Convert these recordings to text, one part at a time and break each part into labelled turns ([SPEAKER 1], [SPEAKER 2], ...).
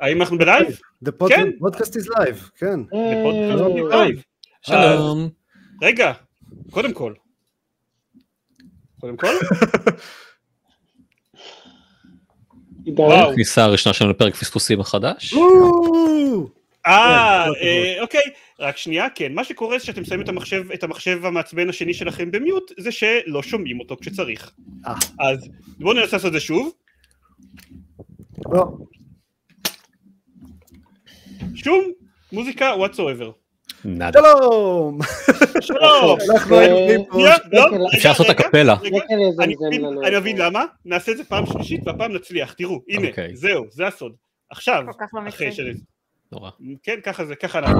[SPEAKER 1] האם אנחנו בלייב?
[SPEAKER 2] The
[SPEAKER 1] כן.
[SPEAKER 2] podcast is live, כן.
[SPEAKER 1] לפודקאסט
[SPEAKER 2] אה,
[SPEAKER 1] לא בלייב.
[SPEAKER 3] שלום.
[SPEAKER 1] רגע, קודם כל. קודם כל? וואו.
[SPEAKER 3] הכניסה הראשונה שלנו לפרק פספוסים החדש.
[SPEAKER 1] לא. אה,
[SPEAKER 2] כן, כל
[SPEAKER 1] אה, אוקיי, רק שנייה, כן, מה שקורה זה שאתם שמים את המחשב, את המחשב המעצבן השני שלכם במיוט, זה שלא שומעים אותו כשצריך.
[SPEAKER 2] אה.
[SPEAKER 1] אז בואו ננסה לעשות את זה שוב,
[SPEAKER 2] לא,
[SPEAKER 1] שום מוזיקה what so ever.
[SPEAKER 3] נאדה.
[SPEAKER 2] שלום!
[SPEAKER 1] שלום!
[SPEAKER 2] אנחנו היינו בלי פה.
[SPEAKER 1] לא. שנייה, לא,
[SPEAKER 4] שקל-
[SPEAKER 1] רגע,
[SPEAKER 3] אפשר לעשות
[SPEAKER 1] רגע,
[SPEAKER 3] הקפלה.
[SPEAKER 1] רגע,
[SPEAKER 4] שקל יזמזם
[SPEAKER 1] אני מבין-
[SPEAKER 4] לנו
[SPEAKER 1] אני
[SPEAKER 4] את
[SPEAKER 1] מבין
[SPEAKER 4] זה.
[SPEAKER 1] למה, נעשה את זה פעם שלישית והפעם נצליח, תראו, הנה,
[SPEAKER 3] אוקיי.
[SPEAKER 1] זהו, זה הסוד. עכשיו,
[SPEAKER 5] כל כך לא
[SPEAKER 1] אחרי
[SPEAKER 5] מצחיק.
[SPEAKER 1] של...
[SPEAKER 3] נורא.
[SPEAKER 1] כן, ככה זה, ככה אנחנו.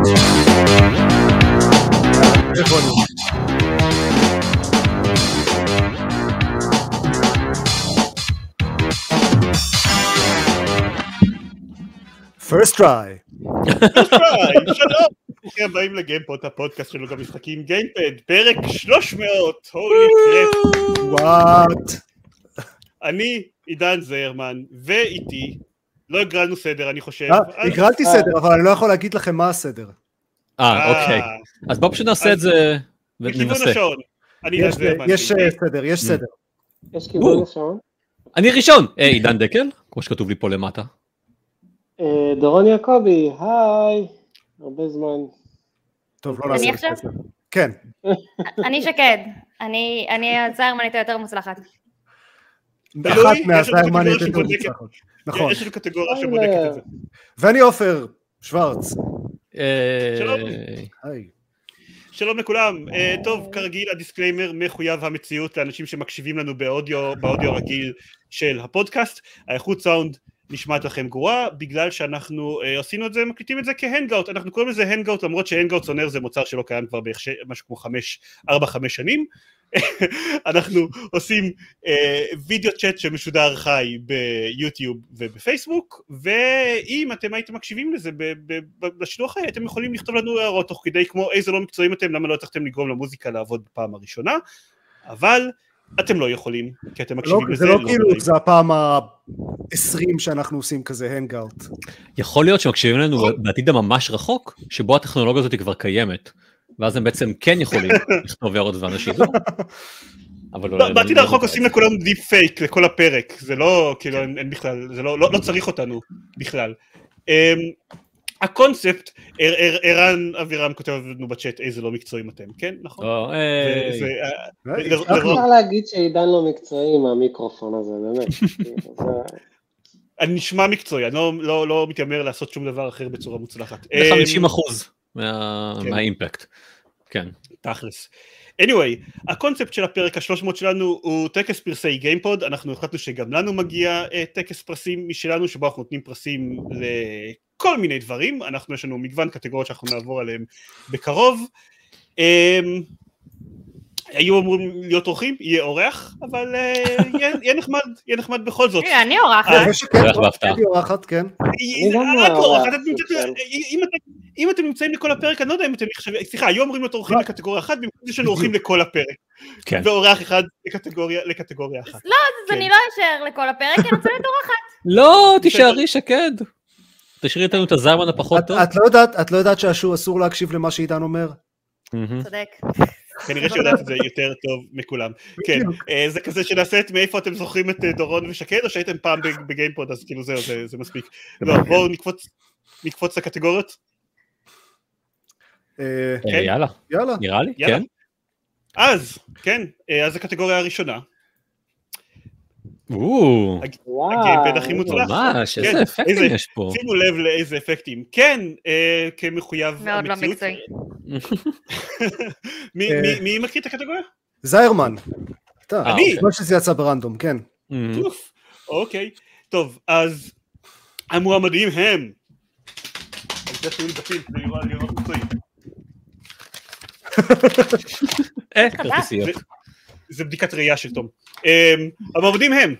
[SPEAKER 2] first try.
[SPEAKER 1] היי, שלום, ברוכים הבאים לגיימפוט, הפודקאסט שלו גם משחקים גיימפד, פרק 300, הולי קרפ.
[SPEAKER 2] וואט.
[SPEAKER 1] אני עידן זיירמן, ואיתי, לא הגרלנו סדר, אני חושב.
[SPEAKER 2] אה,
[SPEAKER 1] אז-
[SPEAKER 2] הגרלתי סדר, אבל אני לא יכול להגיד לכם מה הסדר.
[SPEAKER 3] אה, אוקיי. אז בוא פשוט נעשה את זה
[SPEAKER 1] בכיוון
[SPEAKER 3] וננסה.
[SPEAKER 1] השעון. אני עידן
[SPEAKER 2] יש
[SPEAKER 1] זיירמן.
[SPEAKER 2] יש,
[SPEAKER 1] ואיתי.
[SPEAKER 2] אה, סדר, יש סדר.
[SPEAKER 4] יש כיוון
[SPEAKER 3] וואו.
[SPEAKER 4] לשעון.
[SPEAKER 3] אני ראשון. היי, עידן דקל, כמו שכתוב לי פה למטה.
[SPEAKER 4] אה, דורון יעקבי, היי. הרבה זמן.
[SPEAKER 2] טוב, לא
[SPEAKER 5] אני
[SPEAKER 2] נעשה.
[SPEAKER 5] עכשיו?
[SPEAKER 2] את זה. כן.
[SPEAKER 5] אני שקד, אני אני הזיירמנית היותר מוצלחת.
[SPEAKER 1] אוקיי. תלוי,
[SPEAKER 2] אחת
[SPEAKER 1] יש לנו
[SPEAKER 2] מהזיירמן
[SPEAKER 1] קטגוריה
[SPEAKER 2] הייתה יותר
[SPEAKER 1] שבודקת.
[SPEAKER 2] מוצלחת. נכון.
[SPEAKER 1] יש לנו קטגוריה שבודקת את זה.
[SPEAKER 2] ואני עופר שוורץ.
[SPEAKER 3] אה,
[SPEAKER 1] שלום.
[SPEAKER 2] היי.
[SPEAKER 1] שלום לכולם, אה, טוב כרגיל הדיסקליימר מחויב המציאות לאנשים שמקשיבים לנו באודיו, באודיו הרגיל של הפודקאסט, האיכות סאונד נשמעת לכם גרועה בגלל שאנחנו אה, עשינו את זה, מקליטים את זה כהנגאוט, אנחנו קוראים לזה הנגאוט למרות שהנגאוט סונר זה מוצר שלא קיים כבר בהכשר- משהו כמו חמש, ארבע חמש שנים, אנחנו עושים אה, וידאו צ'אט שמשודר חי ביוטיוב ובפייסבוק, ואם אתם הייתם מקשיבים לזה ב- ב- ב- בשידור חי, אתם יכולים לכתוב לנו הערות תוך כדי כמו איזה לא מקצועיים אתם, למה לא הצלחתם לגרום למוזיקה לעבוד בפעם הראשונה, אבל אתם לא יכולים, כי אתם
[SPEAKER 2] לא,
[SPEAKER 1] מקשיבים לזה.
[SPEAKER 2] זה לא
[SPEAKER 1] בלייב.
[SPEAKER 2] כאילו, זה הפעם ה-20 שאנחנו עושים כזה הנגאוט.
[SPEAKER 3] יכול להיות שמקשיבים לנו בעתיד הממש רחוק, שבו הטכנולוגיה הזאת היא כבר קיימת. ואז הם בעצם כן יכולים לכתוב הערות ואנשים. לא. אבל
[SPEAKER 1] לא, בעתיד הרחוק עושים לכולם דיפ פייק לכל הפרק, זה לא, כאילו, אין אין בכלל, זה לא, לא לא צריך אותנו בכלל. אמ, הקונספט, ער- ער- ערן אבירם כותב לנו בצ'אט איזה לא מקצועיים אתם, כן? נכון?
[SPEAKER 3] או,
[SPEAKER 1] זה-
[SPEAKER 3] היי.
[SPEAKER 1] זה- אה,
[SPEAKER 2] היי,
[SPEAKER 1] לרוב-
[SPEAKER 2] הצלחנו.
[SPEAKER 4] אפשר להגיד שעידן לא מקצועי עם המיקרופון הזה, באמת. כאילו, זה-
[SPEAKER 1] אני אה, נשמע מקצועי, אני לא- לא לא מתיימר לעשות שום דבר אחר בצורה מוצלחת.
[SPEAKER 3] זה
[SPEAKER 1] אמ,
[SPEAKER 3] 50 אחוז
[SPEAKER 1] כן.
[SPEAKER 3] מהאימפקט. כן.
[SPEAKER 1] תכלס. anyway, הקונספט של הפרק ה-300 שלנו הוא טקס פרסי גיימפוד, אנחנו החלטנו שגם לנו מגיע אה, טקס פרסים משלנו, שבו אנחנו נותנים פרסים לכל מיני דברים, אנחנו יש לנו מגוון קטגוריות שאנחנו נעבור עליהן בקרוב. אמ, היו אמורים להיות אורחים, יהיה אורח, אבל אה, יהיה, יהיה נחמד, יהיה נחמד בכל זאת.
[SPEAKER 5] הנה, אני אורחת.
[SPEAKER 1] אה,
[SPEAKER 2] זה שקד,
[SPEAKER 3] אורח בהפתעה.
[SPEAKER 2] קד היא אורחת, כן.
[SPEAKER 1] היא-
[SPEAKER 4] גם
[SPEAKER 1] רק
[SPEAKER 4] לא
[SPEAKER 1] אורחת,
[SPEAKER 4] אורח,
[SPEAKER 1] את נמצאת-
[SPEAKER 4] בסדר.
[SPEAKER 1] אם אתם- אם אתם נמצאים לכל הפרק, אני לא יודע אם אתם נחשבים, סליחה, היו אמורים להיות אורחים
[SPEAKER 2] לא.
[SPEAKER 1] לקטגוריה אחת, במקום זה יש לנו אורחים לכל הפרק.
[SPEAKER 3] כן.
[SPEAKER 1] ואורח אחד לקטגוריה, לקטגוריה אחת.
[SPEAKER 5] אז אני לא אשאר לכל הפרק, כי אני רוצה להיות אורחת.
[SPEAKER 3] לא, תישארי שקד. תשאירי איתנו את הזרמן הפחות
[SPEAKER 2] את-
[SPEAKER 3] טוב.
[SPEAKER 2] את לא יודעת, את לא יודעת שאשור אסור להקשיב למה שעידן אומר?
[SPEAKER 3] מהמם.
[SPEAKER 5] צודק.
[SPEAKER 1] כנראה שיודעת את זה יותר טוב מכולם. כן, אה, זה כזה שנעשה את מאיפה אתם זוכרים את אה, דורון ושקד, או שהייתם פעם בג- בגיימפוד, אז כאילו זהו, זה- זה מספיק. לא, בואו נקפוץ, נקפוץ לקטגוריות.
[SPEAKER 2] אה,
[SPEAKER 3] אה, יאללה,
[SPEAKER 2] יאללה.
[SPEAKER 3] נראה לי,
[SPEAKER 1] כן. יאללה.
[SPEAKER 3] כן.
[SPEAKER 1] אז, כן, אה, אז הקטגוריה הראשונה,
[SPEAKER 3] או,
[SPEAKER 4] וואו.
[SPEAKER 1] הגיימפד הכי מוצלח.
[SPEAKER 3] ממש,
[SPEAKER 1] כן,
[SPEAKER 3] איזה אפקטים
[SPEAKER 1] איזה-
[SPEAKER 3] יש פה.
[SPEAKER 1] שימו לב לאיזה אפקטים. כן, אה, כמחויב
[SPEAKER 5] מאוד לא
[SPEAKER 1] המציאות.
[SPEAKER 5] מקצועי.
[SPEAKER 1] מי-
[SPEAKER 2] אה.
[SPEAKER 1] מי- מי מקריא את הקטגוריה?
[SPEAKER 2] זיירמן. אתה.
[SPEAKER 3] אה,
[SPEAKER 1] אני.
[SPEAKER 2] כמו שזה יצא ברנדום, כן.
[SPEAKER 3] מהמם.
[SPEAKER 1] פוף. אוקיי, טוב, אז המועמדים הם... אני צריך שיהיו לי דפים כדי לראות- לראות מקצועי.
[SPEAKER 3] אה, כרטיסיות.
[SPEAKER 1] זה בדיקת ראייה של תום. אמ, המועמדים הם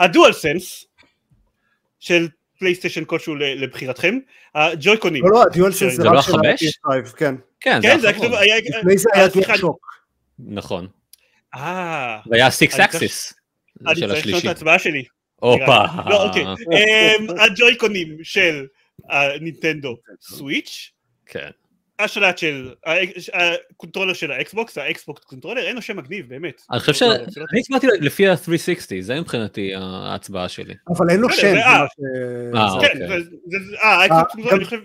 [SPEAKER 1] הדואל סנס של פלייסטיישן כלשהו ל- לבחירתכם, הג'ויקונים.
[SPEAKER 2] לא, לא, הדיואל סנס
[SPEAKER 1] זה
[SPEAKER 2] זה
[SPEAKER 3] לא
[SPEAKER 2] רק של
[SPEAKER 3] החמש?
[SPEAKER 2] ה-PS5, כן.
[SPEAKER 3] כן,
[SPEAKER 1] כן, זה
[SPEAKER 3] זה
[SPEAKER 1] היה כתוב,
[SPEAKER 3] האחרון.
[SPEAKER 1] היה...
[SPEAKER 2] לפני זה היה
[SPEAKER 1] אה, סליחה,
[SPEAKER 2] דיואל שוק.
[SPEAKER 3] נכון.
[SPEAKER 1] אה,
[SPEAKER 3] זה היה סיקס
[SPEAKER 1] אני צריך-
[SPEAKER 3] אקסיס.
[SPEAKER 1] אני
[SPEAKER 3] של
[SPEAKER 1] אה, צריך לשנות את
[SPEAKER 3] השלישי.
[SPEAKER 1] ההצבעה שלי.
[SPEAKER 3] הופה.
[SPEAKER 1] לא, אוקיי. אמ, הג'ויקונים של הנינטנדו סוויץ',
[SPEAKER 3] כן.
[SPEAKER 1] השלט של, ה- הקונטרולר של האקסבוקס, האקסבוקס קונטרולר, אין לו שם מגניב, באמת.
[SPEAKER 3] אני חושב ש...
[SPEAKER 1] לא, לא,
[SPEAKER 3] אני הצבעתי לפי ה-360, זה מבחינתי ההצבעה שלי.
[SPEAKER 2] אבל אין לו
[SPEAKER 1] בסדר,
[SPEAKER 2] שם.
[SPEAKER 1] זה-
[SPEAKER 2] זה
[SPEAKER 1] אה.
[SPEAKER 2] מה ש-
[SPEAKER 3] אה,
[SPEAKER 2] זה-
[SPEAKER 1] כן,
[SPEAKER 3] אוקיי.
[SPEAKER 1] זה- זה- זה- אה, האקסבוקס קונטרולר,
[SPEAKER 2] גם-
[SPEAKER 1] אני חושב,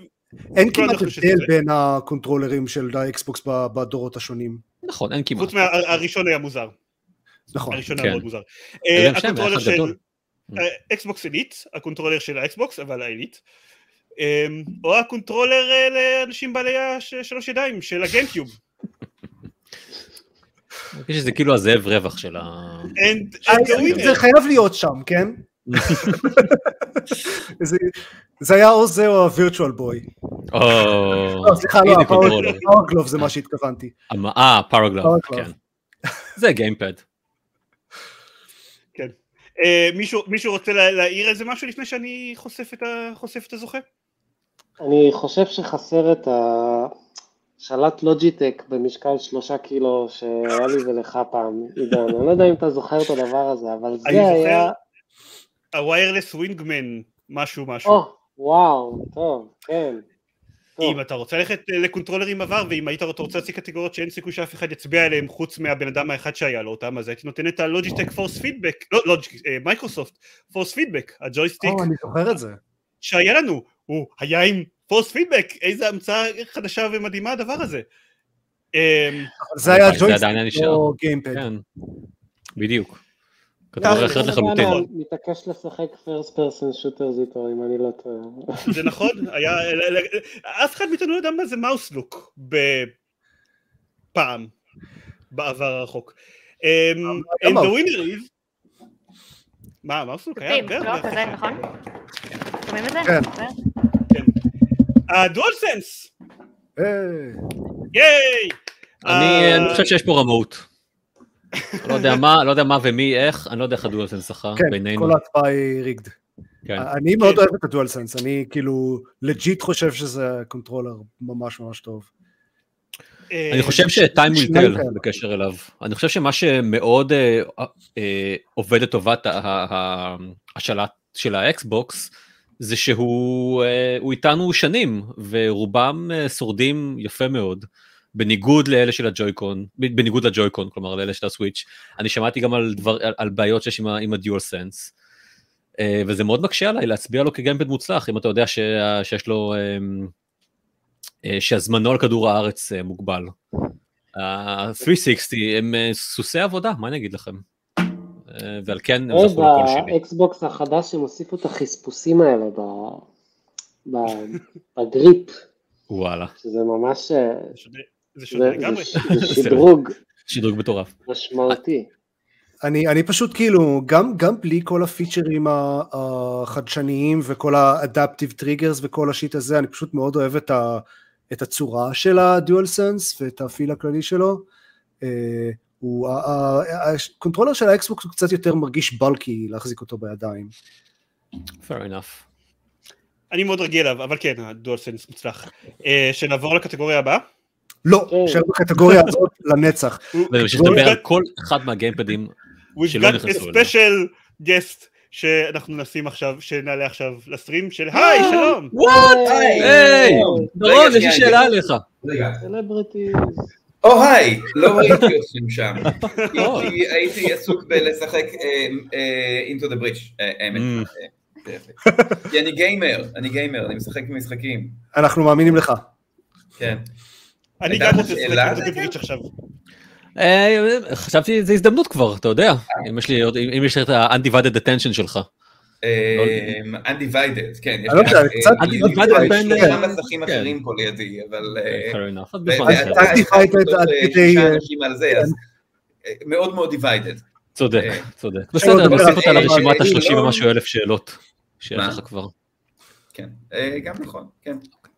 [SPEAKER 2] אין
[SPEAKER 1] כולנו
[SPEAKER 2] כמעט
[SPEAKER 1] חושבים
[SPEAKER 2] הבדל
[SPEAKER 1] שזה.
[SPEAKER 2] בין הקונטרולרים של האקסבוקס ב- בדורות השונים.
[SPEAKER 3] נכון, אין כמעט.
[SPEAKER 1] חוץ אה, מהראשון היה מוזר,
[SPEAKER 2] נכון.
[SPEAKER 1] הראשון
[SPEAKER 3] כן.
[SPEAKER 1] היה מאוד מוזר.
[SPEAKER 3] היה
[SPEAKER 1] אה,
[SPEAKER 3] שם, היה
[SPEAKER 1] הקונטרולר
[SPEAKER 3] אחד
[SPEAKER 1] של אה,
[SPEAKER 3] גדול. Mm.
[SPEAKER 1] אקסבוקס עילית, הקונטרולר של האקסבוקס, אבל העילית. אה, או הקונטרולר אה, לאנשים בעלי השלוש ידיים של הגיימקיוב.
[SPEAKER 3] אני חושב שזה כאילו הזאב רווח של ה...
[SPEAKER 1] And-
[SPEAKER 2] אה,
[SPEAKER 1] and the winner.
[SPEAKER 2] זה חייב להיות שם, כן? זה- זה היה או זה או הווירטואל בוי.
[SPEAKER 3] או...
[SPEAKER 2] לא, סליחה, לא,
[SPEAKER 3] אה, הנה
[SPEAKER 2] הפאוור-
[SPEAKER 3] קונטרולר.
[SPEAKER 2] הפאוור גלוב זה מה שהתכוונתי.
[SPEAKER 3] המ- אה, פארגלאב,
[SPEAKER 2] פארגלאב.
[SPEAKER 3] כן. זה גיימפד.
[SPEAKER 1] אה, מישהו- מישהו רוצה לה- להעיר איזה משהו לפני שאני חושף את ה- חושף את הזוכה?
[SPEAKER 4] אני חושב שחסר את השלט לוג'יטק במשקל שלושה קילו שהיה לי ולך פעם, עידן. אני לא יודע אם אתה זוכר את הדבר הזה, אבל
[SPEAKER 1] אני
[SPEAKER 4] זה
[SPEAKER 1] זוכר.
[SPEAKER 4] היה...
[SPEAKER 1] הוויירלס ווינגמן, משהו משהו.
[SPEAKER 4] או, וואו, טוב, כן. טוב,
[SPEAKER 1] אם אתה רוצה ללכת אה, לקונטרולר עם עבר, ואם היית רוצה להציג קטגוריות שאין סיכוי שאף אחד יצביע עליהם חוץ מהבן אדם האחד שהיה לו אותם, אז הייתי נותן את הלוג'יטק פורס פידבק, לא, לוג'יק, אה, מייקרוסופט, פורס פידבק, הג'ויסטיק
[SPEAKER 2] או, אה, אני זוכר את זה.
[SPEAKER 1] שהיה לנו, הוא היה עם פורס פידבק, איזה המצאה חדשה ומדהימה הדבר הזה. אמ,
[SPEAKER 2] אבל זה היה
[SPEAKER 3] אבל זה עדיין היה
[SPEAKER 2] ג'ויסטיק
[SPEAKER 3] נשאר.
[SPEAKER 2] או גיימפד.
[SPEAKER 3] כן. בדיוק.
[SPEAKER 1] לא,
[SPEAKER 3] כתבה
[SPEAKER 1] אחרת
[SPEAKER 3] אחרת
[SPEAKER 4] אני
[SPEAKER 3] לחלוטין.
[SPEAKER 4] עדיין מתעקש לשחק first person shooters איתו, אם אני לא טועה.
[SPEAKER 1] זה נכון, היה, אף אחד מאיתנו לא יודע מה זה מאוס לוק בפעם, בעבר הרחוק. אמ,
[SPEAKER 3] אה,
[SPEAKER 2] היה
[SPEAKER 1] And the
[SPEAKER 2] מאוס.
[SPEAKER 1] winner is... מה, מאוס לוק היה הרבה
[SPEAKER 5] כותבים,
[SPEAKER 1] הרבה
[SPEAKER 5] לא? כזה,
[SPEAKER 1] אחרי.
[SPEAKER 5] נכון? שומעים את זה? אה,
[SPEAKER 2] כן.
[SPEAKER 5] זה?
[SPEAKER 1] הדואל סנס!
[SPEAKER 3] אה,
[SPEAKER 2] היי.
[SPEAKER 1] ייי!
[SPEAKER 3] אני
[SPEAKER 1] אה,
[SPEAKER 3] אני חושב שיש פה רמאות. לא יודע מה, לא יודע מה ומי, איך, אני לא יודע איך הדואלסן שחה
[SPEAKER 2] כן,
[SPEAKER 3] בינינו.
[SPEAKER 2] כל אה, ההצבעה היא ריגד.
[SPEAKER 3] כן.
[SPEAKER 2] אני מאוד אוהב את הדואל סנס, אני כאילו לג'יט חושב שזה קונטרולר ממש ממש טוב.
[SPEAKER 1] אה,
[SPEAKER 3] אני חושב שטיים וויל
[SPEAKER 2] שניים
[SPEAKER 3] טל
[SPEAKER 2] כאלה.
[SPEAKER 3] בקשר אליו. אני חושב שמה שמאוד אה, אה, עובד לטובת ה- ה- ה- השלט של האקסבוקס, זה שהוא אה, הוא איתנו שנים, ורובם אה, שורדים יפה מאוד. בניגוד לאלה של הג'ויקון, ב- בניגוד לג'ויקון, כלומר לאלה של הסוויץ', אני שמעתי גם על, דבר, על, על בעיות שיש עם, ה- עם הדיול סנס, אה, וזה מאוד מקשה עליי להצביע לו כגיימפד מוצלח, אם אתה יודע שה, שיש לו, אה, אה, שהזמנו על כדור הארץ אה, מוגבל. ה-360 הם אה, סוסי עבודה, מה אני אגיד לכם? אה, ועל כן הם
[SPEAKER 4] אוי,
[SPEAKER 3] זכו לקול שלי.
[SPEAKER 4] באקסבוקס החדש הם הוסיפו את החספוסים האלה ב- ב- בגריפ,
[SPEAKER 3] וואלה,
[SPEAKER 4] שזה ממש... אה,
[SPEAKER 1] זה שונה- זה
[SPEAKER 4] זה-
[SPEAKER 1] שונה
[SPEAKER 4] זה
[SPEAKER 1] לגמרי.
[SPEAKER 4] ש- זה שדרוג
[SPEAKER 3] שדרוג מטורף.
[SPEAKER 4] משמעותי.
[SPEAKER 2] אני, אני פשוט כאילו, גם, גם בלי כל הפיצ'רים ה- החדשניים וכל האדפטיב טריגרס וכל השיט הזה, אני פשוט מאוד אוהב את, ה, את הצורה של הדיואל סנס ואת הפיל הכללי שלו. אה, הוא, ה- ה- הקונטרולר של האקסבוקס הוא קצת יותר מרגיש בלקי להחזיק אותו בידיים.
[SPEAKER 3] fair enough.
[SPEAKER 1] אני מאוד רגיל אליו, אבל כן, הדואל סנס מוצלח. אה, שנעבור לקטגוריה הבאה.
[SPEAKER 2] לא,
[SPEAKER 4] כן.
[SPEAKER 2] נשאר בקטגוריה הזאת לנצח.
[SPEAKER 3] ונמשיך
[SPEAKER 1] We've
[SPEAKER 3] לדבר
[SPEAKER 1] got-
[SPEAKER 3] על כל אחד מהגיימפדים.
[SPEAKER 1] We've
[SPEAKER 3] שלא
[SPEAKER 1] got a
[SPEAKER 3] נכנסו אליה.
[SPEAKER 1] special guest שאנחנו נשים עכשיו, שנעלה עכשיו לסטרים של היי,
[SPEAKER 3] אה!
[SPEAKER 1] שלום!
[SPEAKER 3] וואט!
[SPEAKER 6] היי!
[SPEAKER 4] אה,
[SPEAKER 3] היי! דורון,
[SPEAKER 6] רגע,
[SPEAKER 3] יש לי
[SPEAKER 6] שנייה,
[SPEAKER 3] שאלה
[SPEAKER 6] אני-
[SPEAKER 3] עליך.
[SPEAKER 6] רגע.
[SPEAKER 4] סלבריטיז.
[SPEAKER 6] או היי, לא ראיתי אתכם שם.
[SPEAKER 3] או.
[SPEAKER 6] הייתי- הייתי עסוק בלשחק אה, אה, into the bridge, אה, האמת.
[SPEAKER 3] Mm.
[SPEAKER 6] אה, כי אני גיימר, אני גיימר, אני משחק במשחקים.
[SPEAKER 2] אנחנו מאמינים לך.
[SPEAKER 6] כן.
[SPEAKER 1] אני
[SPEAKER 6] הייתה
[SPEAKER 1] גם
[SPEAKER 6] לך
[SPEAKER 1] רוצה לשחק
[SPEAKER 6] שאלה?
[SPEAKER 1] את זה בבריץ' עכשיו.
[SPEAKER 3] אה, חשבתי זו הזדמנות כבר, אתה יודע. אם יש לי עוד- אם יש לי את ה-undivided attention שלך.
[SPEAKER 6] אה, undivided, כן. יש
[SPEAKER 2] אני לא
[SPEAKER 6] לי-
[SPEAKER 2] יודע,
[SPEAKER 6] אה,
[SPEAKER 2] קצת
[SPEAKER 6] אני-
[SPEAKER 3] undivided
[SPEAKER 6] יש
[SPEAKER 3] בין-
[SPEAKER 6] שלושה מסכים
[SPEAKER 3] כן.
[SPEAKER 6] אחרים פה לידי, אבל... אה,
[SPEAKER 3] fair enough. נכון, כן. אז בכל
[SPEAKER 6] ואתה
[SPEAKER 2] אז
[SPEAKER 3] זאת,
[SPEAKER 2] אתה- undivided עד
[SPEAKER 6] אה,
[SPEAKER 2] כדי,
[SPEAKER 6] שישה
[SPEAKER 2] אה,
[SPEAKER 6] אנשים על זה, אז אה, מאוד מאוד divided.
[SPEAKER 3] צודק,
[SPEAKER 6] אה,
[SPEAKER 3] צודק.
[SPEAKER 2] שלא
[SPEAKER 3] בסדר,
[SPEAKER 2] לדבר
[SPEAKER 3] נוסיף
[SPEAKER 2] על
[SPEAKER 3] אותה
[SPEAKER 6] אה,
[SPEAKER 3] לרשימת
[SPEAKER 6] אה,
[SPEAKER 3] השלושים
[SPEAKER 6] לא.
[SPEAKER 3] ומשהו אלף שאלות שיש
[SPEAKER 6] מה?
[SPEAKER 3] לך כבר.
[SPEAKER 6] כן, אה, גם נכון, כן.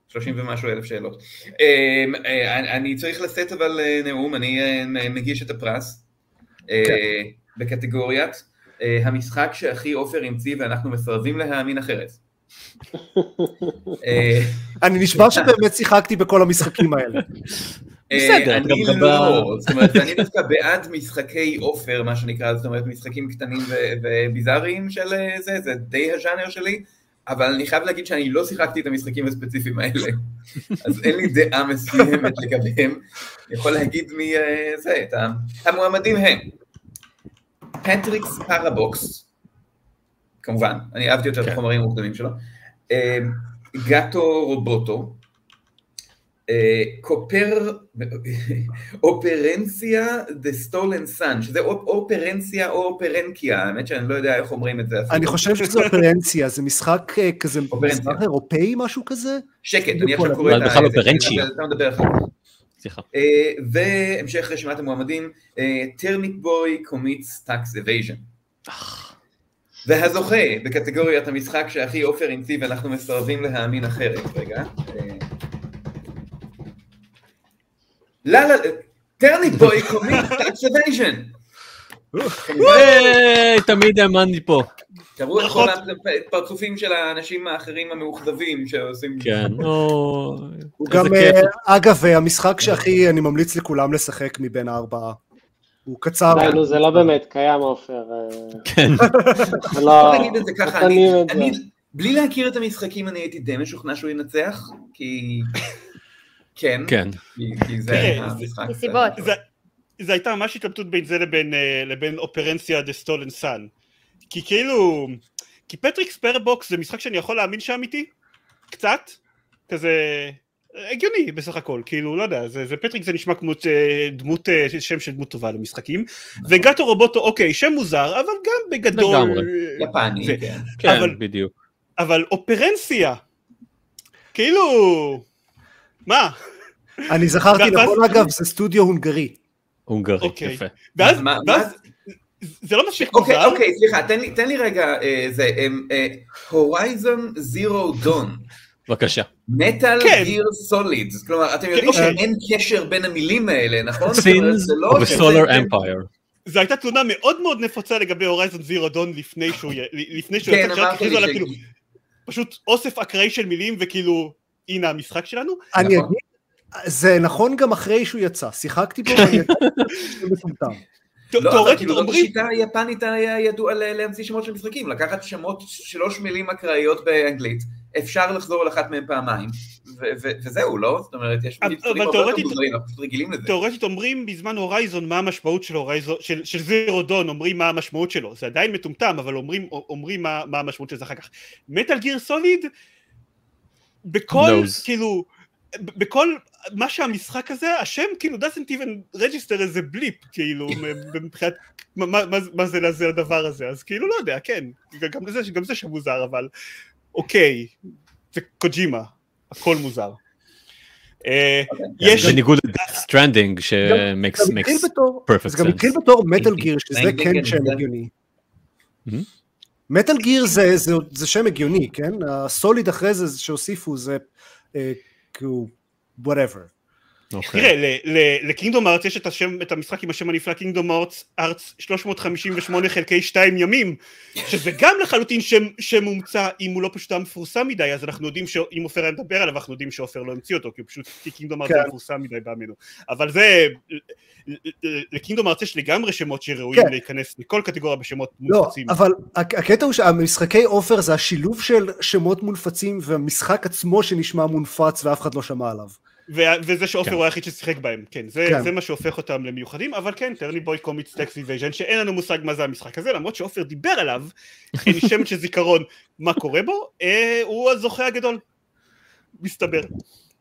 [SPEAKER 6] 30 ומשהו אלף שאלות. אה, אה, אני- אני צריך לשאת אבל אה, נאום, אני אה, מגיש את הפרס אה, בקטגוריית אה, המשחק שהכי עופר המציא ואנחנו מסרבים להאמין אחרת. אה,
[SPEAKER 2] אני נשבע שבאמת שיחקתי בכל המשחקים האלה.
[SPEAKER 3] בסדר,
[SPEAKER 6] אה,
[SPEAKER 3] אתה גם
[SPEAKER 6] אני
[SPEAKER 3] גם
[SPEAKER 6] לא, זאת אומרת, אני דווקא בעד משחקי עופר, מה שנקרא, זאת אומרת, משחקים קטנים ו- וביזאריים של אה, זה, זה די הז'אנר שלי, אבל אני חייב להגיד שאני לא שיחקתי את המשחקים הספציפיים האלה, אז אין לי דעה מסוימת לגביהם. אני יכול להגיד מי אה, זה, את ה- המועמדים הם פטריקס פרבוקס, כמובן, אני אהבתי יותר את
[SPEAKER 3] כן.
[SPEAKER 6] החומרים המוקדמים שלו, אה, גאטו רובוטו, אה, קופר, אופרנציה דה סטולן סאן, שזה אופ- אופרנציה או אופרנקיה, האמת שאני לא יודע איך אומרים את זה אפילו.
[SPEAKER 2] אני חושב שזו אופרנציה, זה משחק אה, כזה,
[SPEAKER 6] אופרנציה.
[SPEAKER 2] מזרח אירופאי משהו כזה?
[SPEAKER 6] שקט, אני עכשיו קורא
[SPEAKER 3] אבל
[SPEAKER 6] את ה...
[SPEAKER 3] בכלל
[SPEAKER 6] זה,
[SPEAKER 3] אופרנציה.
[SPEAKER 6] אתה- אתה מדבר אחר כך.
[SPEAKER 3] סליחה.
[SPEAKER 6] אה, והמשך רשימת המועמדים, אה, טרמיק בוי קומיטס טאקס אבייז'ן. והזוכה בקטגוריית המשחק שהכי עופר המציא ואנחנו מסרבים להאמין אחרת, רגע. אה, לא, לא, טרניק בוי קומיטס טאקס אבייז'ן.
[SPEAKER 3] היי, תמיד האמנתי פה.
[SPEAKER 6] תראו כן, את כל
[SPEAKER 1] ברכות.
[SPEAKER 6] הפרצופים של האנשים האחרים המאוכזבים שעושים...
[SPEAKER 3] כן, או...
[SPEAKER 2] הוא
[SPEAKER 3] איזה
[SPEAKER 2] גם,
[SPEAKER 3] כיף.
[SPEAKER 2] אה, אגב, אה, המשחק שהכי אני ממליץ לכולם לשחק מבין הארבעה. הוא קצר.
[SPEAKER 4] די, נו, זה לא באמת קיים, עופר. אה,
[SPEAKER 3] כן.
[SPEAKER 4] זה לא...
[SPEAKER 6] בוא נגיד את זה ככה,
[SPEAKER 4] מתנים
[SPEAKER 6] אני,
[SPEAKER 4] את זה.
[SPEAKER 6] אני, בלי להכיר את המשחקים אני הייתי די משוכנע שהוא ינצח, כי... כן,
[SPEAKER 3] כן.
[SPEAKER 6] כי, כי זה
[SPEAKER 1] כן,
[SPEAKER 6] המשחק.
[SPEAKER 5] זה- מסיבות.
[SPEAKER 1] זה, זה הייתה ממש התלבטות בין זה לבין, אה, לבין אופרנציה דה סטולן סאן. כי כאילו, כי פטריקס פרבוקס זה משחק שאני יכול להאמין שאמיתי, קצת, כזה אה, הגיוני בסך הכל, כאילו, לא יודע, זה, זה פטריק זה נשמע כמו אה, דמות, אה, שם של דמות טובה למשחקים,
[SPEAKER 6] נכון.
[SPEAKER 1] וגאטו רובוטו, אוקיי, שם מוזר, אבל גם בגדול,
[SPEAKER 3] לגמרי.
[SPEAKER 1] אה,
[SPEAKER 6] יפני,
[SPEAKER 1] זה-
[SPEAKER 6] כן.
[SPEAKER 1] אבל-
[SPEAKER 3] כן, בדיוק.
[SPEAKER 1] אבל אופרנציה, כאילו, מה?
[SPEAKER 2] אני זכרתי
[SPEAKER 1] ואז-
[SPEAKER 2] נכון, אגב, זה סטודיו הונגרי.
[SPEAKER 3] הונגרי,
[SPEAKER 1] אוקיי.
[SPEAKER 3] יפה.
[SPEAKER 1] ואז,
[SPEAKER 6] מה-
[SPEAKER 1] ואז, זה לא מספיק מוזר,
[SPEAKER 6] אוקיי, אוקיי, סליחה, תן לי, תן לי רגע אה, זה, הורייזון זירו דון,
[SPEAKER 3] בבקשה.
[SPEAKER 6] מטאל
[SPEAKER 1] כן.
[SPEAKER 6] גיר סוליד, כלומר, אתם יודעים
[SPEAKER 1] אוקיי.
[SPEAKER 6] שאין קשר בין המילים האלה, נכון? זאת אומרת,
[SPEAKER 3] Sins
[SPEAKER 6] זה לא
[SPEAKER 3] of a
[SPEAKER 6] שזה-
[SPEAKER 3] Solar Empire.
[SPEAKER 1] זו הייתה תלונה מאוד מאוד נפוצה לגבי הורייזון זירו דון לפני שהוא י- לפני שהוא
[SPEAKER 6] כן,
[SPEAKER 1] יצא, כשרק
[SPEAKER 6] אמרת לי
[SPEAKER 1] הכריזו עליו
[SPEAKER 6] ש...
[SPEAKER 1] כאילו פשוט אוסף אקראי של מילים וכאילו הנה המשחק שלנו.
[SPEAKER 2] אני
[SPEAKER 6] נכון.
[SPEAKER 2] אגיד, זה נכון גם אחרי שהוא יצא, שיחקתי בו ואני ידעתי שהוא מטומטם.
[SPEAKER 1] ת-
[SPEAKER 6] לא, אבל
[SPEAKER 1] תאורטית
[SPEAKER 6] כאילו זאת
[SPEAKER 1] אומרים,
[SPEAKER 6] השיטה היפנית הידועה ל- להמציא שמות של משחקים, לקחת שמות, שלוש מילים אקראיות באנגלית, אפשר לחזור על אחת מהן פעמיים, ו- ו- וזהו, לא? זאת אומרת, יש
[SPEAKER 1] אבל-
[SPEAKER 6] משחקים
[SPEAKER 1] אבל
[SPEAKER 6] הרבה יותר
[SPEAKER 1] תאורטית-
[SPEAKER 6] מוזרים, אנחנו פשוט רגילים לזה.
[SPEAKER 1] תאורטית אומרים בזמן הורייזון מה המשמעות של הורייזון, של, של זירו דון, אומרים מה המשמעות שלו, זה עדיין מטומטם, אבל אומרים, אומרים מה, מה המשמעות של זה אחר כך. מטאל גיר סוליד, בכל,
[SPEAKER 3] Nose.
[SPEAKER 1] כאילו, ב- בכל מה שהמשחק הזה, השם כאילו doesn't even register איזה בליפ, כאילו, מ- מבחינת, מה, מה, מה זה- מה זה לזה הדבר הזה, אז כאילו, לא יודע, כן, גם זה, גם זה שמוזר, אבל אוקיי, זה קוג'ימה, הכל מוזר. אה, יש...
[SPEAKER 3] בניגוד לסטרנדינג, שמקס...
[SPEAKER 2] זה גם התחיל בתור-
[SPEAKER 3] perfect
[SPEAKER 2] זה גם
[SPEAKER 3] sense.
[SPEAKER 2] התחיל בתור מטאל גיר, שזה
[SPEAKER 6] Thank
[SPEAKER 2] כן
[SPEAKER 6] you,
[SPEAKER 2] שם
[SPEAKER 6] כן.
[SPEAKER 2] הגיוני.
[SPEAKER 3] Hmm?
[SPEAKER 2] מטאל גיר זה- זה- זה שם הגיוני, כן? הסוליד אחרי זה שהוסיפו זה אה, כאילו, whatever.
[SPEAKER 3] אוקיי,
[SPEAKER 1] תראה, ל- ל- לקינגדום ארץ יש את השם, את המשחק עם השם הנפלא קינגדום ארץ, ארץ 358 חלקי 2 ימים, שזה גם לחלוטין שם, שם מומצא, אם הוא לא פשוט היה מפורסם מדי, אז אנחנו יודעים שאם עופר היה מדבר עליו, אנחנו יודעים שעופר לא המציא אותו, כי הוא פשוט, כי קינגדום ארץ
[SPEAKER 2] כן.
[SPEAKER 1] היה מפורסם מדי בעמנו. אבל זה, ל- ל- לקינגדום ארץ יש לגמרי שמות שראויים
[SPEAKER 2] כן.
[SPEAKER 1] להיכנס לכל קטגוריה בשמות
[SPEAKER 2] לא,
[SPEAKER 1] מופצים.
[SPEAKER 2] אבל הק- הקטע הוא שהמשחקי עופר זה השילוב של שמות מונפצים והמשחק עצמו שנשמע מונפץ ואף אחד לא שמע עליו.
[SPEAKER 1] ו- וזה שעופר
[SPEAKER 3] כן.
[SPEAKER 1] הוא היחיד ששיחק בהם, כן, זה,
[SPEAKER 2] כן.
[SPEAKER 1] זה מה שהופך אותם למיוחדים, אבל כן, טרני בוי קומיץ טקס איבייז'ן, שאין לנו מושג מה זה המשחק הזה, למרות שעופר דיבר עליו, אין שמץ של זיכרון מה קורה בו, אה, הוא הזוכה הגדול, מסתבר.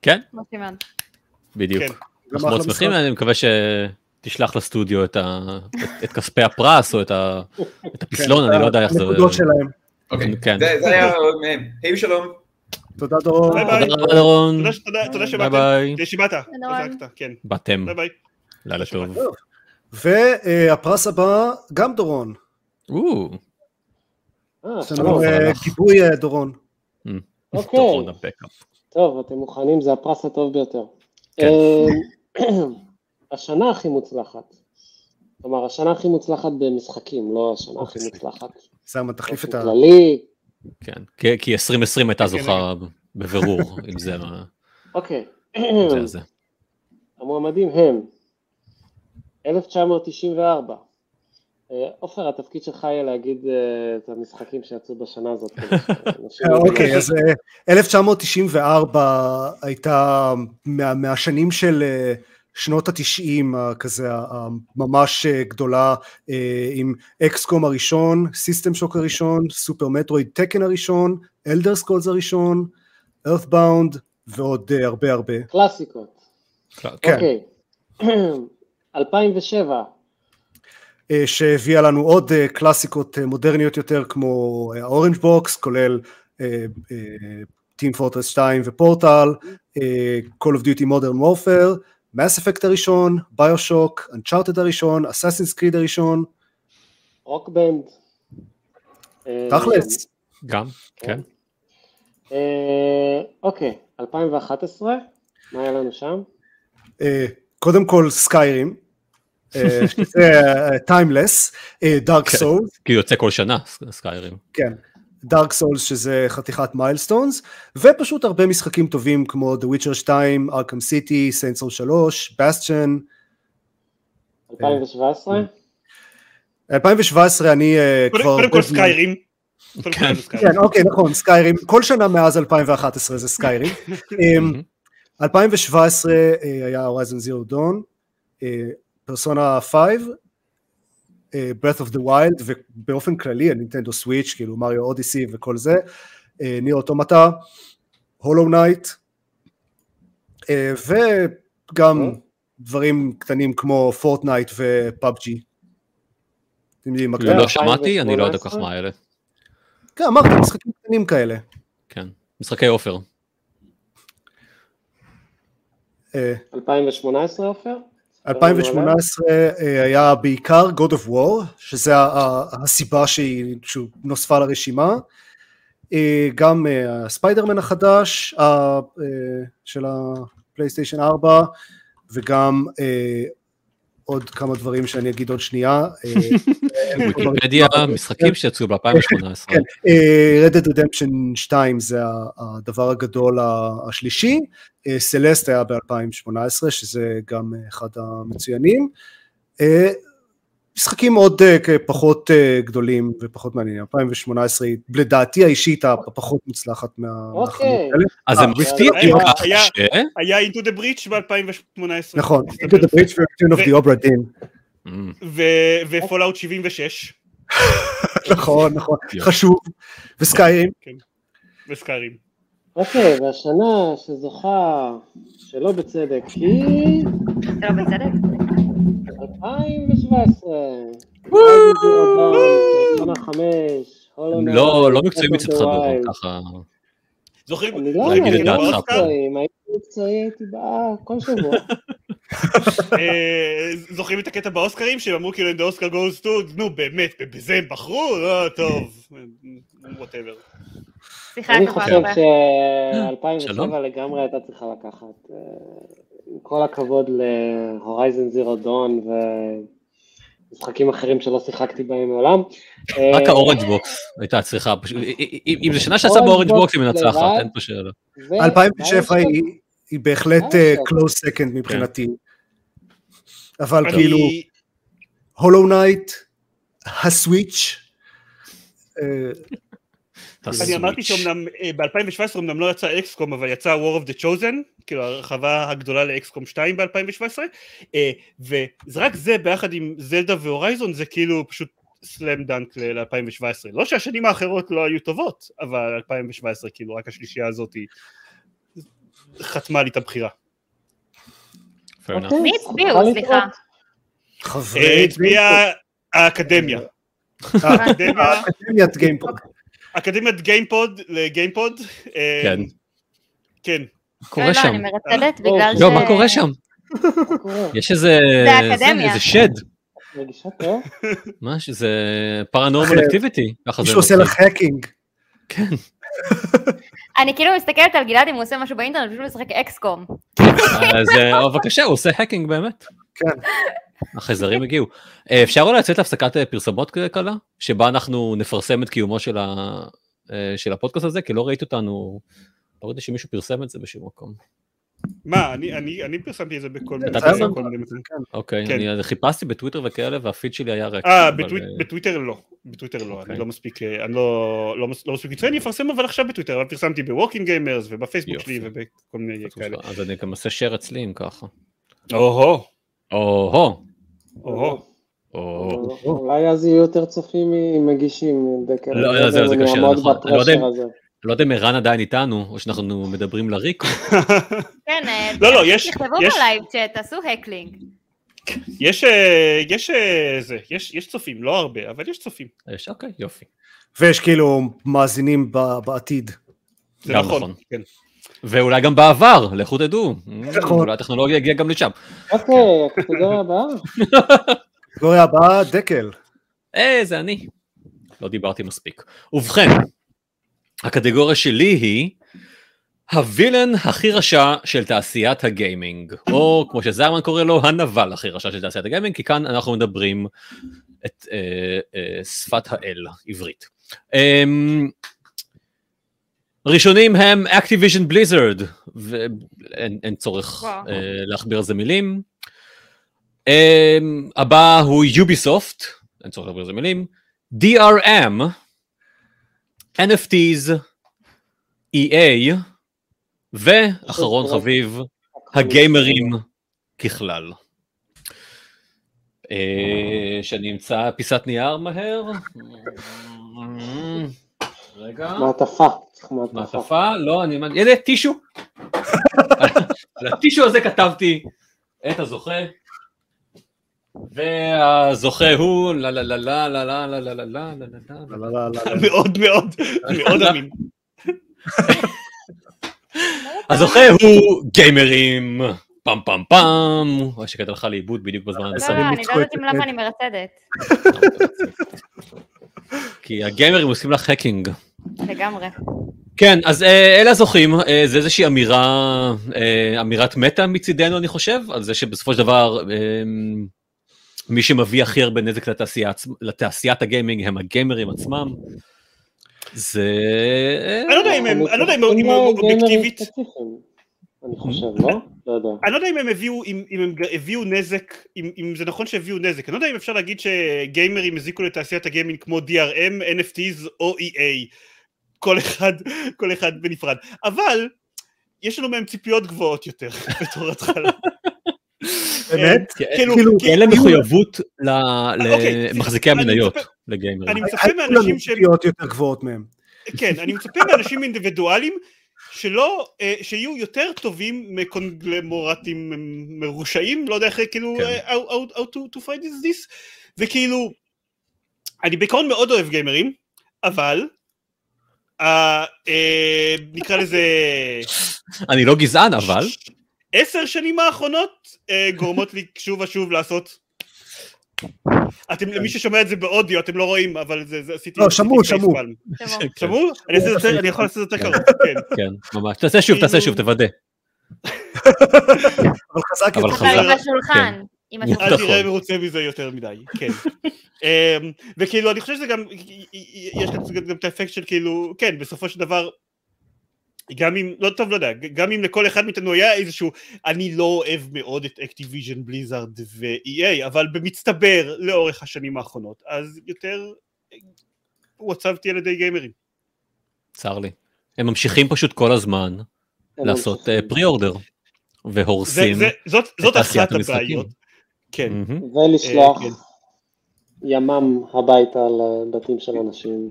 [SPEAKER 3] כן,
[SPEAKER 5] מוטי מאוד.
[SPEAKER 1] כן.
[SPEAKER 3] בדיוק.
[SPEAKER 2] גם
[SPEAKER 3] אנחנו מאוד
[SPEAKER 2] אחלה
[SPEAKER 3] שמחים,
[SPEAKER 2] משחק.
[SPEAKER 3] אני מקווה שתשלח לסטודיו את ה- את- את כספי הפרס או את ה- את הפסלון, אני לא יודע איך זה...
[SPEAKER 2] הנקודות שלהם.
[SPEAKER 6] אוקיי,
[SPEAKER 3] כן.
[SPEAKER 6] זה זה היה עוד מהם. היי שלום.
[SPEAKER 2] תודה דרור.
[SPEAKER 1] ביי, ביי.
[SPEAKER 3] תודה רבה דורון,
[SPEAKER 1] תודה ש- תודה- תודה
[SPEAKER 3] ביי
[SPEAKER 1] שבאתם,
[SPEAKER 3] ביי,
[SPEAKER 1] אה, שבאת,
[SPEAKER 5] תודה.
[SPEAKER 1] עזקת, כן,
[SPEAKER 2] Mm.
[SPEAKER 3] באתם,
[SPEAKER 1] ביי ביי.
[SPEAKER 3] לילה טוב.
[SPEAKER 2] והפרס אה, הבא, גם דורון.
[SPEAKER 3] או,
[SPEAKER 4] אה,
[SPEAKER 2] יש
[SPEAKER 4] שלום.
[SPEAKER 2] לנו אה, גיבוי אה, דורון.
[SPEAKER 4] אוקיי.
[SPEAKER 3] דורון הבקאפ.
[SPEAKER 4] טוב, אתם מוכנים, זה הפרס הטוב ביותר.
[SPEAKER 3] כן.
[SPEAKER 4] אמ, השנה הכי מוצלחת. כלומר, השנה הכי מוצלחת במשחקים, לא השנה הכי
[SPEAKER 2] אוקיי.
[SPEAKER 4] מוצלחת.
[SPEAKER 2] סמה, תחליף את ה...
[SPEAKER 4] לא, כללי,
[SPEAKER 3] כן, כי- כי 2020 הייתה
[SPEAKER 1] כן,
[SPEAKER 3] זוכה בבירור, אם זה מה-
[SPEAKER 4] אוקיי.
[SPEAKER 3] אם זה. זה.
[SPEAKER 4] המועמדים הם 1994. אה, עופר, התפקיד שלך יהיה להגיד אה, את המשחקים שיצאו בשנה הזאת. אנשים-
[SPEAKER 2] אוקיי, אז אה, 1994 הייתה מה- מהשנים של אה, שנות התשעים, אה, כזה הממש אה, גדולה, אה, עם אקסקום הראשון, סיסטם שוק הראשון, סופר מטרואיד טקן הראשון, אלדר סקולס הראשון, ארת'באונד, ועוד אה, הרבה הרבה.
[SPEAKER 4] קלאסיקות.
[SPEAKER 3] לא,
[SPEAKER 2] כן,
[SPEAKER 4] אוקיי. 2007,
[SPEAKER 2] אה, שהביאה לנו עוד אה, קלאסיקות אה, מודרניות יותר, כמו האורנג' בוקס, כולל אה, טים פורטרס 2 ופורטל, אה, Call of Duty Modern Warfare, Mass Effect הראשון, ביושוק, Uncharted הראשון, Assassin's Creed הראשון,
[SPEAKER 4] רוקבנד. אה,
[SPEAKER 2] תכלס,
[SPEAKER 3] גם, כן.
[SPEAKER 4] אוקיי, 2011, מה היה לנו שם?
[SPEAKER 2] אה, קודם כל סקיירים, אה, שזה טיימלס, דארק
[SPEAKER 3] כן.
[SPEAKER 2] סול,
[SPEAKER 3] כי הוא יוצא כל שנה, סקיירים.
[SPEAKER 2] כן, דארק סולס שזה חתיכת מיילסטונס, ופשוט הרבה משחקים טובים כמו The Witcher 2, Arkham City, Saints Row 3, Bastion.
[SPEAKER 4] 2017?
[SPEAKER 2] 2017 אני אה,
[SPEAKER 1] קודם-
[SPEAKER 2] כבר...
[SPEAKER 1] קודם כל
[SPEAKER 2] הרבה זמן-
[SPEAKER 1] סקיירים. קודם כל
[SPEAKER 3] כן.
[SPEAKER 1] סקיירים.
[SPEAKER 2] כן, אוקיי, נכון, סקיירים. כל שנה מאז 2011 זה סקיירים. אמ, 2017 אה, היה הורייזן זירו דון, אה, פרסונה 5, אה, Breath of the Wild, ובאופן כללי הנינטנדו סוויץ', כאילו מריו אודיסי וכל זה, ניר אוטומטה, הולו נייט, אה, וגם
[SPEAKER 4] אוקיי.
[SPEAKER 2] דברים קטנים כמו פורטנייט ופאבג'י. אתם יודעים מה קרה?
[SPEAKER 3] לא שמעתי, אני לא יודע כל כך מה אלה.
[SPEAKER 2] כן, אמרתי, משחקים קטנים כאלה.
[SPEAKER 3] כן. משחקי עופר.
[SPEAKER 2] אה,
[SPEAKER 4] 2018 עופר?
[SPEAKER 2] 2018 אה, היה בעיקר God of War, שזה ה- ה- הסיבה שהיא שהוא נוספה לרשימה. אה, גם אה, הספיידרמן החדש ה- אה, של הפלייסטיישן 4, וגם אה, עוד כמה דברים שאני אגיד עוד שנייה. אה,
[SPEAKER 3] ויקיפדיה, משחקים שיצאו ב-2018.
[SPEAKER 2] כן. אה, Red Dead Redemption 2 זה ה- הדבר הגדול ה- השלישי, אה, סלסט היה ב-2018 שזה גם אה, אחד המצוינים. אה, משחקים עוד אה, כ- פחות אה, גדולים ופחות מעניינים, 2018 היא לדעתי האישית הפחות מוצלחת מה... מהחנות
[SPEAKER 4] אוקיי.
[SPEAKER 2] האלה.
[SPEAKER 3] אז הם
[SPEAKER 2] אה,
[SPEAKER 3] הפתיעו
[SPEAKER 1] היה-
[SPEAKER 3] כל כך
[SPEAKER 1] היה-
[SPEAKER 3] קשה.
[SPEAKER 1] היה into the breach ב-2018.
[SPEAKER 2] נכון,
[SPEAKER 4] אוקיי.
[SPEAKER 2] Into the Bridge ו-Tune of the Obra Dinn,
[SPEAKER 3] אמ,
[SPEAKER 1] ופולאאוט 76.
[SPEAKER 2] נכון, נכון,
[SPEAKER 3] יופי.
[SPEAKER 2] חשוב, וסקיירים,
[SPEAKER 1] וסקיירים.
[SPEAKER 4] אוקיי, והשנה שזוכה שלא בצדק היא
[SPEAKER 5] זה לא בצדק?
[SPEAKER 4] 2017. וואו! חמש, הולו נייט,
[SPEAKER 3] לא, לא מקצועי
[SPEAKER 4] Breath of the
[SPEAKER 3] מצדך ברור,
[SPEAKER 4] Wild.
[SPEAKER 3] ככה.
[SPEAKER 1] זוכרים?
[SPEAKER 4] אני לא
[SPEAKER 3] להגיד את
[SPEAKER 4] אני לא
[SPEAKER 3] דעתך. כן.
[SPEAKER 1] באוסקר?
[SPEAKER 4] מקצועי, אם הייתי מקצועי הייתי באה כל שבוע.
[SPEAKER 1] אה, זוכרים את הקטע באוסקרים שהם אמרו כאילו אם the Oscar goes to, נו באמת, בזה הם בחרו? לא, טוב, וואטאבר.
[SPEAKER 5] סליחה,
[SPEAKER 4] אני
[SPEAKER 5] טובה,
[SPEAKER 4] חושב
[SPEAKER 5] טובה.
[SPEAKER 3] שלום.
[SPEAKER 4] ש-2007 לגמרי הייתה צריכה לקחת. אה, עם כל הכבוד להורייזן זירו דון ומשחקים אחרים שלא שיחקתי בהם מעולם. אה,
[SPEAKER 3] רק האורנג' בוקס הייתה צריכה, פשוט- אם אם זה שנה שעשה
[SPEAKER 4] אורנג'
[SPEAKER 3] באורנג' לא, בוקס היא
[SPEAKER 4] בוקס
[SPEAKER 3] מנצחת,
[SPEAKER 4] לבד.
[SPEAKER 3] אין פה שאלה.
[SPEAKER 4] ו-
[SPEAKER 2] 2007 היא- היא בהחלט אה,
[SPEAKER 4] ביושוק.
[SPEAKER 2] close second מבחינתי, אבל
[SPEAKER 1] אני-
[SPEAKER 2] כאילו... הולו נייט, הסוויץ', אה,
[SPEAKER 1] אני אמרתי שאומנם אה, ב-2017 אמנם לא יצא אקסקום אבל יצא War of the Chosen, כאילו הרחבה הגדולה לאקסקום 2 ב-2017, ורק זה ביחד עם זלדה והורייזון זה כאילו פשוט סלאם דאנק ל-2017. לא שהשנים האחרות לא היו טובות, אבל 2017 כאילו רק השלישייה הזאת היא- חתמה לי את הבחירה.
[SPEAKER 3] Fair enough.
[SPEAKER 4] אוקיי,
[SPEAKER 5] מי
[SPEAKER 4] צריכה
[SPEAKER 5] הצביעו?
[SPEAKER 4] לטעות.
[SPEAKER 5] סליחה.
[SPEAKER 1] אה,
[SPEAKER 2] חברי
[SPEAKER 1] הצביעה האקדמיה. אה,
[SPEAKER 5] אה,
[SPEAKER 2] גיימפוד.
[SPEAKER 1] האקדמיה-
[SPEAKER 5] לא,
[SPEAKER 2] אקדמיית גיימפוד.
[SPEAKER 1] אקדמיית גיימפוד לגיימפוד. אה,
[SPEAKER 3] כן.
[SPEAKER 1] כן.
[SPEAKER 5] לא,
[SPEAKER 3] קורה
[SPEAKER 5] לא,
[SPEAKER 3] שם.
[SPEAKER 5] אני מרצדת
[SPEAKER 1] אה,
[SPEAKER 5] בגלל ש...
[SPEAKER 3] לא, מה קורה שם?
[SPEAKER 4] מה קורה?
[SPEAKER 3] יש איזה...
[SPEAKER 5] זה האקדמיה.
[SPEAKER 3] איזה שד.
[SPEAKER 4] מרגישה טוב?
[SPEAKER 3] מה שזה פרנורמל
[SPEAKER 2] אחר.
[SPEAKER 3] אקטיביטי. ככה זה
[SPEAKER 2] מישהו עושה
[SPEAKER 3] מתחיל.
[SPEAKER 2] לך האקינג.
[SPEAKER 5] אני כאילו מסתכלת על גלעד אם הוא עושה משהו באינטרנט, פשוט משחק אקסקום.
[SPEAKER 3] אה, זה, אבל בבקשה, הוא עושה האקינג באמת.
[SPEAKER 2] כן.
[SPEAKER 3] החייזרים הגיעו. אה, אפשר אולי לצאת להפסקת אה, פרסומות כזה קלה, שבה אנחנו נפרסם את קיומו של, ה, אה, של הפודקאסט הזה, כי לא ראית אותנו, לא ראיתי שמישהו פרסם את זה בשום מקום.
[SPEAKER 1] מה, אני- אני אני פרסמתי את זה בכל
[SPEAKER 2] אתה
[SPEAKER 1] מיני
[SPEAKER 3] פרסמת?
[SPEAKER 1] בכל מיני מקומות.
[SPEAKER 3] אוקיי,
[SPEAKER 1] כן.
[SPEAKER 3] אני חיפשתי בטוויטר וכאלה והפיד שלי היה ריק.
[SPEAKER 1] אה,
[SPEAKER 3] אבל,
[SPEAKER 1] בטוויט-
[SPEAKER 3] אה,
[SPEAKER 1] בטוויטר לא, בטוויטר לא,
[SPEAKER 3] אוקיי.
[SPEAKER 1] אני לא מספיק, אה, אני לא לא מס- לא מספיק מצוין, אני אפרסם אבל עכשיו בטוויטר, אבל פרסמתי בווקינג גיימרס ובפייסבוק
[SPEAKER 3] יופי.
[SPEAKER 1] שלי ובכל מיני כאלה.
[SPEAKER 3] אז אני גם אעשה share אצלי אם ככה.
[SPEAKER 1] או-הו,
[SPEAKER 3] או-הו.
[SPEAKER 1] או-הו.
[SPEAKER 3] או-הו.
[SPEAKER 4] אולי אז יהיו יותר צופים ממגישים, דקל.
[SPEAKER 3] לא, לא, זהו, זה
[SPEAKER 4] אני
[SPEAKER 3] קשה,
[SPEAKER 4] אעמוד
[SPEAKER 3] נכון. אני לא יודע אם-
[SPEAKER 4] בפרשר הזה.
[SPEAKER 3] לא יודע אם ערן עדיין איתנו, או שאנחנו מדברים לריקו.
[SPEAKER 5] כן, אה,
[SPEAKER 1] לא, לא, יש-
[SPEAKER 5] תכתבו
[SPEAKER 1] יש-
[SPEAKER 5] בלייב צ'אט, תעשו הקלינג.
[SPEAKER 1] יש אה, יש אה, זה, יש יש צופים, לא הרבה, אבל יש צופים.
[SPEAKER 3] יש, אוקיי, יופי.
[SPEAKER 2] ויש כאילו מאזינים ב- בעתיד.
[SPEAKER 1] זה
[SPEAKER 3] גם
[SPEAKER 1] נכון,
[SPEAKER 3] נכון.
[SPEAKER 1] כן.
[SPEAKER 3] ואולי גם בעבר, לכו תדעו.
[SPEAKER 2] נכון.
[SPEAKER 3] אולי הטכנולוגיה הגיעה גם לשם.
[SPEAKER 4] אוקיי, הקטגוריה הבאה.
[SPEAKER 2] קטגוריה הבאה, דקל.
[SPEAKER 3] אה, זה אני. לא דיברתי מספיק. ובכן, הקטגוריה שלי היא הווילן הכי רשע של תעשיית הגיימינג, או כמו שזרמן קורא לו, הנבל הכי רשע של תעשיית הגיימינג, כי כאן אנחנו מדברים את אה, אה, שפת האל, עברית. אה, ראשונים הם Activision Blizzard, ואין אין צורך
[SPEAKER 5] וואו.
[SPEAKER 3] אה, להכביר על זה מילים. אה, הבא הוא יוביסופט, אין צורך להכביר על זה מילים. DRM, NFTs, EA, ואחרון
[SPEAKER 4] פשוט
[SPEAKER 3] חביב, הגיימרים ככלל. אה, שאני אמצא פיסת נייר מהר. רגע.
[SPEAKER 4] מעטפה. צריך מעטפה.
[SPEAKER 3] מעטפה, לא, אני... הנה, טישו. על הטישו הזה כתבתי את הזוכה. והזוכה הוא לה לה לה לה לה לה לה לה לה לה לה לה לה
[SPEAKER 2] לא, לא, לא, לא.
[SPEAKER 1] מאוד מאוד, מאוד אמין.
[SPEAKER 3] הזוכה הוא גיימרים, פעם פעם פעם, מה שקטע לך לאיבוד בדיוק בזמן
[SPEAKER 5] לא,
[SPEAKER 2] שרים
[SPEAKER 5] לא, אני
[SPEAKER 2] ניצחו
[SPEAKER 5] לא יודעת
[SPEAKER 2] את
[SPEAKER 5] אם
[SPEAKER 2] הקד.
[SPEAKER 5] למה אני מרצדת.
[SPEAKER 3] כי הגיימרים עושים לך האקינג.
[SPEAKER 5] לגמרי.
[SPEAKER 3] כן, אז אה, אלה הזוכים, אה, זה איזושהי אמירה, אה, אמירת מטה מצידנו אני חושב, על זה שבסופו של דבר אה, מי שמביא הכי הרבה נזק לתעשייה, עצ- לתעשיית הגיימינג הם הגיימרים עצמם. זה... אה,
[SPEAKER 1] אני לא יודע אם הם- אני לא יודע אם הם- אם הם
[SPEAKER 4] אין גיימרים
[SPEAKER 1] אובייקטיבית.
[SPEAKER 4] ספציפיים,
[SPEAKER 3] Mhm.
[SPEAKER 4] אני חושב, לא? לא יודע.
[SPEAKER 1] אני לא יודע אם הם הביאו, אם, אם הם ג- הביאו נזק, אם, אם זה נכון שהביאו נזק, אני לא יודע אם אפשר להגיד שגיימרים הזיקו לתעשיית הגיימינג כמו DRM, NFTs או EA, כל אחד, כל אחד בנפרד, אבל יש לנו מהם ציפיות גבוהות יותר בתור התחלה.
[SPEAKER 2] באמת?
[SPEAKER 3] כי-
[SPEAKER 1] כאילו,
[SPEAKER 2] כאילו,
[SPEAKER 3] כי אין להם
[SPEAKER 2] כאילו-
[SPEAKER 3] מחויבות ל-
[SPEAKER 1] אוקיי,
[SPEAKER 3] למחזיקי
[SPEAKER 1] אני
[SPEAKER 3] המניות,
[SPEAKER 1] מצפה-
[SPEAKER 3] לגיימרים.
[SPEAKER 1] אני מצפה
[SPEAKER 2] היו לנו
[SPEAKER 1] מאנשים שהם
[SPEAKER 2] ציפיות יותר גבוהות מהם.
[SPEAKER 1] כן, אני מצפה מאנשים אינדיבידואלים שלא, אה, שיהיו יותר טובים מקונגלמורטים מ- מרושעים, לא יודע איך, כאילו,
[SPEAKER 3] כן.
[SPEAKER 1] אה, how, how, how to, to fight is this, וכאילו, אני בעיקרון מאוד אוהב גיימרים, אבל, אה, אה, נקרא לזה,
[SPEAKER 3] אני לא גזען אבל,
[SPEAKER 1] עשר שנים האחרונות אה, גורמות לי שוב ושוב לעשות. אתם,
[SPEAKER 3] כן.
[SPEAKER 1] למי ששומע את זה באודיו, אתם לא רואים, אבל זה, זה עשיתי...
[SPEAKER 2] לא, שמעו,
[SPEAKER 1] עשיתי
[SPEAKER 2] שמעו.
[SPEAKER 1] facepalm.
[SPEAKER 5] תבוא.
[SPEAKER 1] שמעו? אני אעשה את זה- אני יכול לעשות את זה יותר קרוב, כן.
[SPEAKER 3] כן, ממש. תעשה שוב, תעשה שוב,
[SPEAKER 2] כאילו-
[SPEAKER 3] תוודא.
[SPEAKER 2] אבל חזק
[SPEAKER 3] אבל
[SPEAKER 2] יותר.
[SPEAKER 5] אבל עם
[SPEAKER 1] חזרה-
[SPEAKER 5] השולחן. עם השולחן.
[SPEAKER 1] אל
[SPEAKER 3] נכון.
[SPEAKER 1] תראה מרוצה מזה יותר מדי, כן. אמ, וכאילו אני חושב שזה גם, יש כאן גם את האפקט של כאילו, כן, בסופו של דבר, גם אם, לא טוב, לא יודע, גם אם לכל אחד מאיתנו היה איזשהו, אני לא אוהב מאוד את אקטיביז'ן, בליזארד ו-EA, אבל במצטבר לאורך השנים האחרונות, אז יותר הועצבתי על ידי גיימרים.
[SPEAKER 3] צר לי. הם ממשיכים פשוט כל הזמן
[SPEAKER 4] אין
[SPEAKER 3] לעשות אה,
[SPEAKER 4] המשכים.
[SPEAKER 3] פרי אורדר,
[SPEAKER 1] זה-
[SPEAKER 3] והורסים.
[SPEAKER 1] זה- זאת- זאת
[SPEAKER 3] תעשיית
[SPEAKER 1] אחת
[SPEAKER 3] המשחקים. Mm.
[SPEAKER 1] הבעיות. כן.
[SPEAKER 3] מהמם.
[SPEAKER 4] ולשלוח
[SPEAKER 1] אה, כן.
[SPEAKER 4] ימ"מ הביתה לבתים של אנשים.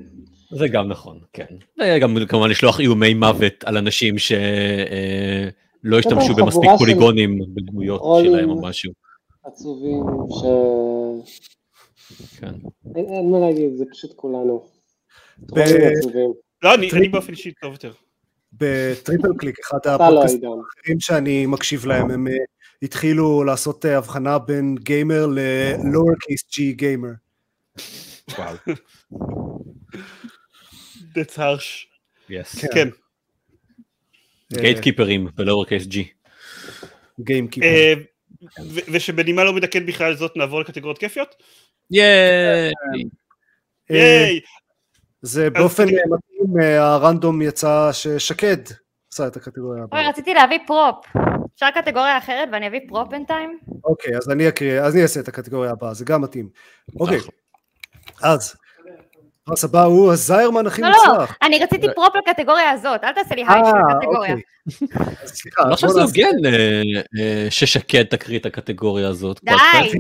[SPEAKER 3] זה גם נכון, כן. וגם כמובן לשלוח איומי מוות על אנשים שלא השתמשו
[SPEAKER 4] חבורה
[SPEAKER 3] במספיק
[SPEAKER 4] של-
[SPEAKER 3] פוליגונים בדמויות
[SPEAKER 4] אוי.
[SPEAKER 3] שלהם או משהו.
[SPEAKER 4] עצובים ש...
[SPEAKER 3] כן.
[SPEAKER 4] אין- אין מה להגיד, זה פשוט כולנו.
[SPEAKER 2] ב-
[SPEAKER 4] כולנו עצובים.
[SPEAKER 1] לא, אני אני באופן אישי טוב יותר.
[SPEAKER 2] בטריפל קליק, אחד
[SPEAKER 3] אה,
[SPEAKER 4] אתה לא
[SPEAKER 2] הפודקאסטים
[SPEAKER 4] עידן.
[SPEAKER 2] האחרים שאני מקשיב להם, הם אה, התחילו לעשות אה, הבחנה בין גיימר
[SPEAKER 1] אה.
[SPEAKER 2] ל-lower case g גיימר.
[SPEAKER 3] וואו.
[SPEAKER 1] That's harsh.
[SPEAKER 3] יס.
[SPEAKER 2] כן. אה.
[SPEAKER 1] כן.
[SPEAKER 3] גייטקיפרים ולאור קייס ג'י.
[SPEAKER 2] גיימקיפר.
[SPEAKER 1] אה,
[SPEAKER 2] כן.
[SPEAKER 1] ו- ושבנימה לא מדכאת בכלל זאת נעבור לקטגוריות כיפיות?
[SPEAKER 3] ייי!
[SPEAKER 2] אה,
[SPEAKER 1] ייי!
[SPEAKER 2] זה באופן
[SPEAKER 1] אז-
[SPEAKER 2] אה, מתאים, אה, הרנדום יצא ששקד עשה את הקטגוריה
[SPEAKER 5] אוי,
[SPEAKER 2] הבאה.
[SPEAKER 5] רציתי להביא פרופ. לא. אפשר קטגוריה אחרת ואני אביא פרופנטיים?
[SPEAKER 2] אוקיי, אז אני אקריא, אז אני אעשה את הקטגוריה הבאה, זה גם מתאים. אוקיי,
[SPEAKER 5] נכון.
[SPEAKER 3] אחלה.
[SPEAKER 2] אז, הפרס הבא הוא הזיירמן הכי
[SPEAKER 5] לא, לא,
[SPEAKER 2] מוצלח.
[SPEAKER 5] אני רציתי פרופ לקטגוריה הזאת, אל תעשה לי היי של
[SPEAKER 2] אה,
[SPEAKER 5] הקטגוריה.
[SPEAKER 2] אוקיי. אז סליחה,
[SPEAKER 3] אני לא חושב
[SPEAKER 2] בוא
[SPEAKER 3] שזה
[SPEAKER 2] נעשה-
[SPEAKER 3] הוגן אה, אה, ששקד תקריא את הקטגוריה הזאת.
[SPEAKER 5] די.
[SPEAKER 3] בהתחלה.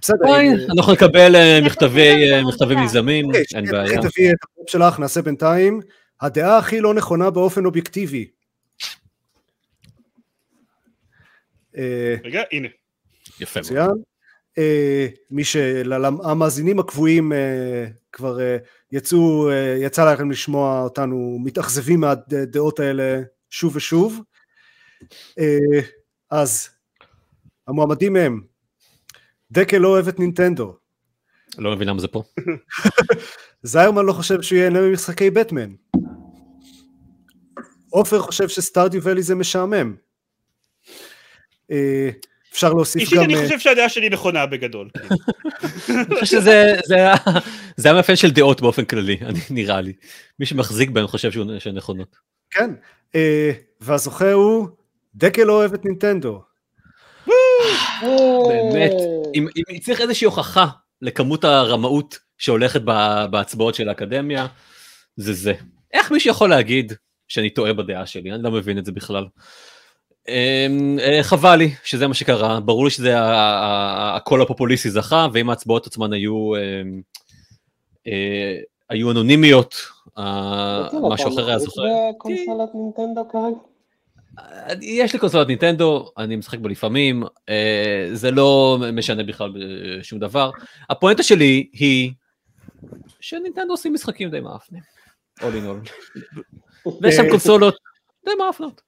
[SPEAKER 2] בסדר,
[SPEAKER 3] אוי,
[SPEAKER 2] אם-
[SPEAKER 3] אנחנו נקבל אה, מכתבי
[SPEAKER 5] זה
[SPEAKER 3] אה, מכתבים
[SPEAKER 5] מוזר.
[SPEAKER 3] נזעמים,
[SPEAKER 2] אוקיי,
[SPEAKER 3] אין
[SPEAKER 2] שנייה,
[SPEAKER 3] בעיה.
[SPEAKER 2] תביאי את הפרופ שלך, נעשה בינתיים. הדעה הכי לא נכונה באופן אובייקטיבי. אה,
[SPEAKER 1] רגע, הנה.
[SPEAKER 3] יפה מאוד.
[SPEAKER 2] מצוין. אה, מי שהמאזינים הקבועים אה, כבר אה, יצאו, אה, יצא לכם לשמוע אותנו מתאכזבים מהדעות האלה שוב ושוב. אה, אז המועמדים הם דקל לא אוהב את נינטנדו,
[SPEAKER 3] לא מבין למה זה פה.
[SPEAKER 2] זיירמן לא חושב שהוא ייהנה ממשחקי בטמן, עופר חושב שסטארדיו ואלי זה משעמם. אה, אפשר להוסיף
[SPEAKER 1] אישית
[SPEAKER 2] גם...
[SPEAKER 1] אני
[SPEAKER 2] אה,
[SPEAKER 1] חושב שהדעה שלי נכונה בגדול. כאילו.
[SPEAKER 3] אני חושב שזה זה ה- זה המאפיין של דעות באופן כללי, אני- נראה לי. מי שמחזיק בהן חושב שהוא- שהן נכונות.
[SPEAKER 2] כן, אה, והזוכה הוא דקל לא אוהב את נינטנדו.
[SPEAKER 3] באמת,
[SPEAKER 4] אה,
[SPEAKER 3] אם אם צריך איזושהי הוכחה לכמות הרמאות שהולכת ב- בהצבעות של האקדמיה, זה זה. איך מישהו יכול להגיד שאני טועה בדעה שלי? אני לא מבין את זה בכלל. אמ, אה, חבל לי שזה מה שקרה, ברור לי שזה ה- ה- ה- הקול הפופוליסטי זכה, ואם ההצבעות עצמן היו אמ, אה, היו אנונימיות, אה, משהו אחר היה זוכר.
[SPEAKER 4] לא בקונסולת נינטנדו כרגע?
[SPEAKER 3] יש לי קונסולת ניטנדו, אני משחק בו לפעמים, אה, זה לא משנה בכלל אה, שום דבר. הפואנטה שלי היא שניטנדו עושים משחקים די מאפנים. all in all. ויש שם קונסולות די מאפנות.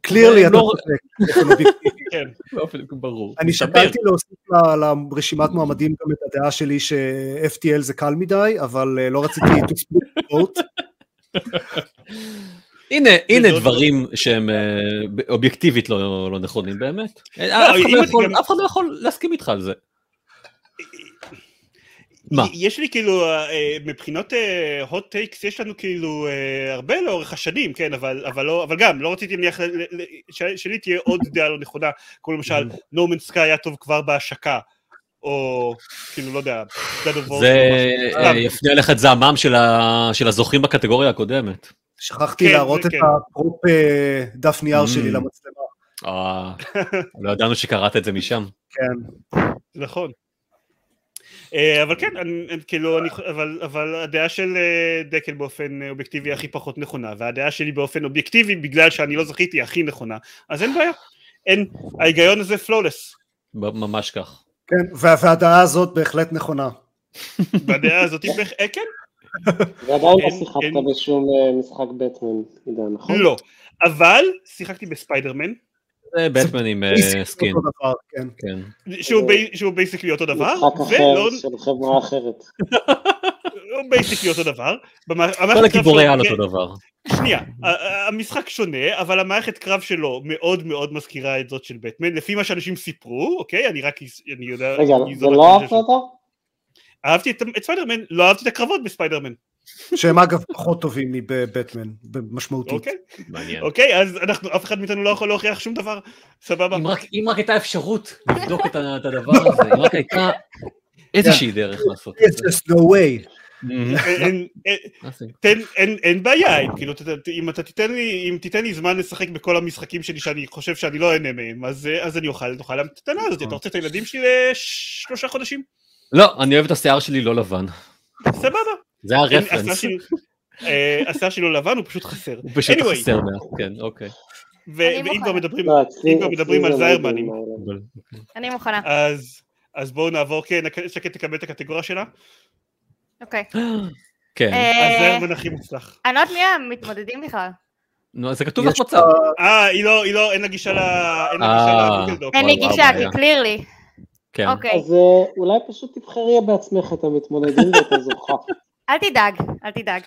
[SPEAKER 2] קלירלי
[SPEAKER 3] אה,
[SPEAKER 2] אתה
[SPEAKER 3] לא-
[SPEAKER 2] צודק. באופן אובייקטיבי.
[SPEAKER 1] כן.
[SPEAKER 3] באופן ברור.
[SPEAKER 2] אני
[SPEAKER 3] מסתבר.
[SPEAKER 2] שקלתי להוסיף ל- לרשימת מועמדים גם את הדעה שלי ש-FTL זה קל מדי, אבל אה, לא רציתי to split the vote.
[SPEAKER 3] הנה, הנה
[SPEAKER 1] לא-
[SPEAKER 3] דברים שהם אה, ב- אובייקטיבית לא לא נכונים באמת. אה,
[SPEAKER 1] לא,
[SPEAKER 3] אף אחד
[SPEAKER 1] אם
[SPEAKER 3] לא
[SPEAKER 1] את
[SPEAKER 3] יכול-
[SPEAKER 1] גם-
[SPEAKER 3] אף אחד לא יכול להסכים איתך על זה. מה?
[SPEAKER 1] יש לי כאילו, אה, מבחינות hot takes יש לנו כאילו אה, הרבה לאורך השנים, כן, אבל, אבל, לא, אבל גם, לא רציתי להניח, ל- ל- ל- ש- שלי תהיה עוד דעה לא נכונה, כמו למשל,
[SPEAKER 2] Mm-hmm.
[SPEAKER 1] נורמן סקאי היה טוב כבר בהשקה, או כאילו, לא יודע, God of War או
[SPEAKER 3] זה
[SPEAKER 1] משהו.
[SPEAKER 3] אה,
[SPEAKER 1] סתם.
[SPEAKER 3] יפנה לך את זעמם של ה- של הזוכים בקטגוריה הקודמת.
[SPEAKER 2] שכחתי
[SPEAKER 1] כן, זה
[SPEAKER 2] להראות את
[SPEAKER 1] כן.
[SPEAKER 2] הפרופ אה, דף נייר שלי
[SPEAKER 3] Mm.
[SPEAKER 2] למצלמה.
[SPEAKER 3] אה, לא ידענו שקראת את זה משם.
[SPEAKER 2] כן.
[SPEAKER 1] נכון. אה, אבל כן, אני, אני- כאילו, אני, חו- אבל, אבל הדעה של אה, דקל באופן אה, אובייקטיבי היא הכי פחות נכונה, והדעה שלי באופן אובייקטיבי, בגלל שאני לא זכיתי, היא הכי נכונה, אז אין בעיה. אין, ההיגיון הזה פלולס.
[SPEAKER 3] ב- ממש כך.
[SPEAKER 2] כן, וה- והדעה הזאת בהחלט נכונה.
[SPEAKER 1] בדעה הזאת, היא בהח- אה, כן,
[SPEAKER 4] ועדיין לא
[SPEAKER 1] אין- אין-
[SPEAKER 4] שיחקת בשום אה, משחק בטמן, עידן, נכון?
[SPEAKER 1] לא. אבל שיחקתי בספיידרמן,
[SPEAKER 3] זה בטמן עם אה, סקין,
[SPEAKER 2] אותו דבר, כן.
[SPEAKER 3] כן.
[SPEAKER 1] שהוא בי- שהוא בייסקלי אותו דבר,
[SPEAKER 4] אה, משחק
[SPEAKER 1] ולא
[SPEAKER 4] אחר של חברה אחרת.
[SPEAKER 1] בייסקלי אותו דבר. במע- המערכת
[SPEAKER 3] כל
[SPEAKER 1] הקרב שלו-
[SPEAKER 3] הגיבורי על
[SPEAKER 1] כן,
[SPEAKER 3] אותו דבר.
[SPEAKER 1] שנייה, ה- ה- המשחק שונה, אבל המערכת קרב שלו מאוד מאוד מזכירה את זאת של בטמן, לפי מה שאנשים סיפרו, אוקיי? אני רק, אס- אני יודע...
[SPEAKER 4] רגע,
[SPEAKER 1] אני
[SPEAKER 4] זה
[SPEAKER 1] זורק
[SPEAKER 4] לא
[SPEAKER 1] את
[SPEAKER 4] אהבת
[SPEAKER 1] זה.
[SPEAKER 4] אותו?
[SPEAKER 1] אהבתי את את ספיידרמן, לא אהבתי את הקרבות בספיידרמן,
[SPEAKER 2] שהם אגב פחות טובים מבטמן, משמעותית.
[SPEAKER 1] אוקיי?
[SPEAKER 3] מעניין.
[SPEAKER 1] אוקיי, אז אנחנו, אף אחד מאיתנו לא יכול להוכיח שום דבר, סבבה.
[SPEAKER 3] אם רק- אם רק הייתה אפשרות לבדוק את ה- את הדבר הזה, אם רק הייתה איזושהי דרך לעשות את
[SPEAKER 2] It's
[SPEAKER 3] זה. אוקיי.
[SPEAKER 2] just no way.
[SPEAKER 3] מהמם.
[SPEAKER 1] אין- אין- אין-
[SPEAKER 3] מה זה?
[SPEAKER 1] תן, אין, אין בעיה, אם, כאילו, ת, ת- אם אתה תיתן לי, אם תיתן לי זמן לשחק בכל המשחקים שלי שאני חושב שאני לא אהנה מהם, אז, אה, אז אני אוכל, אוכל להם את הטענה הזאת, אתה רוצה את הילדים שלי לשלושה חודשים?
[SPEAKER 3] לא, אני אוהב את השיער שלי לא לבן.
[SPEAKER 1] סבבה.
[SPEAKER 3] זה
[SPEAKER 1] אין-
[SPEAKER 3] הרפרנס.
[SPEAKER 1] כן, השיער שלי- אה, השיער שלו לבן, הוא פשוט חסר.
[SPEAKER 3] הוא פשוט
[SPEAKER 1] anyway.
[SPEAKER 3] חסר מעט, כן, אוקיי.
[SPEAKER 1] ו-
[SPEAKER 5] אני
[SPEAKER 1] ואם
[SPEAKER 5] מוכנה.
[SPEAKER 1] כבר מדברים,
[SPEAKER 4] לא, אצלי-
[SPEAKER 1] אם כבר
[SPEAKER 4] אצלי
[SPEAKER 1] מדברים
[SPEAKER 4] זה
[SPEAKER 1] על
[SPEAKER 4] לא
[SPEAKER 1] זיירמנים.
[SPEAKER 4] הגיעים האלה.
[SPEAKER 3] אבל-
[SPEAKER 5] אני מוכנה,
[SPEAKER 1] אז, אז בואו נעבור, כן, הק- שקד תקבל את הקטגוריה שלה.
[SPEAKER 5] אוקיי.
[SPEAKER 3] כן,
[SPEAKER 1] אז
[SPEAKER 5] אה,
[SPEAKER 1] זיירמן הכי מוצלח.
[SPEAKER 5] אני לא יודעת מי המתמודדים בכלל.
[SPEAKER 3] נו, אז זה כתוב לך
[SPEAKER 2] יש
[SPEAKER 3] מצב.
[SPEAKER 1] אה, היא לא, היא לא, אין לה גישה ל... אין לה
[SPEAKER 3] אה.
[SPEAKER 1] גישה לגוגל דוק.
[SPEAKER 5] אין לי
[SPEAKER 3] וואי,
[SPEAKER 5] גישה,
[SPEAKER 3] בעיה.
[SPEAKER 5] כי קליר לי.
[SPEAKER 3] כן.
[SPEAKER 5] אוקיי.
[SPEAKER 4] אז אה, אולי פשוט תבחרי בעצמך את המתמודדים ואת הזוכה.
[SPEAKER 5] אל תדאג, אל תדאג.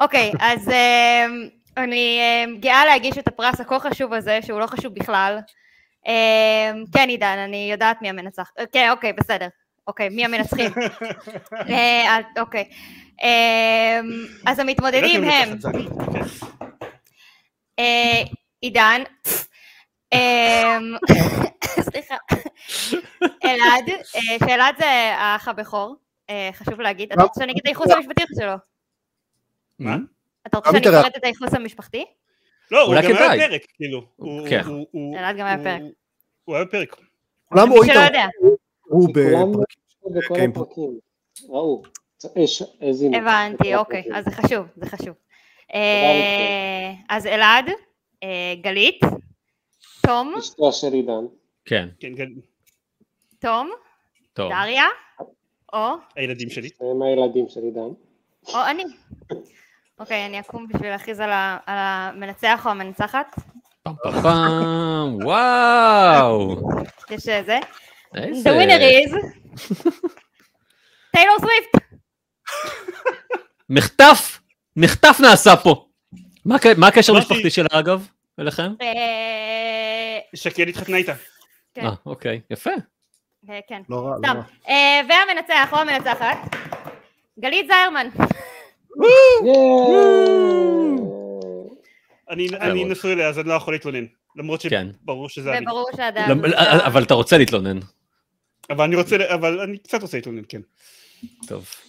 [SPEAKER 5] אוקיי, אז אמ, אני אמ, גאה להגיש את הפרס הכה חשוב הזה, שהוא לא חשוב בכלל. אמ, כן, עידן, אני יודעת מי המנצח. כן, אוקיי, בסדר. אוקיי, מי המנצחים? אה, אל- אוקיי. אמ, אז
[SPEAKER 1] לא
[SPEAKER 5] המתמודדים
[SPEAKER 1] ידעתי
[SPEAKER 5] הם
[SPEAKER 1] לקחת זיירמן, כן.
[SPEAKER 5] אה, עידן, אמ, סליחה. אלעד, אה, שאלעד זה האח הבכור, אה, חשוב להגיד. אתה רוצה שאני אגיד את הייחוס המשפטי שלו?
[SPEAKER 3] Mm-hmm.
[SPEAKER 1] מה?
[SPEAKER 5] אתה רוצה שאני
[SPEAKER 2] אמיתרע.
[SPEAKER 5] אפרט את הייחוס המשפחתי?
[SPEAKER 1] לא, הוא
[SPEAKER 3] אולי
[SPEAKER 1] גם היה
[SPEAKER 3] כדאי.
[SPEAKER 1] בפרק, כאילו. הוא-
[SPEAKER 3] כן.
[SPEAKER 1] הוא- הוא-
[SPEAKER 5] אלעד גם היה
[SPEAKER 1] הוא-
[SPEAKER 5] בפרק.
[SPEAKER 1] הוא היה בפרק.
[SPEAKER 2] כולם
[SPEAKER 5] למי
[SPEAKER 2] רואים
[SPEAKER 5] שלא יודע.
[SPEAKER 2] הוא
[SPEAKER 4] כולם
[SPEAKER 2] בפרק.
[SPEAKER 4] ראו בכל
[SPEAKER 2] כן, פה.
[SPEAKER 4] הפרקים, ראו, יש, האזינו.
[SPEAKER 5] הבנתי,
[SPEAKER 4] בכל
[SPEAKER 5] אוקיי,
[SPEAKER 4] הפרקים.
[SPEAKER 5] אז זה חשוב, זה חשוב. אה, אז אלעד, אה, גלית, תום,
[SPEAKER 4] אשתו של עידן.
[SPEAKER 3] כן,
[SPEAKER 1] כן, כן,
[SPEAKER 5] תום,
[SPEAKER 3] טוב.
[SPEAKER 5] דריה, או,
[SPEAKER 1] הילדים שלי.
[SPEAKER 4] הם הילדים של עידן.
[SPEAKER 5] או אני. אוקיי, אני אקום בשביל להכריז על ה- על המנצח או המנצחת.
[SPEAKER 3] פעם פעם פעם, וואו.
[SPEAKER 5] יש אה, זה.
[SPEAKER 3] איזה...
[SPEAKER 5] The winner is... טיילור סוויפט!
[SPEAKER 3] מחטף! מחטף נעשה פה. מה הק- מה הקשר
[SPEAKER 1] אמרתי-
[SPEAKER 3] המשפחתי שלה אגב? אליכם?
[SPEAKER 5] אה,
[SPEAKER 1] שקד התחתנה איתה.
[SPEAKER 5] כן.
[SPEAKER 3] אה, אוקיי, יפה.
[SPEAKER 5] אה, כן,
[SPEAKER 2] לא רע, לא
[SPEAKER 5] סתם.
[SPEAKER 2] רע.
[SPEAKER 5] אה, והמנצח או המנצחת, גלית זיירמן.
[SPEAKER 4] יאיי!
[SPEAKER 1] אני אני
[SPEAKER 3] מאוד.
[SPEAKER 1] נשוי אליה, אז אני לא יכול להתלונן. למרות
[SPEAKER 3] אה, כן.
[SPEAKER 1] שברור שזה אני.
[SPEAKER 5] וברור שאדם...
[SPEAKER 3] למ- אה, אבל אתה רוצה להתלונן.
[SPEAKER 1] אבל אני רוצה, ל- אבל אני קצת רוצה להתלונן, כן.
[SPEAKER 3] טוב.
[SPEAKER 5] כן.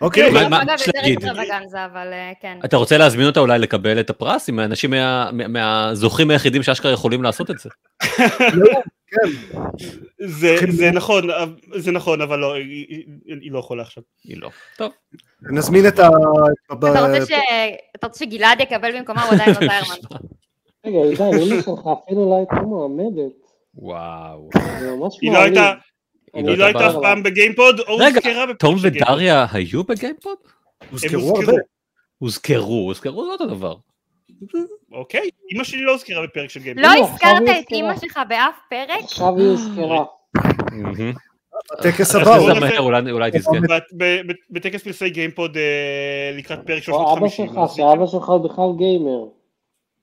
[SPEAKER 2] אוקיי,
[SPEAKER 1] כאילו,
[SPEAKER 3] מה- מה
[SPEAKER 5] אגב,
[SPEAKER 3] יש
[SPEAKER 5] לא, יותר
[SPEAKER 3] להגיד?
[SPEAKER 5] אקסטרווגנזה, אבל אה, כן.
[SPEAKER 3] אתה רוצה להזמין אותה אולי לקבל את הפרס עם האנשים מה- מה- מהזוכים היחידים שאשכרה יכולים לעשות את זה?
[SPEAKER 1] זה- זה נכון, זה נכון, אבל לא, היא- היא היא לא יכולה עכשיו.
[SPEAKER 3] היא לא. טוב.
[SPEAKER 2] נזמין את ה...
[SPEAKER 5] אתה רוצה ש- אתה רוצה שגלעד יקבל במקומה, הוא עדיין לא זיירמן.
[SPEAKER 4] רגע, עידן, אמא שלך אפילו לא הייתה מועמדת.
[SPEAKER 3] וואו.
[SPEAKER 4] זה ממש
[SPEAKER 1] היא לא
[SPEAKER 4] מעליב.
[SPEAKER 1] הייתה-
[SPEAKER 3] היא
[SPEAKER 1] היא לא הייתה אף פעם בגיימפוד, או
[SPEAKER 3] רגע,
[SPEAKER 1] הוזכרה בפרק
[SPEAKER 3] תום
[SPEAKER 1] של גיימפוד.
[SPEAKER 3] ודריה היו בגיימפוד?
[SPEAKER 1] הם
[SPEAKER 2] הוזכרו הרבה.
[SPEAKER 1] הוזכרו.
[SPEAKER 3] הוזכרו, הוזכרו זה אותו דבר.
[SPEAKER 1] אוקיי, אמא שלי לא הוזכרה בפרק של גיימפוד.
[SPEAKER 5] לא
[SPEAKER 4] לא,
[SPEAKER 5] הזכרת
[SPEAKER 4] עכשיו
[SPEAKER 5] את אימא
[SPEAKER 3] כאילו.
[SPEAKER 4] נזכרה.
[SPEAKER 5] שלך באף פרק?
[SPEAKER 4] עכשיו היא הוזכרה.
[SPEAKER 2] הטקס הבא,
[SPEAKER 1] אה,
[SPEAKER 2] הוא-
[SPEAKER 1] אה,
[SPEAKER 3] זה מהר, אולי אולי תזכה.
[SPEAKER 1] בת- ב- ב- בטקס פרסי גיימפוד אה, לקראת פרק
[SPEAKER 4] או אבא
[SPEAKER 1] 350.
[SPEAKER 4] שלך, שאבא שלך הוא בכלל גיימר.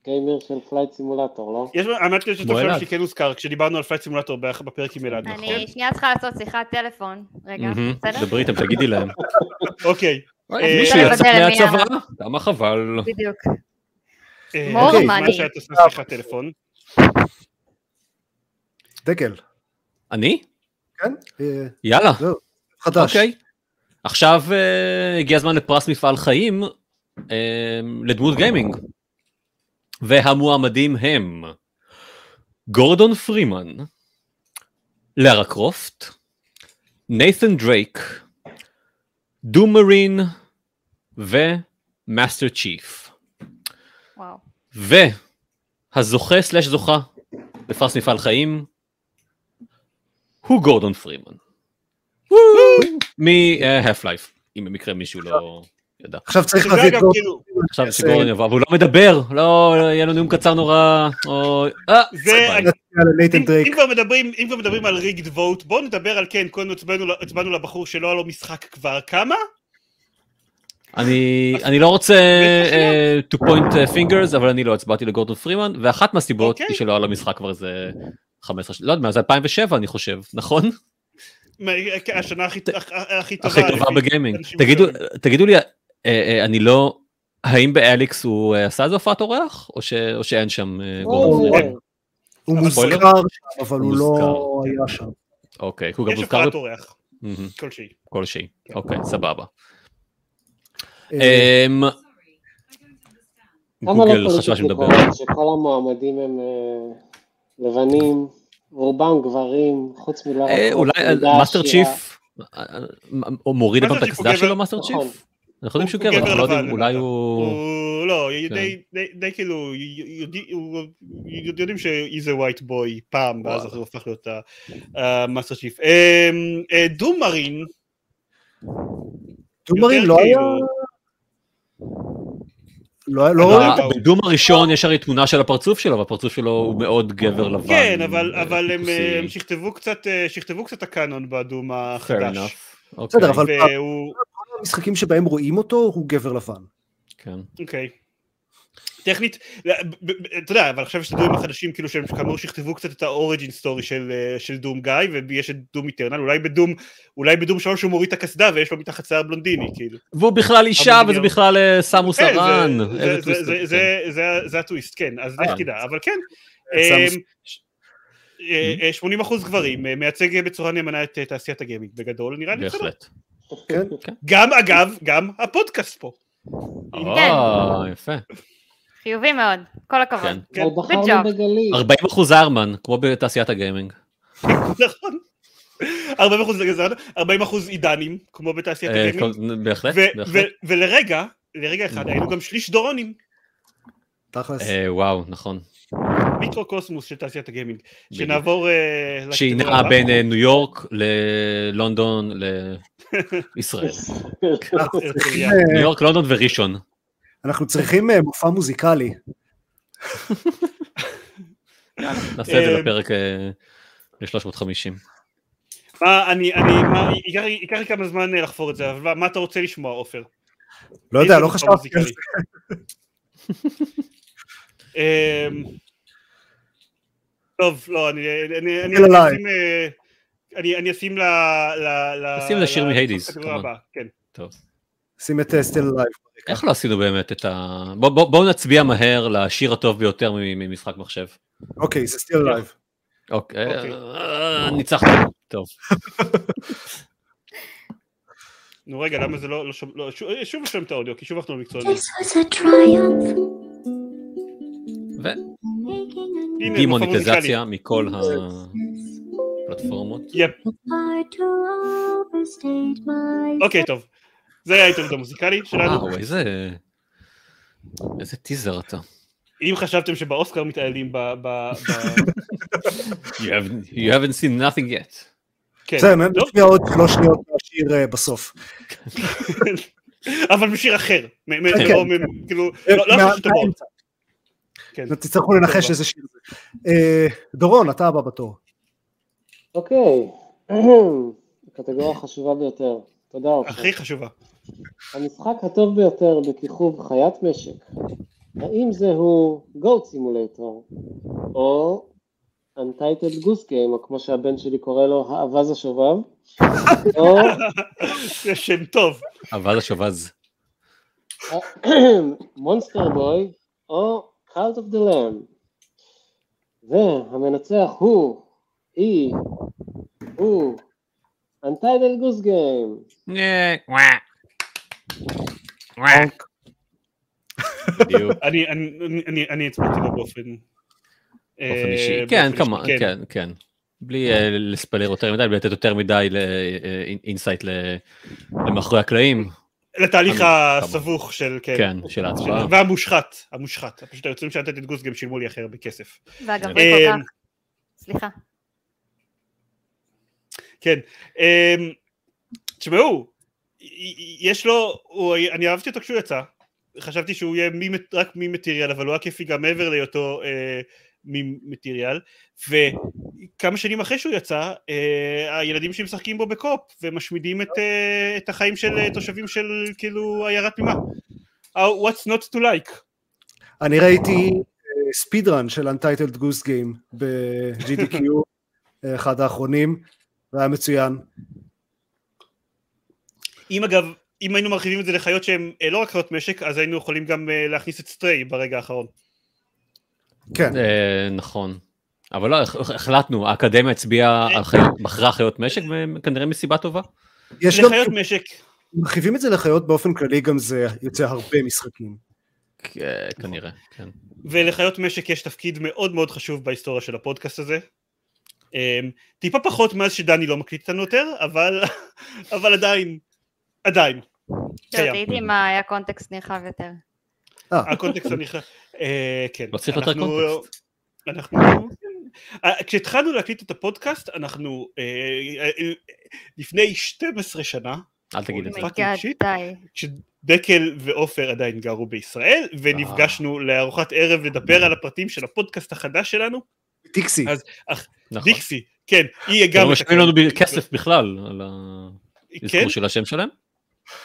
[SPEAKER 4] גיימר של פלייט סימולטור, לא?
[SPEAKER 1] יש האמת שיש לי
[SPEAKER 3] כמו
[SPEAKER 1] תחושה
[SPEAKER 3] אלעד.
[SPEAKER 1] שכן הוזכר, כשדיברנו על פלייט סימולטור באח- בפרק עם אלעד.
[SPEAKER 5] אני שנייה צריכה לעשות שיחת טלפון. רגע,
[SPEAKER 3] מהמם.
[SPEAKER 5] בסדר?
[SPEAKER 3] דברי איתם, תגידי להם.
[SPEAKER 1] אוקיי.
[SPEAKER 3] אוי, מישהו
[SPEAKER 5] אה,
[SPEAKER 3] יצא
[SPEAKER 5] אה,
[SPEAKER 3] מהצבא? למה חבל?
[SPEAKER 5] בדיוק.
[SPEAKER 1] אה,
[SPEAKER 5] מור
[SPEAKER 1] אוקיי,
[SPEAKER 5] מאני.
[SPEAKER 1] מה שאת עושה שיחת טלפון.
[SPEAKER 2] דגל,
[SPEAKER 3] אני?
[SPEAKER 2] כן? אה,
[SPEAKER 3] יאללה,
[SPEAKER 2] חדש.
[SPEAKER 3] אוקיי. עכשיו אה, הגיע הזמן לפרס מפעל חיים אה, לדמות גיימינג. והמועמדים הם גורדון פרימן, לארה קרופט, נייתן דרייק, דו מרין ומאסטר צ'יף.
[SPEAKER 5] וואו.
[SPEAKER 3] והזוכה סלש זוכה לפרס מפעל חיים הוא גורדון פרימן. מהאף לייף, אם במקרה מישהו לא ידע.
[SPEAKER 2] עכשיו צריך
[SPEAKER 1] שזה
[SPEAKER 2] להביא את
[SPEAKER 1] אגב,
[SPEAKER 2] גורדון.
[SPEAKER 1] כאילו,
[SPEAKER 3] עכשיו שגורדון יבוא, אבל הוא לא מדבר, לא, יהיה לו נאום קצר נורא, או... אה,
[SPEAKER 1] זה-
[SPEAKER 3] ביי.
[SPEAKER 2] נצביע לנייתן
[SPEAKER 1] אם
[SPEAKER 2] דרייק.
[SPEAKER 1] אם כבר מדברים- אם כבר מדברים על ריגד וואט, בואו נדבר על כן, קודם הצבענו ל- הצבענו לבחור שלא היה לו משחק כבר כמה?
[SPEAKER 3] אני- אני לא רוצה אה, to point fingers, אבל אני לא הצבעתי לגורדון פרימן, ואחת מהסיבות
[SPEAKER 1] אוקיי.
[SPEAKER 3] היא שלא היה לו משחק כבר איזה 15 שנה, לא יודע מה, זה 2007 אני חושב, נכון?
[SPEAKER 1] מה, אה, השנה הכי הכ- הכי טובה.
[SPEAKER 3] הכי טובה
[SPEAKER 1] לפי
[SPEAKER 3] בגיימינג.
[SPEAKER 1] אנשים
[SPEAKER 3] תגידו,
[SPEAKER 1] אחרים.
[SPEAKER 3] תגידו לי, אה, אה, אני לא... האם באליקס הוא אה, עשה איזה הופעת אורח, או ש- או שאין שם אה,
[SPEAKER 1] לא,
[SPEAKER 3] גורדון
[SPEAKER 4] אוי,
[SPEAKER 3] פרימן?
[SPEAKER 2] הוא
[SPEAKER 3] הספוילר?
[SPEAKER 2] מוזכר שם, אבל הוא
[SPEAKER 3] מוזכר,
[SPEAKER 2] לא
[SPEAKER 3] כן.
[SPEAKER 2] היה שם.
[SPEAKER 3] אוקיי, הוא גם כן.
[SPEAKER 1] יש כן.
[SPEAKER 3] מוזכר
[SPEAKER 1] הפרעת
[SPEAKER 3] בפ-
[SPEAKER 1] אורח
[SPEAKER 3] מהמם,
[SPEAKER 1] כלשהי.
[SPEAKER 3] כלשהי. אוקיי, סבבה.
[SPEAKER 2] אה,
[SPEAKER 3] אמ,
[SPEAKER 4] למה לא
[SPEAKER 3] גוגל חשבה
[SPEAKER 4] פוליטיקלי
[SPEAKER 3] שמדבר.
[SPEAKER 4] קורקט, שכל המועמדים הם אה, לבנים, רובם גברים, חוץ מלארה
[SPEAKER 3] אה,
[SPEAKER 4] קרופט,
[SPEAKER 3] אולי
[SPEAKER 4] ילדה
[SPEAKER 3] מאסטר
[SPEAKER 4] עשירה.
[SPEAKER 3] צ'יף,
[SPEAKER 4] לא.
[SPEAKER 3] אה, אה, הוא מוריד
[SPEAKER 1] מאסטר
[SPEAKER 3] הפעם את
[SPEAKER 1] צ'יף הוא
[SPEAKER 3] הקסדה שלו
[SPEAKER 1] גבר.
[SPEAKER 3] מאסטר צ'יף?
[SPEAKER 4] נכון.
[SPEAKER 3] אנחנו יודעים שהוא
[SPEAKER 1] הוא
[SPEAKER 3] גבר,
[SPEAKER 1] גבר
[SPEAKER 3] אנחנו לא יודעים,
[SPEAKER 1] לבן,
[SPEAKER 3] אולי
[SPEAKER 1] למטה.
[SPEAKER 3] הוא...
[SPEAKER 1] הוא לא,
[SPEAKER 3] כן.
[SPEAKER 1] די- די- די כאילו, יודעים- הוא- יודע- יודעים שאיזה ווייט בוי פעם, ואז
[SPEAKER 3] וואלה.
[SPEAKER 1] הוא הפך להיות המאסטר אמ, אה, שיף. דו מרין,
[SPEAKER 2] דומרין
[SPEAKER 1] יותר
[SPEAKER 2] לא היה...
[SPEAKER 1] כאילו-
[SPEAKER 2] לא היה...
[SPEAKER 1] לא
[SPEAKER 2] לא
[SPEAKER 1] יודע.
[SPEAKER 2] ראיתי.
[SPEAKER 3] בדום הראשון יש הרי תמונה של הפרצוף שלו, והפרצוף שלו הוא מאוד גבר לבן.
[SPEAKER 1] כן, אבל-
[SPEAKER 3] אה,
[SPEAKER 1] אבל הם,
[SPEAKER 3] טיפוסי.
[SPEAKER 1] הם שכתבו קצת, אה, שכתבו קצת הקאנון באדום
[SPEAKER 3] Fair
[SPEAKER 1] החדש.
[SPEAKER 3] enough. אוקיי,
[SPEAKER 2] בסדר, כן, אבל
[SPEAKER 1] והוא,
[SPEAKER 2] המשחקים שבהם רואים אותו הוא גבר לבן.
[SPEAKER 3] כן.
[SPEAKER 1] אוקיי. טכנית, ב- ב- ב- אתה יודע, אבל עכשיו יש את הדברים החדשים, כאילו שהם כאמור שכתבו קצת את האוריג'ין סטורי של, אה, של דום גיא, ויש את דום איטרנל, אולי בדום, אולי בדום שלוש הוא מוריד את הקסדה ויש לו מתחת שיער בלונדיני, כאילו.
[SPEAKER 3] והוא בכלל אישה
[SPEAKER 1] אבל
[SPEAKER 3] וזה
[SPEAKER 1] בדיוק.
[SPEAKER 3] בכלל אה, סמוס
[SPEAKER 1] כן, זה-
[SPEAKER 3] ארן.
[SPEAKER 1] זה-
[SPEAKER 3] איזה
[SPEAKER 1] זה-
[SPEAKER 3] טוויסט,
[SPEAKER 1] זה-
[SPEAKER 3] כן.
[SPEAKER 1] זה- זה- זה הטוויסט, כן, אז לך
[SPEAKER 3] אה.
[SPEAKER 1] תדע, אבל כן.
[SPEAKER 2] סמוס.
[SPEAKER 1] אמ, ש-
[SPEAKER 3] Mm-hmm.
[SPEAKER 1] אה, 80% גברים, אה, מייצג אה, בצורה נאמנה את אה, תעשיית הגיימינג, בגדול, נראה לי בסדר.
[SPEAKER 3] בהחלט.
[SPEAKER 1] גם, אגב, גם הפודקאסט פה.
[SPEAKER 5] כן.
[SPEAKER 3] אה, יפה.
[SPEAKER 5] חיובי מאוד, כל הכבוד.
[SPEAKER 3] כן.
[SPEAKER 1] כן.
[SPEAKER 4] אבל
[SPEAKER 5] Good job.
[SPEAKER 4] בחרנו בגליל.
[SPEAKER 3] 40 אחוז ארמן, כמו בתעשיית הגיימינג.
[SPEAKER 1] נכון. 40 אחוז לגזען, 40 אחוז עידנים, כמו בתעשיית
[SPEAKER 3] אה,
[SPEAKER 1] הגיימינג,
[SPEAKER 3] כל- בהחלט,
[SPEAKER 1] ו-
[SPEAKER 3] בהחלט.
[SPEAKER 1] ו- ולרגע, לרגע אחד, היינו גם שליש דורונים,
[SPEAKER 2] תכלס.
[SPEAKER 3] אה, וואו, נכון.
[SPEAKER 1] מיקרוקוסמוס של תעשיית הגיימינג.
[SPEAKER 3] בדיוק.
[SPEAKER 1] שנעבור... אה, לקטגוריה
[SPEAKER 3] שהיא נעה
[SPEAKER 1] הבאה.
[SPEAKER 3] בין אה, ניו יורק ללונדון לישראל.
[SPEAKER 2] אנחנו
[SPEAKER 1] אה,
[SPEAKER 2] צריכים,
[SPEAKER 1] אה,
[SPEAKER 3] ניו
[SPEAKER 2] אה,
[SPEAKER 3] יורק, לונדון וראשון.
[SPEAKER 2] אנחנו צריכים אה, מופע מוזיקלי.
[SPEAKER 3] נעשה את
[SPEAKER 1] אה,
[SPEAKER 3] זה בפרק ל-350.
[SPEAKER 1] מה, אני, אני, מה, ייקח לי- ייקח לי כמה זמן אה, לחפור את זה, אבל מה- מה אתה רוצה לשמוע, עופר?
[SPEAKER 2] לא יודע,
[SPEAKER 1] איזה
[SPEAKER 2] לא
[SPEAKER 1] מופע
[SPEAKER 2] חשבתי על
[SPEAKER 1] מוזיקלי?
[SPEAKER 2] זה.
[SPEAKER 1] אמ, טוב, לא, אני אני- אני- אני
[SPEAKER 2] Still alive.
[SPEAKER 1] אשים, אה, אני- אני אשים ל... ל- ל-
[SPEAKER 3] תשים לשיר מהיידיס,
[SPEAKER 1] לקטגוריה
[SPEAKER 3] כמובן.
[SPEAKER 1] הבאה, כן.
[SPEAKER 3] טוב.
[SPEAKER 2] שים את סטיל לייב.
[SPEAKER 3] איך לא עשינו באמת את ה... בוא- בוא- בואו נצביע מהר לשיר הטוב ביותר מ- ממשחק מחשב.
[SPEAKER 2] אוקיי, זה סטיל לייב.
[SPEAKER 3] אוקיי,
[SPEAKER 1] אוקיי.
[SPEAKER 3] אה, ניצחנו. טוב.
[SPEAKER 1] נו רגע, למה זה לא... לא שומע- לא, שוב- שוב לא שומעים את האודיו, כי שוב אנחנו לא מקצוענים.
[SPEAKER 7] This was a triumph.
[SPEAKER 3] ו-
[SPEAKER 7] Making
[SPEAKER 1] הנה, מופע מוזיקלי.
[SPEAKER 3] דימוניטיזציה מכל הפלטפורמות.
[SPEAKER 1] יפ,
[SPEAKER 7] a hard to overstate my
[SPEAKER 1] אוקיי, טוב. זה היה העיתונות המוזיקלי שלנו.
[SPEAKER 3] וואו, איזה... איזה טיזר אתה.
[SPEAKER 1] אם חשבתם שבאוסקר מתעללים ב... ב- ב-
[SPEAKER 3] You haven't- you haven't seen nothing yet.
[SPEAKER 1] כן.
[SPEAKER 2] בסדר,
[SPEAKER 1] טוב,
[SPEAKER 2] נשמיע עוד שלוש שניות מהשיר אה, בסוף.
[SPEAKER 1] אבל בשיר אחר. מ- מ-
[SPEAKER 2] כן.
[SPEAKER 1] לא, מ- כאילו, לא לא
[SPEAKER 2] מה-
[SPEAKER 1] משהו שאתם מאוד.
[SPEAKER 2] מהאמצע.
[SPEAKER 1] כן.
[SPEAKER 2] תצטרכו לנחש
[SPEAKER 1] טוב.
[SPEAKER 2] איזה שיר זה. אה, דורון, אתה הבא בתור.
[SPEAKER 4] אוקיי, קטגוריה החשובה ביותר. תודה עופר.
[SPEAKER 1] הכי חשובה.
[SPEAKER 4] המשחק הטוב ביותר בכיכוב חיית משק, האם זהו Goat Simulator או Untitled Goose Game, או כמו שהבן שלי קורא לו, האווז השובב, או
[SPEAKER 1] זה שם טוב.
[SPEAKER 3] אבל השובז.
[SPEAKER 4] מונסטר בוי, או Cult of the Lamb. והמנצח הוא, היא, הוא, Untitled Goose Game.
[SPEAKER 3] נה, וואה. וואה. אה, בדיוק,
[SPEAKER 1] אני- אני- אני- אני הצבעתי לו באופן...
[SPEAKER 3] באופן
[SPEAKER 1] אה,
[SPEAKER 3] אישי.
[SPEAKER 1] באופן
[SPEAKER 3] כן,
[SPEAKER 1] אישי,
[SPEAKER 3] כמה, כן, כן. בלי אה, לספלר יותר מדי, בלי לתת יותר מדי אה, לאינסייט למאחורי הקלעים,
[SPEAKER 1] לתהליך
[SPEAKER 3] כמה.
[SPEAKER 1] הסבוך של... כן.
[SPEAKER 3] כן, של
[SPEAKER 1] של-
[SPEAKER 3] ההצבעה.
[SPEAKER 1] והמושחת, המושחת. פשוט היוצרים של לתת את גוס גם שילמו לי הכי הרבה כסף.
[SPEAKER 3] כן. אה,
[SPEAKER 5] והגברי כל
[SPEAKER 1] אמ,
[SPEAKER 5] כך. סליחה.
[SPEAKER 1] כן. אמ, תשמעו, י- י- יש לו... הוא- אני אהבתי אותו כשהוא יצא. חשבתי שהוא יהיה מי- רק ממטריאל, אבל הוא היה כיפי גם מעבר להיותו אה, ממטריאל. וכמה שנים אחרי שהוא יצא, אה, הילדים שלי משחקים בו בקופ, ומשמידים את, אה, את החיים של אה, תושבים של כאילו עיירה תמימה. Oh, what's not to like?
[SPEAKER 2] אני ראיתי ספיד רן של Untitled Goose Game ב-GDQ, אה, אחד האחרונים, והיה מצוין.
[SPEAKER 1] אם אגב, אם היינו מרחיבים את זה לחיות שהן אה, לא רק חיות משק, אז היינו יכולים גם אה, להכניס את סטריי ברגע האחרון.
[SPEAKER 2] כן,
[SPEAKER 3] אה, נכון. אבל לא, הח- החלטנו, האקדמיה הצביעה, על חיות- בחרה חיות משק, וכנראה מסיבה טובה.
[SPEAKER 2] יש גם,
[SPEAKER 1] לחיות משק,
[SPEAKER 2] מרחיבים את זה לחיות באופן כללי, גם זה יוצא הרבה משחקים.
[SPEAKER 3] אה, כנראה, כן.
[SPEAKER 1] ולחיות משק יש תפקיד מאוד מאוד חשוב בהיסטוריה של הפודקאסט הזה. אמ, טיפה פחות מאז שדני לא מקליט אותנו יותר, אבל, אבל עדיין, עדיין,
[SPEAKER 5] זהו,
[SPEAKER 1] קיים.
[SPEAKER 5] תהיתי אם היה קונטקסט נרחב יותר.
[SPEAKER 1] הקונטקסט אני חי... אה, כן.
[SPEAKER 3] לא צריך יותר
[SPEAKER 1] אנחנו-
[SPEAKER 3] קונטקסט.
[SPEAKER 1] אנחנו... אה, כשהתחלנו להקליט את הפודקאסט, אנחנו אה, אה, אה, לפני 12 שנה,
[SPEAKER 3] אל תגיד את זה.
[SPEAKER 1] פאקינג
[SPEAKER 5] אומייגאד,
[SPEAKER 1] שיט.
[SPEAKER 5] Oh די.
[SPEAKER 1] כשדקל ועופר עדיין גרו בישראל,
[SPEAKER 3] אה.
[SPEAKER 1] ונפגשנו לארוחת ערב לדבר על הפרטים של הפודקאסט החדש שלנו,
[SPEAKER 2] טיקסי,
[SPEAKER 1] אז-
[SPEAKER 3] נכון. לא
[SPEAKER 1] דיקסי, כן, היא גם...
[SPEAKER 3] גם משלמים לנו ב- כסף בכלל על
[SPEAKER 1] כן,
[SPEAKER 3] האזכור של השם שלהם.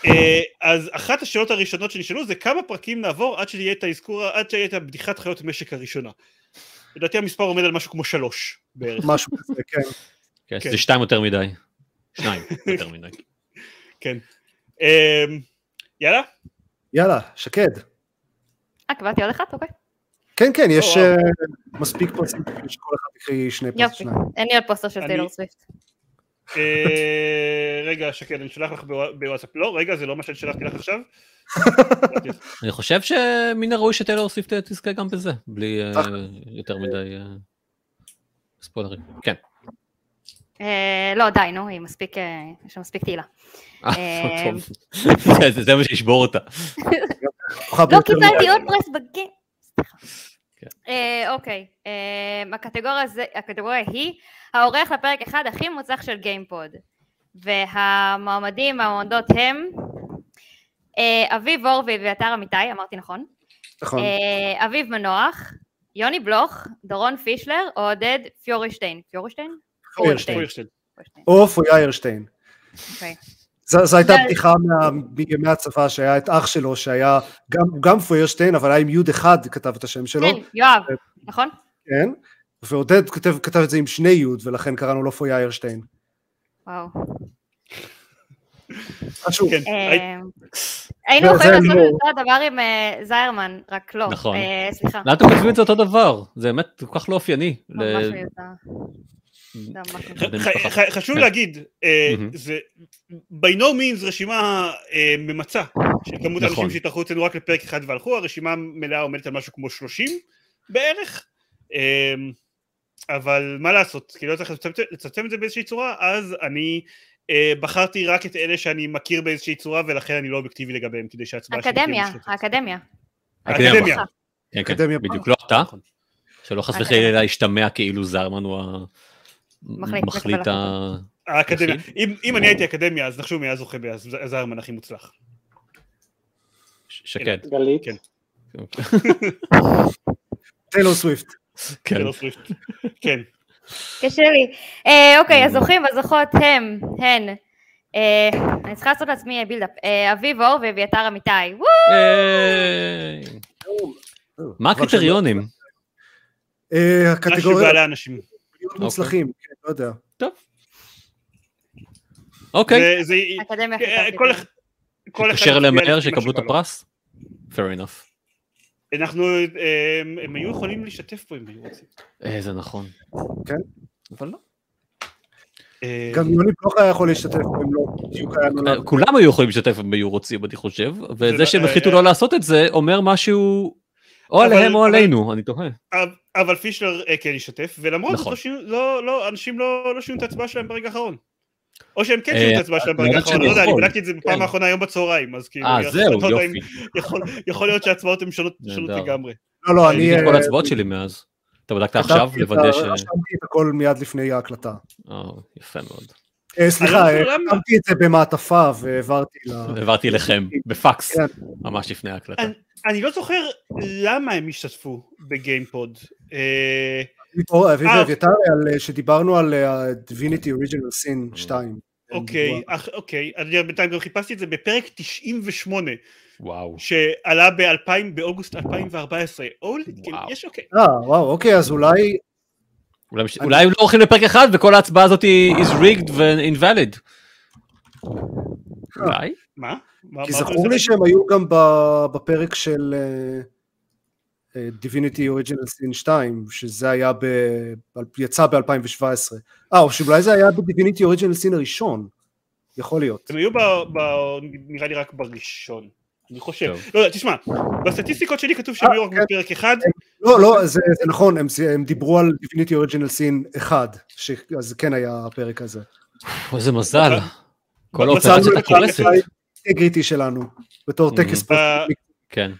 [SPEAKER 1] אה, אז אחת השאלות הראשונות שנשאלו זה כמה פרקים נעבור עד שיהיה את האזכור, עד שיהיה את הבדיחת חיות משק הראשונה. לדעתי המספר עומד על משהו כמו שלוש בערך.
[SPEAKER 2] משהו כזה, כן.
[SPEAKER 3] כן,
[SPEAKER 1] כן.
[SPEAKER 3] זה שתיים יותר מדי. שניים יותר מדי.
[SPEAKER 1] כן. אה, יאללה?
[SPEAKER 2] יאללה, שקד.
[SPEAKER 5] אה, קבעתי עוד אחת? אוקיי.
[SPEAKER 2] כן, כן, יש
[SPEAKER 1] וואו.
[SPEAKER 2] אה, מספיק פרסים בשביל שכל אחד יקריא שני פרסים.
[SPEAKER 5] יופי.
[SPEAKER 2] שניים.
[SPEAKER 5] אין לי עוד פוסטר של
[SPEAKER 1] אני-
[SPEAKER 5] טיילור סוויפט.
[SPEAKER 1] אה, רגע, שקד, אני שולח לך בווא- בוואטסאפ. לא, רגע, זה לא מה שאני שלחתי לך עכשיו.
[SPEAKER 3] אני חושב שמן הראוי שטיילור סוויפט אה, תזכה גם בזה, בלי אה, יותר מדי אה, ספוילרים. כן.
[SPEAKER 5] אה, לא, די, נו, היא מספיק, אה, יש לה מספיק תהילה.
[SPEAKER 3] אה,
[SPEAKER 5] אה,
[SPEAKER 3] טוב. זה- זה- זה מה שישבור אותה.
[SPEAKER 2] כוחה
[SPEAKER 5] לא
[SPEAKER 2] ביותר
[SPEAKER 5] קיבלתי
[SPEAKER 1] לא.
[SPEAKER 5] עוד פרס בגן. סליחה.
[SPEAKER 3] כן.
[SPEAKER 5] אה, אוקיי, אה, הקטגוריה זה- הקטגוריה היא העורך לפרק אחד הכי מוצלח של גיימפוד. והמועמדים, המועמדות הם אה, אביב אור ואביתר אמיתי, אמרתי נכון?
[SPEAKER 2] נכון.
[SPEAKER 5] אה, אביב מנוח, יוני בלוך, דורון פישלר, או עודד פיורישטיין. פיורישטיין?
[SPEAKER 2] פוירשטיין.
[SPEAKER 1] פוירשטיין.
[SPEAKER 5] פיורישטיין,
[SPEAKER 2] או פויה איירשטיין.
[SPEAKER 5] אוקיי.
[SPEAKER 2] ז- זו הייתה
[SPEAKER 5] זה-
[SPEAKER 2] בדיחה מה- מימי הצבא שהיה את אח שלו שהיה גם, גם פוירשטיין אבל היה עם יוד אחד כתב את השם שלו,
[SPEAKER 5] כן, יואב, נכון?
[SPEAKER 2] כן, ועודד כתב, כתב את זה עם שני יוד ולכן קראנו לו פויה איירשטיין.
[SPEAKER 5] וואו.
[SPEAKER 2] חשוב,
[SPEAKER 1] כן, היית-
[SPEAKER 5] אה, היינו
[SPEAKER 2] זה-
[SPEAKER 5] יכולים
[SPEAKER 2] זה
[SPEAKER 5] לעשות
[SPEAKER 2] לא.
[SPEAKER 5] את אותו הדבר עם אה, זיירמן, רק לא.
[SPEAKER 3] נכון.
[SPEAKER 5] אה, סליחה.
[SPEAKER 3] למה אתם כותבים את זה אותו דבר? זה באמת כל כך לא אופייני. ל-
[SPEAKER 5] ממש מיותר. זה ממש מיותר.
[SPEAKER 3] בני
[SPEAKER 1] ח-
[SPEAKER 3] משפחה.
[SPEAKER 1] ח- חשוב
[SPEAKER 3] כן.
[SPEAKER 1] להגיד, אה,
[SPEAKER 3] מהמם.
[SPEAKER 1] זה by no means רשימה אה, ממצה של כמות
[SPEAKER 3] נכון.
[SPEAKER 1] האנשים שהתארחו אצלנו רק לפרק אחד והלכו, הרשימה המלאה עומדת על משהו כמו 30 בערך, אה, אבל מה לעשות, כי לא צריך לצמצם- לצמצם את זה באיזושהי צורה, אז אני אה, בחרתי רק את אלה שאני מכיר באיזושהי צורה ולכן אני לא אובייקטיבי לגביהם כדי שההצבעה שלי תהיה
[SPEAKER 5] אקדמיה,
[SPEAKER 1] מושלמת.
[SPEAKER 5] האקדמיה.
[SPEAKER 1] האקדמיה.
[SPEAKER 3] כן, כן,
[SPEAKER 2] אקדמיה.
[SPEAKER 3] בדיוק, לא אתה,
[SPEAKER 1] נכון.
[SPEAKER 3] שלא חס
[SPEAKER 5] אקדמיה.
[SPEAKER 3] וחלילה ישתמע כאילו זרמן הוא
[SPEAKER 5] מחליט,
[SPEAKER 3] המחליט
[SPEAKER 5] מקבל
[SPEAKER 3] ה...
[SPEAKER 1] האקדמיה.
[SPEAKER 3] יחיד?
[SPEAKER 1] אם- אם אני הייתי אקדמיה, אז נחשו מי היה זוכה בזרמן הכי מוצלח.
[SPEAKER 3] ש- שקד.
[SPEAKER 4] גלית,
[SPEAKER 1] כן.
[SPEAKER 2] טיילור סוויפט.
[SPEAKER 3] כן.
[SPEAKER 1] טילור סוויפט. כן.
[SPEAKER 5] קשה לי. אה, אוקיי, הזוכים והזוכות הם, הן. אה, אני צריכה לעשות לעצמי בילדאפ. אה, אביב אור ואביתר אמיתי. וואו!
[SPEAKER 3] היי.
[SPEAKER 1] לא-
[SPEAKER 3] מה הקריטריונים?
[SPEAKER 2] אה,
[SPEAKER 1] משהו
[SPEAKER 2] הקטגוריה
[SPEAKER 1] בעלי אנשים.
[SPEAKER 2] להיות מוצלחים, כן, לא יודע.
[SPEAKER 1] זה-
[SPEAKER 3] אוקיי,
[SPEAKER 1] זה-
[SPEAKER 5] האקדמיה הכי
[SPEAKER 1] אה,
[SPEAKER 5] טובה.
[SPEAKER 1] כל אח- כל אחד
[SPEAKER 3] התקשר
[SPEAKER 1] יצביע
[SPEAKER 3] אליהם מהר
[SPEAKER 1] לפי מה
[SPEAKER 3] שיקבלו את
[SPEAKER 1] שבא לו.
[SPEAKER 3] הפרס? fair enough.
[SPEAKER 1] אנחנו, אה, הם- הם היו יכולים להשתתף פה אם היו רוצים.
[SPEAKER 3] אה, זה נכון.
[SPEAKER 2] כן.
[SPEAKER 3] אבל לא.
[SPEAKER 1] אה,
[SPEAKER 2] גם יוני בלוך היה יכול להשתתף פה אם לא בדיוק היה נולד.
[SPEAKER 3] אה, כולם היו יכולים להשתתף אם היו רוצים, אני חושב,
[SPEAKER 1] לא-
[SPEAKER 3] וזה שהם
[SPEAKER 1] אה,
[SPEAKER 3] החליטו
[SPEAKER 1] אה.
[SPEAKER 3] לא לעשות את זה אומר משהו או
[SPEAKER 1] אבל-
[SPEAKER 3] עליהם או
[SPEAKER 1] אבל-
[SPEAKER 3] עלינו, אני תוהה.
[SPEAKER 1] אבל- אבל פישלר אה, כן השתתף, ולמרות זאת
[SPEAKER 3] נכון.
[SPEAKER 1] לא שינו- לא, לא, אנשים לא לא שינו את ההצבעה שלהם ברגע האחרון. או שהם כן
[SPEAKER 3] אה,
[SPEAKER 1] שינו את ההצבעה שלהם
[SPEAKER 3] אני לא
[SPEAKER 1] ברגע
[SPEAKER 3] יודעת
[SPEAKER 1] האחרון,
[SPEAKER 3] שאני
[SPEAKER 1] לא יודע, אני
[SPEAKER 3] יכול.
[SPEAKER 1] בדקתי את זה בפעם
[SPEAKER 3] כן.
[SPEAKER 1] האחרונה היום בצהריים, אז כאילו,
[SPEAKER 3] אה,
[SPEAKER 1] יכול-
[SPEAKER 3] זהו,
[SPEAKER 1] לא יודע אם-
[SPEAKER 3] יופי.
[SPEAKER 1] יכול- יכול להיות שההצבעות הן שונות
[SPEAKER 3] נהדר.
[SPEAKER 1] שונות לגמרי.
[SPEAKER 2] לא, לא, אני...
[SPEAKER 3] אני את כל
[SPEAKER 2] אה,
[SPEAKER 3] ההצבעות שלי מאז. אתה בדקת
[SPEAKER 2] כתבתי
[SPEAKER 3] עכשיו
[SPEAKER 2] את ה-
[SPEAKER 3] לוודא ש...
[SPEAKER 2] רשמתי את הכל מיד לפני ההקלטה.
[SPEAKER 3] אה, יפה מאוד.
[SPEAKER 2] אה, סליחה,
[SPEAKER 1] אני לא
[SPEAKER 2] אה,
[SPEAKER 1] יודע למה.
[SPEAKER 2] כתבתי את זה במעטפה והעברתי ל...
[SPEAKER 3] העברתי לכם בפקס,
[SPEAKER 2] אה, כן.
[SPEAKER 3] ממש לפני ההקלטה.
[SPEAKER 1] אני לא זוכר למה הם השתתפו בגיימפוד. אה,
[SPEAKER 2] אור, אביב
[SPEAKER 1] אה.
[SPEAKER 2] ואביתר, על, אה, שדיברנו על אה, Divinity Original Sin כן, 2.
[SPEAKER 1] אוקיי, אך- אוקיי, אני בינתיים גם חיפשתי את זה בפרק 98
[SPEAKER 3] וואו.
[SPEAKER 1] שעלה ב-2000, באוגוסט 2014. אולי, כאילו, יש אוקיי.
[SPEAKER 2] אה, וואו, אוקיי, אז אולי...
[SPEAKER 3] אולי אולי הם לא הולכים לפרק אחד וכל ההצבעה הזאת היא is rigged ו-invalid.
[SPEAKER 2] אה.
[SPEAKER 3] אולי?
[SPEAKER 1] מה? מה-
[SPEAKER 2] כי
[SPEAKER 1] מה-
[SPEAKER 2] זכור
[SPEAKER 1] זה-
[SPEAKER 2] לי שהם היו גם ב- בפרק של אה, אה, Divinity Original Sin 2, שזה היה ב... ב- יצא ב-2017. אה, או שאולי זה היה ב-Divinity Original Sin הראשון. יכול להיות.
[SPEAKER 1] הם היו ב- ב- נראה לי רק בראשון. אני חושב.
[SPEAKER 3] טוב.
[SPEAKER 1] לא, תשמע, בסטטיסטיקות שלי כתוב שהם
[SPEAKER 2] אה,
[SPEAKER 1] היו רק
[SPEAKER 2] כן.
[SPEAKER 1] בפרק אחד.
[SPEAKER 2] לא, לא, זה, זה נכון, הם, הם דיברו על Divinity Original Sin 1, ש... אז כן היה הפרק הזה.
[SPEAKER 3] איזה מזל.
[SPEAKER 1] אבל-
[SPEAKER 3] כל
[SPEAKER 1] אה. מצאנו
[SPEAKER 3] האופרציה
[SPEAKER 1] את
[SPEAKER 3] הייתה קורסת.
[SPEAKER 1] ה-
[SPEAKER 2] האינטגריטי שלנו, בתור
[SPEAKER 3] Mhm.
[SPEAKER 2] טקס
[SPEAKER 1] אה,
[SPEAKER 3] כן.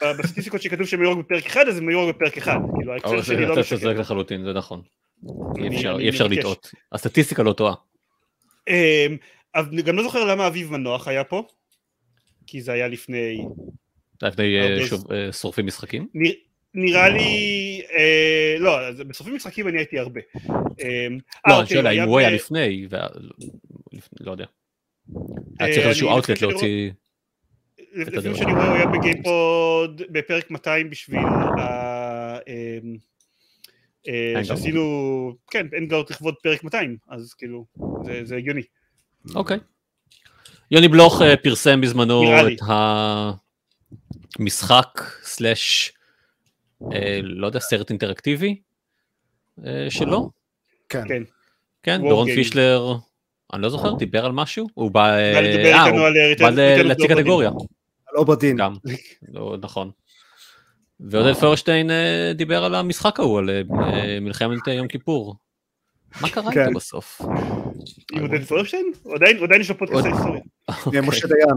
[SPEAKER 1] ב- אה, בסטטיסטיקות שכתוב שהם היו רק בפרק אחד, אז הם היו רק בפרק אחד. כאילו,
[SPEAKER 3] אבל
[SPEAKER 1] האקסל
[SPEAKER 3] זה-
[SPEAKER 1] שלי לא
[SPEAKER 3] אתה
[SPEAKER 1] משקר.
[SPEAKER 3] צודק לחלוטין, זה נכון. אי
[SPEAKER 1] אני-
[SPEAKER 3] אפשר-
[SPEAKER 1] אני
[SPEAKER 3] אי אפשר
[SPEAKER 1] מבקש.
[SPEAKER 3] לטעות. הסטטיסטיקה לא טועה.
[SPEAKER 1] אמ, אבל אני גם לא זוכר למה אביב מנוח היה פה. כי זה היה לפני...
[SPEAKER 3] אתה לפני אה,
[SPEAKER 1] הרבה
[SPEAKER 3] שוב, אה, שורפים משחקים?
[SPEAKER 1] נרא- נראה לי... אה, לא, אז בסופים משחקים אני הייתי הרבה. אמ, אה,
[SPEAKER 3] לא,
[SPEAKER 1] אוקיי,
[SPEAKER 3] אני שואל האם הוא היה
[SPEAKER 1] ב-
[SPEAKER 3] לפני, וה- לא יודע. היה צריך
[SPEAKER 1] אה,
[SPEAKER 3] איזשהו
[SPEAKER 1] אני-
[SPEAKER 3] אאוטלט
[SPEAKER 1] לפי שאני
[SPEAKER 3] להוציא...
[SPEAKER 1] לפי
[SPEAKER 3] הדבר. אוקיי.
[SPEAKER 1] מה שאני רואה הוא היה בגיימפוד בפרק 200 בשביל ה... אמ, אה,
[SPEAKER 3] Hangout.
[SPEAKER 1] שעשינו, כן, אין גאות לכבוד פרק 200, אז כאילו, זה- זה הגיוני.
[SPEAKER 3] אוקיי. יוני בלוך אה, פרסם בזמנו
[SPEAKER 1] נראה לי.
[SPEAKER 3] את המשחק סלאש, אה, לא יודע, סרט אינטראקטיבי אה, שלו.
[SPEAKER 2] כן.
[SPEAKER 1] כן.
[SPEAKER 3] כן,
[SPEAKER 1] War
[SPEAKER 3] דורון
[SPEAKER 1] Games.
[SPEAKER 3] פישלר, אני לא זוכר, דיבר על משהו? הוא בא...
[SPEAKER 1] היה לי לדבר
[SPEAKER 3] אה, הוא
[SPEAKER 1] איתנו על
[SPEAKER 3] בא
[SPEAKER 1] ריטרן-
[SPEAKER 3] ל-
[SPEAKER 1] ריטרן
[SPEAKER 3] להציג
[SPEAKER 1] אוף
[SPEAKER 3] קטגוריה
[SPEAKER 2] לא בדין.
[SPEAKER 3] גם, לא, נכון. ועודד פרשטיין אה, דיבר על המשחק ההוא, על אה, אה, מלחמת יום כיפור. מה קרה
[SPEAKER 2] כן.
[SPEAKER 3] איתו בסוף?
[SPEAKER 1] עם עודד פורשטיין? הוא עדיין הוא עדיין יש לו פודקאסט
[SPEAKER 3] עוד-
[SPEAKER 1] היסטורי.
[SPEAKER 3] אוקיי.
[SPEAKER 2] אה, משה דיין.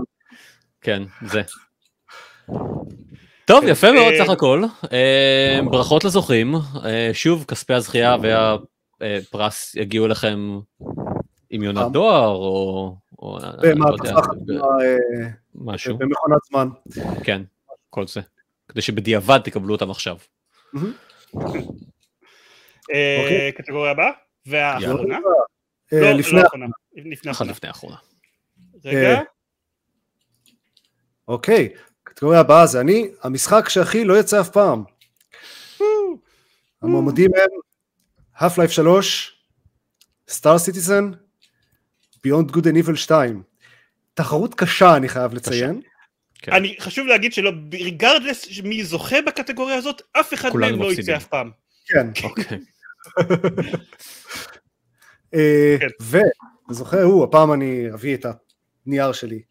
[SPEAKER 3] כן, זה. טוב,
[SPEAKER 1] כן,
[SPEAKER 3] יפה מאוד
[SPEAKER 1] אה,
[SPEAKER 3] סך הכל. אה, ברכות לזוכים. אה, שוב, כספי הזכייה והפרס יגיעו אליכם עם יונת
[SPEAKER 1] אה,
[SPEAKER 2] פעם.
[SPEAKER 3] דואר, או... או- אני לא יודע,
[SPEAKER 2] במעטפה חתומה אה,
[SPEAKER 3] משהו,
[SPEAKER 2] במכונת זמן.
[SPEAKER 3] כן, כל זה. כדי שבדיעבד תקבלו אותם עכשיו.
[SPEAKER 1] נכון. אה,
[SPEAKER 2] אוקיי.
[SPEAKER 1] קטגוריה הבאה, והאחרונה?
[SPEAKER 2] אה,
[SPEAKER 1] לא,
[SPEAKER 2] לפני...
[SPEAKER 1] לא האחרונה. לפני
[SPEAKER 3] אחת
[SPEAKER 1] האחרונה.
[SPEAKER 3] לפני האחרונה.
[SPEAKER 1] רגע,
[SPEAKER 2] אה, אוקיי, קטגוריה הבאה זה אני, המשחק שהכי לא יצא אף פעם. המועמדים הם Half Life 3, Star Citizen, Beyond Good and Evil 2. תחרות קשה אני חייב לציין.
[SPEAKER 3] כן.
[SPEAKER 1] אני חשוב להגיד שלא, ריגרדלס מי זוכה בקטגוריה הזאת, אף אחד
[SPEAKER 3] כולנו
[SPEAKER 1] מהם לא
[SPEAKER 3] מפסידים.
[SPEAKER 1] יצא אף פעם.
[SPEAKER 2] כן.
[SPEAKER 3] אוקיי.
[SPEAKER 2] אה,
[SPEAKER 1] כן.
[SPEAKER 2] וזוכה הוא, הפעם אני אביא את הנייר שלי.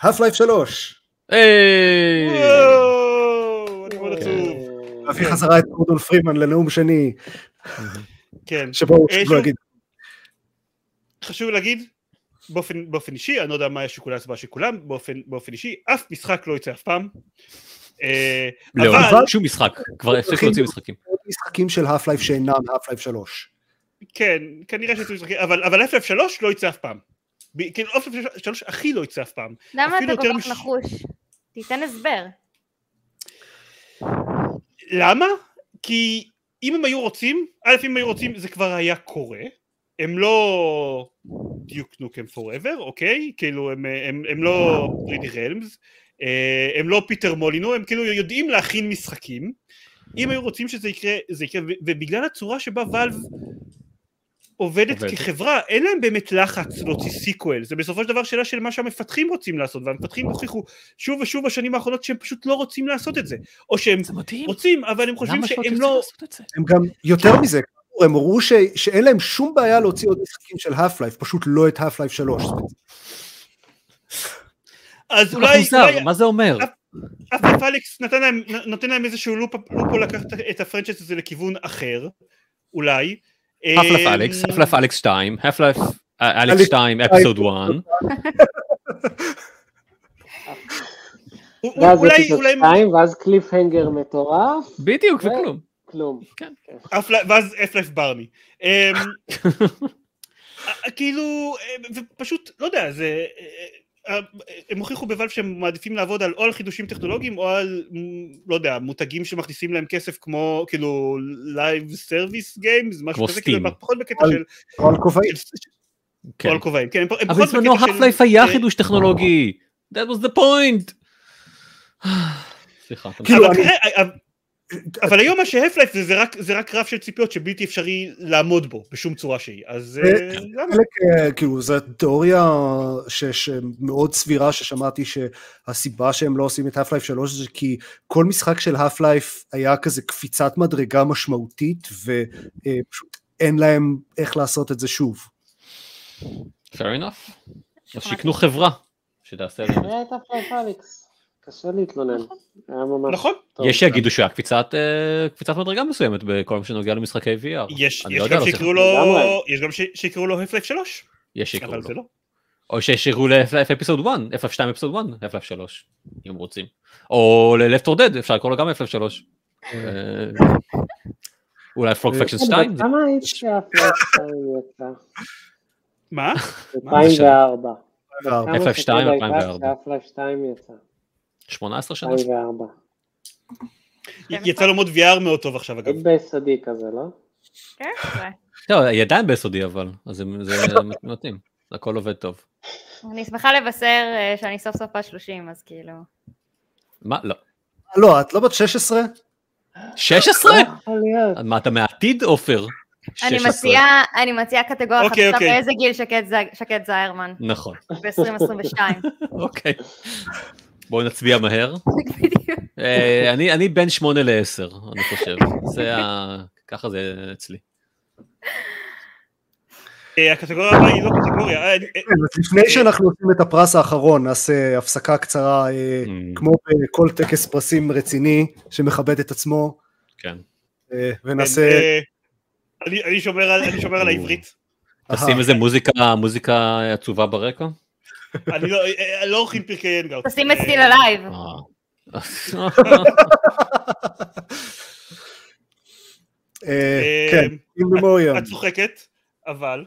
[SPEAKER 2] Half Life 3,
[SPEAKER 3] היי!
[SPEAKER 1] אה, וואו, אני
[SPEAKER 2] אה.
[SPEAKER 1] מאוד
[SPEAKER 4] כן.
[SPEAKER 1] עצוב.
[SPEAKER 2] להביא חזרה את גורדון פרימן לנאום שני,
[SPEAKER 1] כן.
[SPEAKER 2] שבו הוא
[SPEAKER 1] אה,
[SPEAKER 2] שוב
[SPEAKER 1] שוב.
[SPEAKER 2] לא יגיד
[SPEAKER 1] חשוב להגיד, באופן, באופן אישי, אני לא יודע מה היה שיקולי ההצבעה של כולם, באופן, באופן אישי, אף משחק לא יצא אף פעם. אה,
[SPEAKER 3] לא,
[SPEAKER 1] אבל,
[SPEAKER 3] שום משחק. כבר הפסיקו להוציא משחקים.
[SPEAKER 2] עוד משחקים של Half Life שאינם Half Life 3.
[SPEAKER 1] כן, כנראה שיצאו משחקים, אבל, אבל FF3 לא יצא אף פעם. ב- כאילו, FF3 הכי לא יצא אף פעם.
[SPEAKER 5] למה
[SPEAKER 1] אפילו
[SPEAKER 5] אתה כל
[SPEAKER 1] יותר
[SPEAKER 5] כך
[SPEAKER 1] מש-
[SPEAKER 5] נחוש? תיתן הסבר.
[SPEAKER 1] למה? כי אם הם היו רוצים, א', אם היו רוצים זה כבר היה קורה, הם לא דיוק נוקם פוראבר, אוקיי? כאילו הם, הם, הם לא פרידי רלמס, אה, הם לא פיטר מולינו, הם כאילו יודעים להכין משחקים. אם היו רוצים שזה יקרה, זה יקרה, ו- ובגלל הצורה שבה ואלב עובדת
[SPEAKER 3] עובדת.
[SPEAKER 1] כחברה, אין להם באמת לחץ להוציא סיקוול, זה בסופו של דבר שאלה של מה שהמפתחים רוצים לעשות, והמפתחים הוכיחו שוב ושוב בשנים האחרונות שהם פשוט לא רוצים לעשות את זה, או שהם
[SPEAKER 3] זה מדהים.
[SPEAKER 1] רוצים, אבל הם חושבים
[SPEAKER 3] למה שלא
[SPEAKER 1] שהם
[SPEAKER 3] תרצה
[SPEAKER 1] לא...
[SPEAKER 3] לעשות את זה?
[SPEAKER 2] הם גם יותר מזה, הם הורו ש- שאין להם שום בעיה להוציא עוד משחקים של Half Life, פשוט לא את Half Life 3.
[SPEAKER 1] אז
[SPEAKER 3] זה כל כך
[SPEAKER 1] אולי,
[SPEAKER 3] מוזר,
[SPEAKER 1] אולי
[SPEAKER 3] מה זה אומר?
[SPEAKER 1] אף אלכס נתן להם, נותן להם איזשהו לופ, לופו לקחת את הפרנצ'ס הזה לכיוון אחר, אולי.
[SPEAKER 3] הפלף
[SPEAKER 1] אמ,
[SPEAKER 3] אלכס, הפלף אלכס 2, הפלף אלכס
[SPEAKER 2] אלכס
[SPEAKER 3] 2, אפיסוד 1.
[SPEAKER 1] הוא- הוא-
[SPEAKER 4] ואז
[SPEAKER 1] אולי,
[SPEAKER 4] אפיסוד
[SPEAKER 1] אולי,
[SPEAKER 4] 2, ואז קליפהנגר מטורף,
[SPEAKER 3] בדיוק,
[SPEAKER 1] לא.
[SPEAKER 3] כן.
[SPEAKER 4] ו-
[SPEAKER 3] וכלום.
[SPEAKER 4] כלום.
[SPEAKER 1] אפל- ואז אפלף ברני. אמ, אה, כאילו, אה, ופשוט, לא יודע, זה... אה, אה, הם הוכיחו בוואלב שהם מעדיפים לעבוד על או על חידושים טכנולוגיים או על, מ, לא יודע, מותגים שמכניסים להם כסף כמו, כאילו, לייב סרוויס גיימס, משהו
[SPEAKER 3] כמו
[SPEAKER 1] כזה, כאילו,
[SPEAKER 3] Steam.
[SPEAKER 1] הם פחות בקטע של...
[SPEAKER 2] על כובעים.
[SPEAKER 3] כן.
[SPEAKER 1] כל כובעים, כן, הם פחות
[SPEAKER 3] אבל לא בזמנו
[SPEAKER 1] בקטע של-
[SPEAKER 3] הפלייף היה
[SPEAKER 1] אה,
[SPEAKER 3] חידוש טכנולוגי. That was the point. סליחה. אתה-
[SPEAKER 2] כאילו,
[SPEAKER 1] אבל
[SPEAKER 2] אני-
[SPEAKER 1] תראה, אה, אבל היום מה שהפלייף זה רק- זה רק רף של ציפיות שבלתי אפשרי לעמוד בו בשום צורה שהיא, אז אה,
[SPEAKER 2] אה,
[SPEAKER 1] למה?
[SPEAKER 2] חלק, אה, כאילו, זו תיאוריה ש- שמאוד סבירה ששמעתי שהסיבה שהם לא עושים את Half Life 3 זה כי כל משחק של Half Life היה כזה קפיצת מדרגה משמעותית, ופשוט אין להם איך לעשות את זה שוב.
[SPEAKER 3] Fair enough. אז שיקנו חברה שתעשה את זה.
[SPEAKER 4] היה את הפלייף אליקס. קשה להתלונן. היה ממש
[SPEAKER 1] נכון,
[SPEAKER 4] טוב.
[SPEAKER 3] יש שיגידו שהיה קפיצת אה, קפיצת מדרגה מסוימת בכל מה שנוגע למשחקי VR.
[SPEAKER 1] יש
[SPEAKER 3] אני
[SPEAKER 1] יש
[SPEAKER 3] לא יודע,
[SPEAKER 1] גם
[SPEAKER 3] לא
[SPEAKER 1] שיקראו
[SPEAKER 3] צריך-
[SPEAKER 1] לו,
[SPEAKER 4] לגמרי.
[SPEAKER 1] יש גם ש- שיקראו לו הפלייף 3,
[SPEAKER 3] יש שיקראו
[SPEAKER 1] אבל זה
[SPEAKER 3] לו.
[SPEAKER 1] לא.
[SPEAKER 3] או שישאירו ל-FF אפיסוד 1, FF2 אפיסוד 1, FF3, אם רוצים. או ל-Left 4 Dead, אפשר לקרוא לו גם FF3.
[SPEAKER 1] כן.
[SPEAKER 3] אה, אולי
[SPEAKER 1] אה,
[SPEAKER 3] פרוג פקשן
[SPEAKER 4] כן,
[SPEAKER 3] 2?
[SPEAKER 4] כמה היית שהפלייף 2 יצא?
[SPEAKER 1] מה?
[SPEAKER 4] 2004.
[SPEAKER 2] וארבע.
[SPEAKER 3] FF2, 2004.
[SPEAKER 4] הפלייף 2 יצא.
[SPEAKER 3] 18 שנה?
[SPEAKER 4] 2004.
[SPEAKER 1] י- יצא לו מוד VR מאוד טוב עכשיו אגב.
[SPEAKER 4] עוד ביסודי כזה, לא?
[SPEAKER 5] כן,
[SPEAKER 3] טוב, היא עדיין ביסודי אבל, אז זה זה מתאים, הכל עובד טוב.
[SPEAKER 5] אני שמחה לבשר אה, שאני סוף סוף בת 30, אז כאילו...
[SPEAKER 3] מה, לא.
[SPEAKER 2] לא, את לא בת 16?
[SPEAKER 1] אה!
[SPEAKER 3] 16?
[SPEAKER 4] לא יכול להיות.
[SPEAKER 3] מה, אתה מהעתיד, עופר?
[SPEAKER 5] אני
[SPEAKER 3] 16.
[SPEAKER 5] מציעה, אני מציעה קטגוריה
[SPEAKER 1] אוקיי,
[SPEAKER 5] חדשה
[SPEAKER 1] אוקיי.
[SPEAKER 5] באיזה גיל שקד ז- שקד זיירמן,
[SPEAKER 3] נכון,
[SPEAKER 5] ב-2022.
[SPEAKER 3] אוקיי. בואו נצביע מהר.
[SPEAKER 5] בדיוק.
[SPEAKER 3] אה, אני- אני בין 8 ל-10, אני חושב. זה ה... ככה זה אצלי.
[SPEAKER 1] אה, הקטגוריה הבאה היא לא קטגוריה, אה, אה,
[SPEAKER 2] כן, אז לפני שאנחנו עושים את הפרס האחרון, נעשה הפסקה קצרה, אה, כמו בכל טקס פרסים רציני שמכבד את עצמו,
[SPEAKER 3] כן.
[SPEAKER 2] אה,
[SPEAKER 1] אה,
[SPEAKER 2] ונעשה...
[SPEAKER 1] אה, אני- אני שומר על- אני שומר על העברית,
[SPEAKER 3] תשים איזה מוזיקה, מוזיקה עצובה ברקע?
[SPEAKER 1] אני לא- אה, אה, לא אוכל פרקי אנגאוט.
[SPEAKER 5] תשים את סטיל הלייב.
[SPEAKER 3] אה.
[SPEAKER 2] אה, כן, עם ממוריה.
[SPEAKER 1] את צוחקת, אבל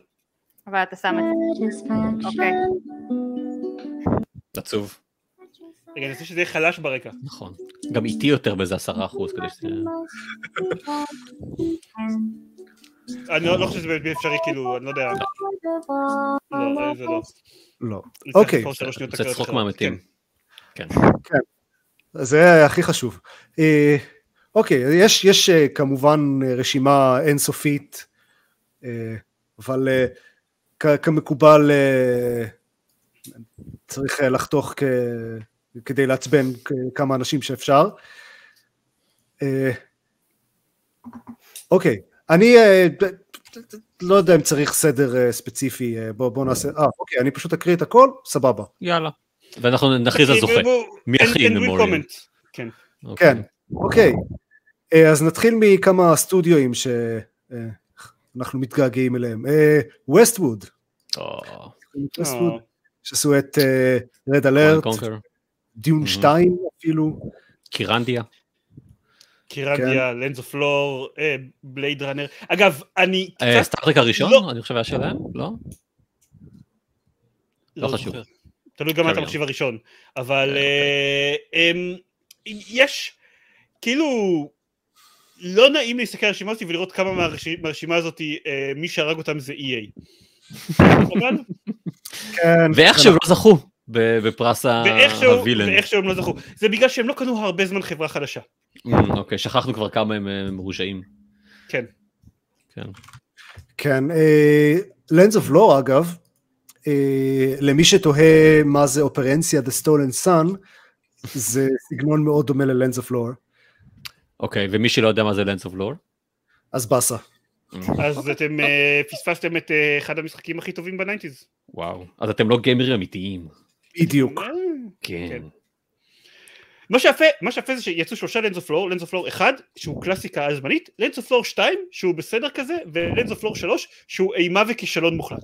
[SPEAKER 5] אבל אתה שם את זה.
[SPEAKER 7] Satisfaction.
[SPEAKER 3] עצוב,
[SPEAKER 1] רגע, אני רוצה שזה יהיה חלש ברקע.
[SPEAKER 3] נכון. גם איטי יותר באיזה עשרה אחוז כדי ש...
[SPEAKER 1] אני לא לא חושב שזה באמת אפשרי, כאילו, אני לא יודע. לא, אה, זה לא.
[SPEAKER 2] לא.
[SPEAKER 1] נצטרך
[SPEAKER 2] אוקיי.
[SPEAKER 1] לבחור שלוש שניות
[SPEAKER 3] זה
[SPEAKER 1] הקלטות
[SPEAKER 3] צחוק
[SPEAKER 1] אחרות.
[SPEAKER 3] מהמתים.
[SPEAKER 1] כן.
[SPEAKER 3] כן.
[SPEAKER 2] זה הכי חשוב. אה, אוקיי, יש, יש אה, כמובן אה, רשימה אינסופית, אה, אבל אה, כ- כמקובל אה, צריך אה, לחתוך כ- כדי לעצבן כ- כמה אנשים שאפשר. אה, אוקיי, אני אה, ב- ב- לא יודע אם צריך סדר אה, ספציפי, אה, בוא, בוא נעשה, אה, אוקיי, אני פשוט אקריא את הכל, סבבה.
[SPEAKER 3] יאללה. ואנחנו נכריז על
[SPEAKER 1] כי-
[SPEAKER 3] זוכה.
[SPEAKER 1] והוא-
[SPEAKER 3] מי
[SPEAKER 1] אין-
[SPEAKER 3] הכי
[SPEAKER 1] אין
[SPEAKER 3] in
[SPEAKER 1] will
[SPEAKER 3] memory?
[SPEAKER 1] comment. כן.
[SPEAKER 3] אוקיי.
[SPEAKER 2] כן, אוקיי. אה, אז נתחיל מכמה סטודיואים שאנחנו מתגעגעים אליהם. אה, ווסטווד,
[SPEAKER 3] או,
[SPEAKER 1] אה,
[SPEAKER 2] שעשו את אה, רד אלרט,
[SPEAKER 3] Command Conquer,
[SPEAKER 2] דיון
[SPEAKER 3] Mhm.
[SPEAKER 2] 2 אפילו,
[SPEAKER 3] קירנדיה.
[SPEAKER 1] קירנדיה, לנז אוף לור, בלייד ראנר. אה, אגב, אני
[SPEAKER 3] אה,
[SPEAKER 1] קצת
[SPEAKER 3] סטארטרק הראשון?
[SPEAKER 1] לא.
[SPEAKER 3] אני חושב היה שלהם? לא? לא חשוב.
[SPEAKER 1] זוכר. תלוי גם מה אתה
[SPEAKER 3] carry on.
[SPEAKER 1] מחשיב הראשון. אבל
[SPEAKER 3] אה,
[SPEAKER 1] אה, אמ, יש, כאילו, לא נעים להסתכל על הרשימה הזאת ולראות
[SPEAKER 3] Mm.
[SPEAKER 1] כמה מהרשי- מהרשימה הזאת, אה, מי שהרג אותם זה EA. אבל
[SPEAKER 2] כן,
[SPEAKER 3] ואיך שהם לא זכו ב- בפרס ה-
[SPEAKER 1] ואיכשהו
[SPEAKER 3] אה, הווילן.
[SPEAKER 1] ואיכשהו הם לא זכו. זה בגלל שהם לא קנו הרבה זמן חברה חדשה.
[SPEAKER 3] אמ, אוקיי, שכחנו כבר כמה הם אה, מרושעים.
[SPEAKER 1] כן.
[SPEAKER 3] כן.
[SPEAKER 2] כן, לנדס אוף לור אגב, אה, למי שתוהה מה זה אופרנציה The Stolen Sun, זה סגנון מאוד דומה ללנדס אוף לור,
[SPEAKER 3] אוקיי, ומי שלא יודע מה זה לנס אוף לור?
[SPEAKER 2] אז באסה.
[SPEAKER 3] Mm,
[SPEAKER 1] אז אתם אה, פספסתם את אה, אחד המשחקים הכי טובים בניינטיז.
[SPEAKER 3] וואו. אז אתם לא גיימרים אמיתיים.
[SPEAKER 2] בדיוק.
[SPEAKER 3] כן.
[SPEAKER 1] מה שיפה, מה שיפה זה שיצאו שלושה לנז אוף לור, לנז אוף לור 1, שהוא קלאסיקה על זמנית, לנז אוף לור 2, שהוא בסדר כזה, ולנז אוף לור 3, שהוא אימה וכישלון מוחלט.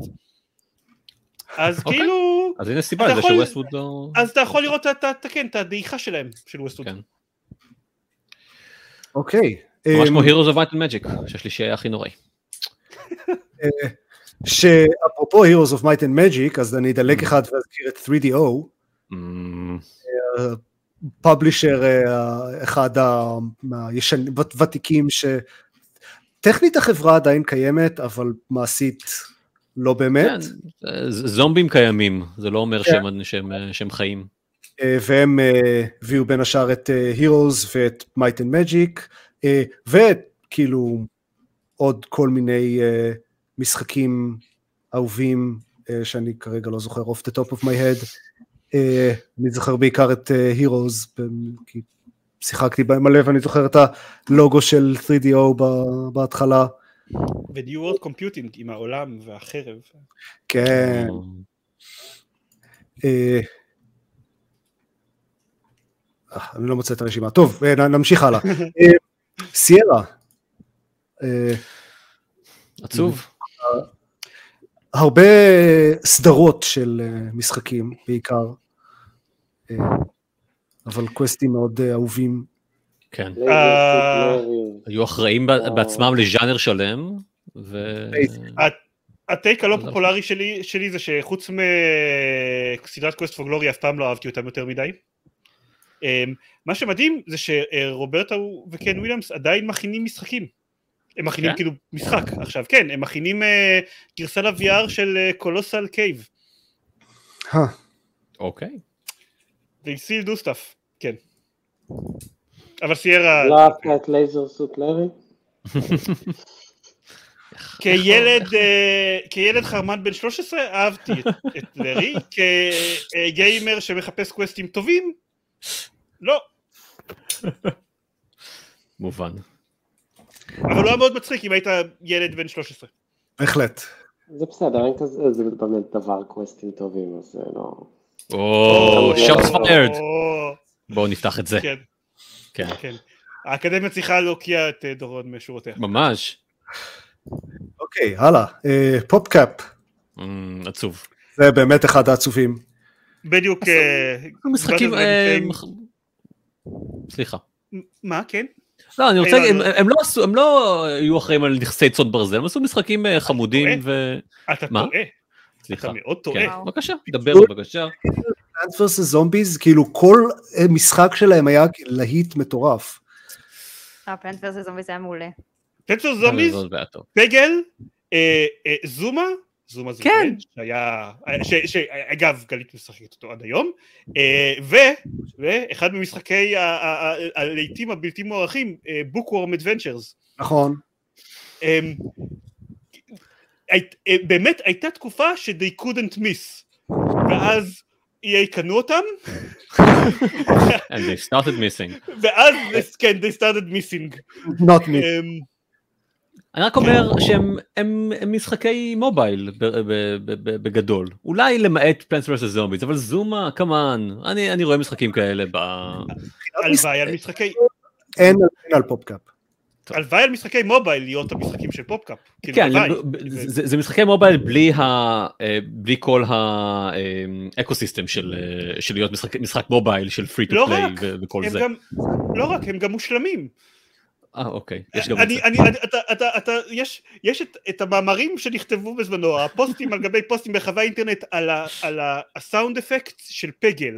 [SPEAKER 1] אז
[SPEAKER 3] אוקיי.
[SPEAKER 1] כאילו,
[SPEAKER 3] אז הנה סיבה
[SPEAKER 1] אתה
[SPEAKER 3] לזה
[SPEAKER 1] יכול-
[SPEAKER 3] שווסטווד לא...
[SPEAKER 1] אז אתה יכול לראות את ה- את ה- כן, את הדעיכה שלהם, של ווסטוד.
[SPEAKER 3] כן.
[SPEAKER 2] אוקיי.
[SPEAKER 3] ממש
[SPEAKER 2] אה,
[SPEAKER 3] כמו Heroes of Might and Magic, שהשלישי היה הכי נוראי.
[SPEAKER 2] שאפרופו Heroes of Might and Magic, אז אני אדלג אחד ואזכיר את 3DO,
[SPEAKER 3] אמ,
[SPEAKER 2] פאבלישר אה, אחד ה- מהישנים, ות- ותיקים, שטכנית החברה עדיין קיימת, אבל מעשית לא
[SPEAKER 3] כן,
[SPEAKER 2] באמת,
[SPEAKER 3] אה, ז- זומבים קיימים, זה לא אומר
[SPEAKER 2] כן.
[SPEAKER 3] שהם- שהם, אה, שהם חיים.
[SPEAKER 2] אה, והם אה, הביאו בין השאר את אה, Heroes ואת Might and Magic, אה, וכאילו עוד כל מיני אה, משחקים אהובים אה, שאני כרגע לא זוכר off the top of my head. אה, אני זוכר בעיקר את אה, Heroes, ב- כי שיחקתי בהם מלא ואני זוכר את הלוגו של 3DO ב- בהתחלה.
[SPEAKER 1] ו-New World Computing עם העולם והחרב.
[SPEAKER 2] כן. אה, אה, אני לא מוצא את הרשימה. טוב, אה, נ- נמשיך הלאה. אה, סיירה. אה,
[SPEAKER 3] עצוב.
[SPEAKER 2] הרבה סדרות של אה, משחקים בעיקר, אה, אבל קווסטים מאוד אה, אהובים.
[SPEAKER 3] כן.
[SPEAKER 4] לייזר
[SPEAKER 1] אה.
[SPEAKER 4] סיט
[SPEAKER 3] היו אחראים ב- בעצמם לז'אנר שלם, ו...
[SPEAKER 1] הטייק הלא
[SPEAKER 3] אז-
[SPEAKER 1] פופולרי שלי, שלי זה שחוץ מסדרת קווסט פור גלורי אף פעם לא אהבתי אותם יותר מדי. אמ, מה שמדהים זה שרוברטה וקן וויליאמס עדיין מכינים משחקים. הם מכינים
[SPEAKER 3] כן?
[SPEAKER 1] כאילו משחק עכשיו, כן, הם מכינים אה, גרסה ל-VR של קולוסל קייב,
[SPEAKER 2] אה,
[SPEAKER 3] אוקיי.
[SPEAKER 1] they still do stuff, כן. אבל סיירה,
[SPEAKER 4] לא אהבת את לייזר סוט לארי?
[SPEAKER 1] כילד, אה, כילד חרמן בן 13 אהבתי את- את לארי, כגיימר שמחפש קווסטים טובים, לא,
[SPEAKER 3] מובן.
[SPEAKER 1] אבל הוא היה מאוד מצחיק אם היית ילד בן 13.
[SPEAKER 2] בהחלט.
[SPEAKER 4] זה בסדר, אין כזה, זה באמת דבר קווסטים טובים, אז זה לא...
[SPEAKER 3] או, שוטס פיירד.
[SPEAKER 1] או,
[SPEAKER 3] בואו נפתח את זה.
[SPEAKER 1] כן,
[SPEAKER 3] כן.
[SPEAKER 1] כן. האקדמיה צריכה להוקיע את אה, דורון משורותיה.
[SPEAKER 3] ממש.
[SPEAKER 2] אוקיי, הלאה. אה, פופקאפ,
[SPEAKER 3] אמ, עצוב.
[SPEAKER 2] זה באמת אחד העצובים.
[SPEAKER 1] בדיוק... אה,
[SPEAKER 3] משחקים...
[SPEAKER 1] Brothers
[SPEAKER 3] אה,
[SPEAKER 1] Game-
[SPEAKER 3] מח- סליחה.
[SPEAKER 1] מה, כן?
[SPEAKER 3] לא, אני רוצה
[SPEAKER 1] אה, לא,
[SPEAKER 3] להגיד,
[SPEAKER 1] לא.
[SPEAKER 3] הם- הם לא עשו, הם לא היו אחראים על נכסי צאן ברזל, הם עשו משחקים אה, חמודים ו...
[SPEAKER 1] אתה
[SPEAKER 3] מה?
[SPEAKER 1] טועה,
[SPEAKER 3] סליחה.
[SPEAKER 1] אתה מאוד
[SPEAKER 3] כן,
[SPEAKER 1] טועה.
[SPEAKER 3] בבקשה, דבר בבקשה.
[SPEAKER 2] פלנט vs. זומביז, כאילו כל אה, משחק שלהם היה להיט מטורף.
[SPEAKER 5] אה, פלנט ורסס זומבי זה היה מעולה.
[SPEAKER 1] פלנטר
[SPEAKER 3] לא
[SPEAKER 1] זומביז,
[SPEAKER 3] כן, זה היה טוב.
[SPEAKER 1] פגל, אה, אה, זומה, זומה זה
[SPEAKER 3] כן.
[SPEAKER 1] בן, שהיה, אה, ש- ש- אגב, גלית משחקת אותו עד היום, אה, ו- ואחד ממשחקי ה- ה- ה- הלעיתים הבלתי מוערכים, אה, בוקוורם אדוונצ'רס.
[SPEAKER 2] נכון.
[SPEAKER 1] אמ, היית- אה, באמת הייתה תקופה ש-they couldn't miss, ואז EA קנו אותם,
[SPEAKER 3] And they started missing.
[SPEAKER 1] ואז, כן, they started missing.
[SPEAKER 2] Not
[SPEAKER 3] כן.
[SPEAKER 2] me.
[SPEAKER 1] אמ,
[SPEAKER 3] אני רק אומר שהם הם- הם משחקי מובייל ב- ב- ב- ב- בגדול. אולי למעט פלנס vs. זומביז, אבל זומה, כמובן, אני אני רואה משחקים כאלה ב...
[SPEAKER 1] הלוואי על משחקי,
[SPEAKER 2] אין אין על פופקאפ.
[SPEAKER 1] הלוואי על משחקי מובייל להיות המשחקים של פופקאפ. כאילו,
[SPEAKER 3] כן,
[SPEAKER 1] הלוואי.
[SPEAKER 3] זה- זה זה משחקי מובייל בלי ה... אה, בלי כל האקו סיסטם של אה, של להיות משחק- משחק מובייל של פרי
[SPEAKER 1] לא
[SPEAKER 3] טו פליי
[SPEAKER 1] רק,
[SPEAKER 3] וכל
[SPEAKER 1] הם
[SPEAKER 3] זה.
[SPEAKER 1] גם, לא רק, הם גם מושלמים.
[SPEAKER 3] אה, אוקיי, יש גם את זה.
[SPEAKER 1] אני, אני, אני- אתה, אתה, אתה, יש, יש את, את המאמרים שנכתבו בזמנו, הפוסטים על גבי פוסטים ברחבי האינטרנט על, ה, על ה, הסאונד אפקט של פגל.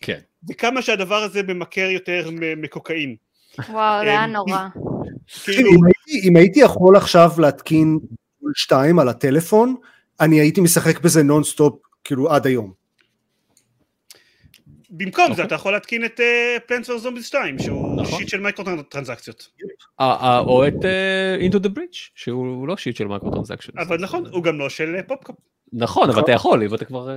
[SPEAKER 3] כן.
[SPEAKER 1] וכמה שהדבר הזה ממכר יותר מ- מקוקאין.
[SPEAKER 5] וואו, זה היה
[SPEAKER 1] אמ,
[SPEAKER 5] נורא.
[SPEAKER 1] כאילו,
[SPEAKER 2] אם הייתי- אם הייתי יכול עכשיו להתקין גבול 2 על הטלפון, אני הייתי משחק בזה נונסטופ, כאילו עד היום.
[SPEAKER 1] במקום זה
[SPEAKER 3] אוקיי.
[SPEAKER 1] אתה יכול להתקין את אה, פלנס וזומביס 2, שהוא
[SPEAKER 3] נכון.
[SPEAKER 1] שיט של מייקרוטרנזקציות.
[SPEAKER 3] אה, אה, או את אה, Into the Bridge, שהוא לא שיט של מיקרו טרנזקשן.
[SPEAKER 1] אבל נכון, הוא גם לא של אה, פופקאפ.
[SPEAKER 3] נכון, אבל
[SPEAKER 2] נכון.
[SPEAKER 3] אתה יכול, אם אתה כבר... אה, אם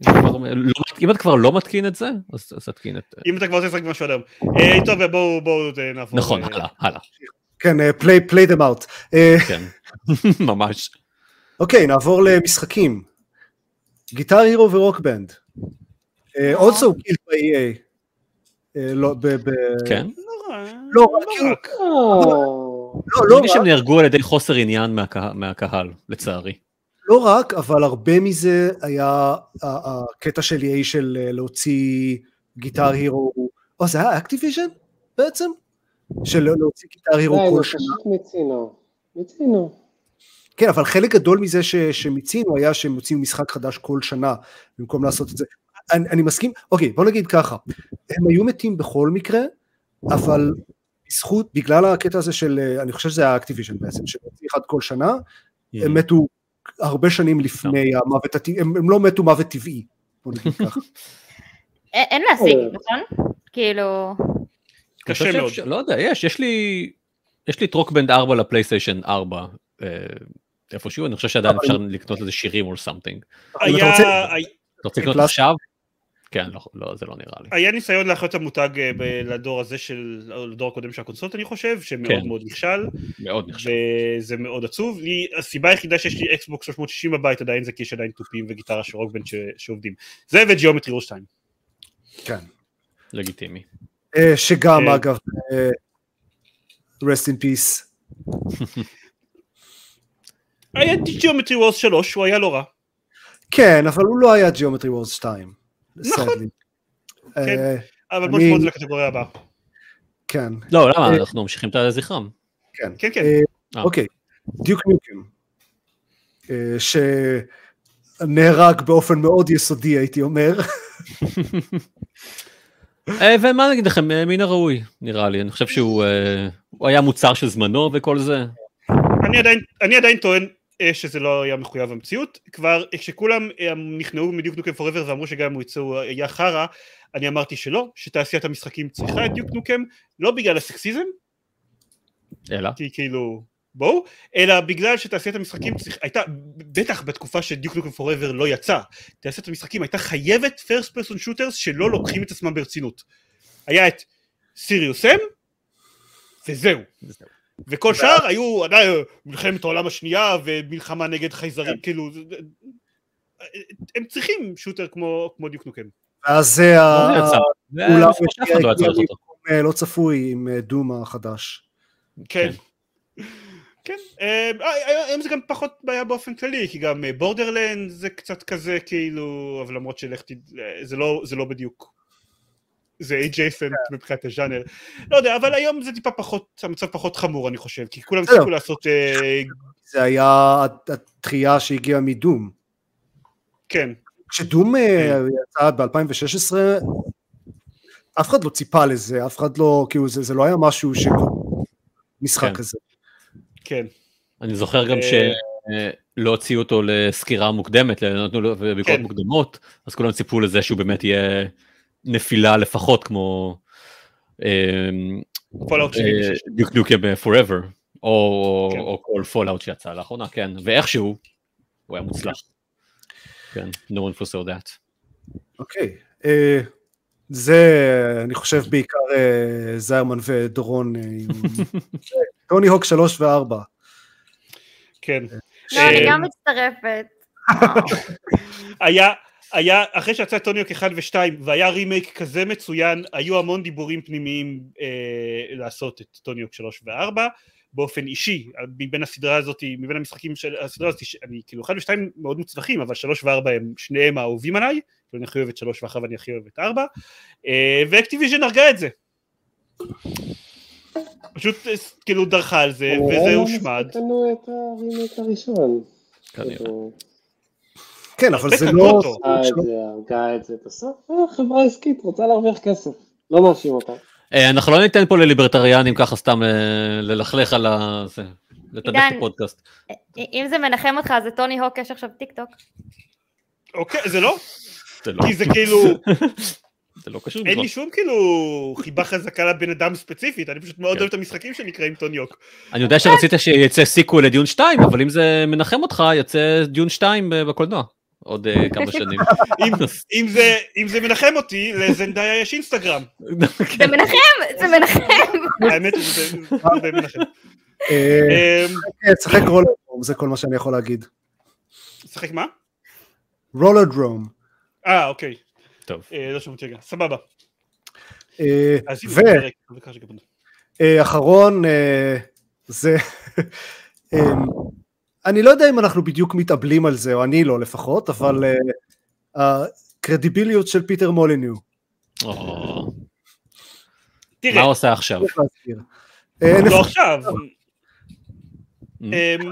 [SPEAKER 3] אתה כבר- לא מת- אם אתה כבר לא מתקין את זה, אז אז תתקין את... אה,
[SPEAKER 1] אם אתה כבר רוצה לשחק במשהו אדם. אה, טוב, בואו בואו, אה, נעבור.
[SPEAKER 3] נכון,
[SPEAKER 1] אה,
[SPEAKER 3] הלאה, הלאה,
[SPEAKER 2] כן, אה, play play them out. אה,
[SPEAKER 3] כן. ממש.
[SPEAKER 2] אוקיי, נעבור למשחקים. גיטר הירו ורוק בנד. אה, also killed by EA. אה, לא, ב... ב-
[SPEAKER 3] כן.
[SPEAKER 1] לא רע,
[SPEAKER 2] לא, כאילו,
[SPEAKER 4] אה,
[SPEAKER 2] לא,
[SPEAKER 3] לא
[SPEAKER 2] לא
[SPEAKER 3] רק.
[SPEAKER 2] רק,
[SPEAKER 3] שהם נהרגו על ידי חוסר עניין מהקה- מהקהל, לצערי.
[SPEAKER 2] לא רק, אבל הרבה מזה היה ה- הקטע של EA של אה, להוציא גיטר הירו, או זה היה אקטיביז'ן בעצם? של להוציא גיטר הירו
[SPEAKER 4] די,
[SPEAKER 2] כל
[SPEAKER 4] אה, זה
[SPEAKER 2] שנה.
[SPEAKER 4] פשוט מיצינו. מיצינו.
[SPEAKER 2] כן, אבל חלק גדול מזה ש, שמיצינו היה שהם מוציאו משחק חדש כל שנה, במקום לעשות את זה. אני, אני מסכים, אוקיי, בוא נגיד ככה, הם היו מתים בכל מקרה, אבל בזכות, בגלל הקטע הזה של, אה, אני חושב שזה היה אקטיביז'ן בעצם, שמוציא אחד כל שנה,
[SPEAKER 3] כאילו.
[SPEAKER 2] הם מתו הרבה שנים לפני המוות הטבעי, הם, הם לא מתו מוות טבעי, בוא נגיד ככה.
[SPEAKER 5] אין אין להשיג, נכון? כאילו...
[SPEAKER 3] אני חושב
[SPEAKER 1] קשה
[SPEAKER 3] שאפשר-
[SPEAKER 1] מאוד.
[SPEAKER 3] לא יודע, יש, יש לי... יש לי את רוקבנד 4 לפלייסטיישן 4 אה, איפשהו, אני חושב שעדיין
[SPEAKER 2] אבל-
[SPEAKER 3] אפשר לקנות איזה שירים או סמטינג.
[SPEAKER 2] אם אתה
[SPEAKER 1] היה-
[SPEAKER 2] רוצה-
[SPEAKER 1] היה-
[SPEAKER 3] אתה רוצה לקנות
[SPEAKER 2] פלאס-
[SPEAKER 3] עכשיו? כן, לא- לא, זה לא נראה לי.
[SPEAKER 1] היה ניסיון להחיות את המותג אה, ב- לדור הזה של, או לדור הקודם של הקונסולות אני חושב, שמאוד
[SPEAKER 3] כן.
[SPEAKER 1] מאוד נכשל,
[SPEAKER 3] מאוד נחשב.
[SPEAKER 1] וזה מאוד עצוב. לי, הסיבה היחידה שיש לי אקסבוקס 360 בבית עדיין זה כי יש עדיין תופים וגיטרה של רוקבן ש- שעובדים. זה וגיאומטרי רול 2.
[SPEAKER 2] כן.
[SPEAKER 3] לגיטימי.
[SPEAKER 2] אה, שגם
[SPEAKER 1] אה,
[SPEAKER 2] אגב, אה, rest in peace.
[SPEAKER 1] היה גיאומטרי רול 3, הוא היה לא רע.
[SPEAKER 2] כן, אבל הוא לא היה ג'יאומטרי וורס 2.
[SPEAKER 1] נכון.
[SPEAKER 2] sadly.
[SPEAKER 1] כן.
[SPEAKER 2] אה,
[SPEAKER 1] אבל
[SPEAKER 2] אני-
[SPEAKER 1] בוא נשמור את זה לקטגוריה הבאה.
[SPEAKER 2] כן,
[SPEAKER 3] לא, למה?
[SPEAKER 2] אה,
[SPEAKER 3] אנחנו ממשיכים את זכרם.
[SPEAKER 2] כן.
[SPEAKER 1] כן, כן.
[SPEAKER 2] אה,
[SPEAKER 3] אה.
[SPEAKER 2] אוקיי, דיוק ניוקם, אה, שנהרג באופן מאוד יסודי, הייתי אומר.
[SPEAKER 3] אה, ומה אני אגיד לכם, אה, מן הראוי, נראה לי. אני חושב שהוא אה, הוא היה מוצר של זמנו וכל זה.
[SPEAKER 1] אני עדיין, אני עדיין טוען אה, שזה לא היה מחויב המציאות. כבר אה, כשכולם אה, נכנעו בדיוק נוקם פוראבר ואמרו שגם אם הוא יצא הוא היה חרא, אני אמרתי שלא, שתעשיית המשחקים צריכה את דיוק נוקם, לא בגלל הסקסיזם,
[SPEAKER 3] אלא.
[SPEAKER 1] כי כאילו, בואו, אלא בגלל שתעשיית המשחקים צריכה, הייתה, בטח בתקופה שדיוק נוקם פוראבר לא יצא, תעשיית המשחקים הייתה חייבת פרסט פרסון שוטרס שלא לוקחים את עצמם ברצינות. היה את סיריוס אם, וזהו. וכל שאר היו עדיין מלחמת העולם השנייה ומלחמה נגד חייזרים, כאילו, זה- זה- הם צריכים שוטר כמו כמו דיוק נוקם.
[SPEAKER 2] אז זה
[SPEAKER 1] אה,
[SPEAKER 3] לא
[SPEAKER 2] ה-
[SPEAKER 3] יצא. זה
[SPEAKER 2] אולי
[SPEAKER 3] בסופו של אף אחד לא
[SPEAKER 2] הגיע
[SPEAKER 3] יעצור אותו.
[SPEAKER 2] אה, לא צפוי עם אה, דום החדש.
[SPEAKER 1] כן. כן, אה, אה, היום זה גם פחות בעיה באופן כללי, כי גם בורדרלנד זה קצת כזה כאילו, אבל למרות שלך תד... אה, זה לא, זה לא בדיוק. זה adjacent מבחינת הז'אנר. לא יודע, אבל היום זה טיפה פחות, המצב פחות חמור אני חושב, כי כולם
[SPEAKER 2] בסדר.
[SPEAKER 1] הצליחו לעשות, אה,
[SPEAKER 2] זה היה התחייה שהגיעה מדום.
[SPEAKER 1] כן,
[SPEAKER 2] כשדום אה, יצא ב-2016, אף אחד לא ציפה לזה, אף אחד לא, כאילו זה זה לא היה משהו ש... משחק
[SPEAKER 3] כן.
[SPEAKER 2] כזה.
[SPEAKER 1] כן.
[SPEAKER 3] אני זוכר גם
[SPEAKER 1] אה,
[SPEAKER 3] שלא הוציאו אותו לסקירה מוקדמת, לא נתנו לו ביקורות
[SPEAKER 1] כן.
[SPEAKER 3] מוקדמות, אז כולם ציפו לזה שהוא באמת יהיה נפילה לפחות כמו אמ,
[SPEAKER 1] פולאאוט
[SPEAKER 3] אה,
[SPEAKER 1] 76.
[SPEAKER 3] דיוק דוקם forever, או
[SPEAKER 1] כן.
[SPEAKER 3] או כל פולאאוט שיצא לאחרונה, כן, ואיכשהו, הוא היה מוצלח. כן, no one for so that.
[SPEAKER 2] אוקיי. אה, זה, אני חושב, בעיקר אה, זיירמן ודורון. אה, עם- טוני הוק שלוש וארבע.
[SPEAKER 1] כן.
[SPEAKER 5] לא,
[SPEAKER 1] אה,
[SPEAKER 5] אני גם מצטרפת.
[SPEAKER 1] היה, היה, אחרי שיצא טוניוק 1 ו-2 והיה רימייק כזה מצוין, היו המון דיבורים פנימיים אה, לעשות את טוניוק 3 ו-4 באופן אישי, מבין הסדרה הזאת, מבין המשחקים של הסדרה הזאת, שאני כאילו 1 ו-2 מאוד מוצלחים, אבל 3 ו-4 הם שניהם האהובים עליי, כאילו אני הכי אוהב את 3 ואחריו אני הכי אוהב את 4, אה, ואקטיביז'ן הרגה את זה. פשוט אה, כאילו דרכה על זה, וזה הושמד. אה,
[SPEAKER 4] קנו את הרימייק הראשון. אה,
[SPEAKER 3] כנראה.
[SPEAKER 4] הוא
[SPEAKER 2] כן, אבל
[SPEAKER 1] הרבה
[SPEAKER 2] זה
[SPEAKER 1] קנו
[SPEAKER 2] לא...
[SPEAKER 1] אותו.
[SPEAKER 4] עשה את אה, זה, הרגה את זה בסוף. אה, חברה עסקית, רוצה להרוויח כסף. לא מאשים אותה.
[SPEAKER 3] אה, אנחנו לא ניתן פה לליברטריאנים ככה סתם אה, ללכלך על ה... זה, לתדף את
[SPEAKER 5] עידן.
[SPEAKER 3] הפודקאסט.
[SPEAKER 5] אם זה מנחם אותך, אז לטוני הוק יש עכשיו טיק טוק.
[SPEAKER 1] אוקיי, זה לא?
[SPEAKER 3] זה לא-
[SPEAKER 1] כי זה כאילו...
[SPEAKER 3] זה לא קשור
[SPEAKER 1] אין
[SPEAKER 3] בכלל.
[SPEAKER 1] לי שום כאילו חיבה חזקה לבן אדם ספציפית, אני פשוט מאוד
[SPEAKER 3] כן.
[SPEAKER 1] אוהב את המשחקים שנקראים טוניוק.
[SPEAKER 3] אני יודע שרצית שיצא סיקוול לדיון 2, אבל אם זה מנחם אותך, יצא דיון 2 בקולנוע. עוד אה, כמה שנים.
[SPEAKER 1] אם- אם זה- אם זה מנחם אותי, לזנדאיה יש אינסטגרם. כן.
[SPEAKER 5] זה מנחם, זה מנחם.
[SPEAKER 1] האמת שזה זה די מנחם.
[SPEAKER 2] אה,
[SPEAKER 1] אמ,
[SPEAKER 2] אה, שחק רולרדרום, זה כל מה שאני יכול להגיד.
[SPEAKER 1] שחק מה?
[SPEAKER 2] רולרדרום.
[SPEAKER 1] אה, אוקיי.
[SPEAKER 3] טוב.
[SPEAKER 1] אה, לא שמעתי רגע, סבבה.
[SPEAKER 2] אה,
[SPEAKER 1] אז הנה,
[SPEAKER 2] ו-
[SPEAKER 1] פרק, בבקשה, שגם-
[SPEAKER 2] אה, אחרון, אה, זה... אמ, אני לא יודע אם אנחנו בדיוק מתאבלים על זה, או אני לא לפחות, אבל אה, הקרדיביליות של פיטר מוליניו.
[SPEAKER 3] או, מה
[SPEAKER 1] תראה,
[SPEAKER 3] הוא עושה עכשיו?
[SPEAKER 2] צריך להזכיר. אה, אין
[SPEAKER 1] לא
[SPEAKER 2] אפשר-
[SPEAKER 1] עכשיו.
[SPEAKER 3] אמ.
[SPEAKER 1] אמ,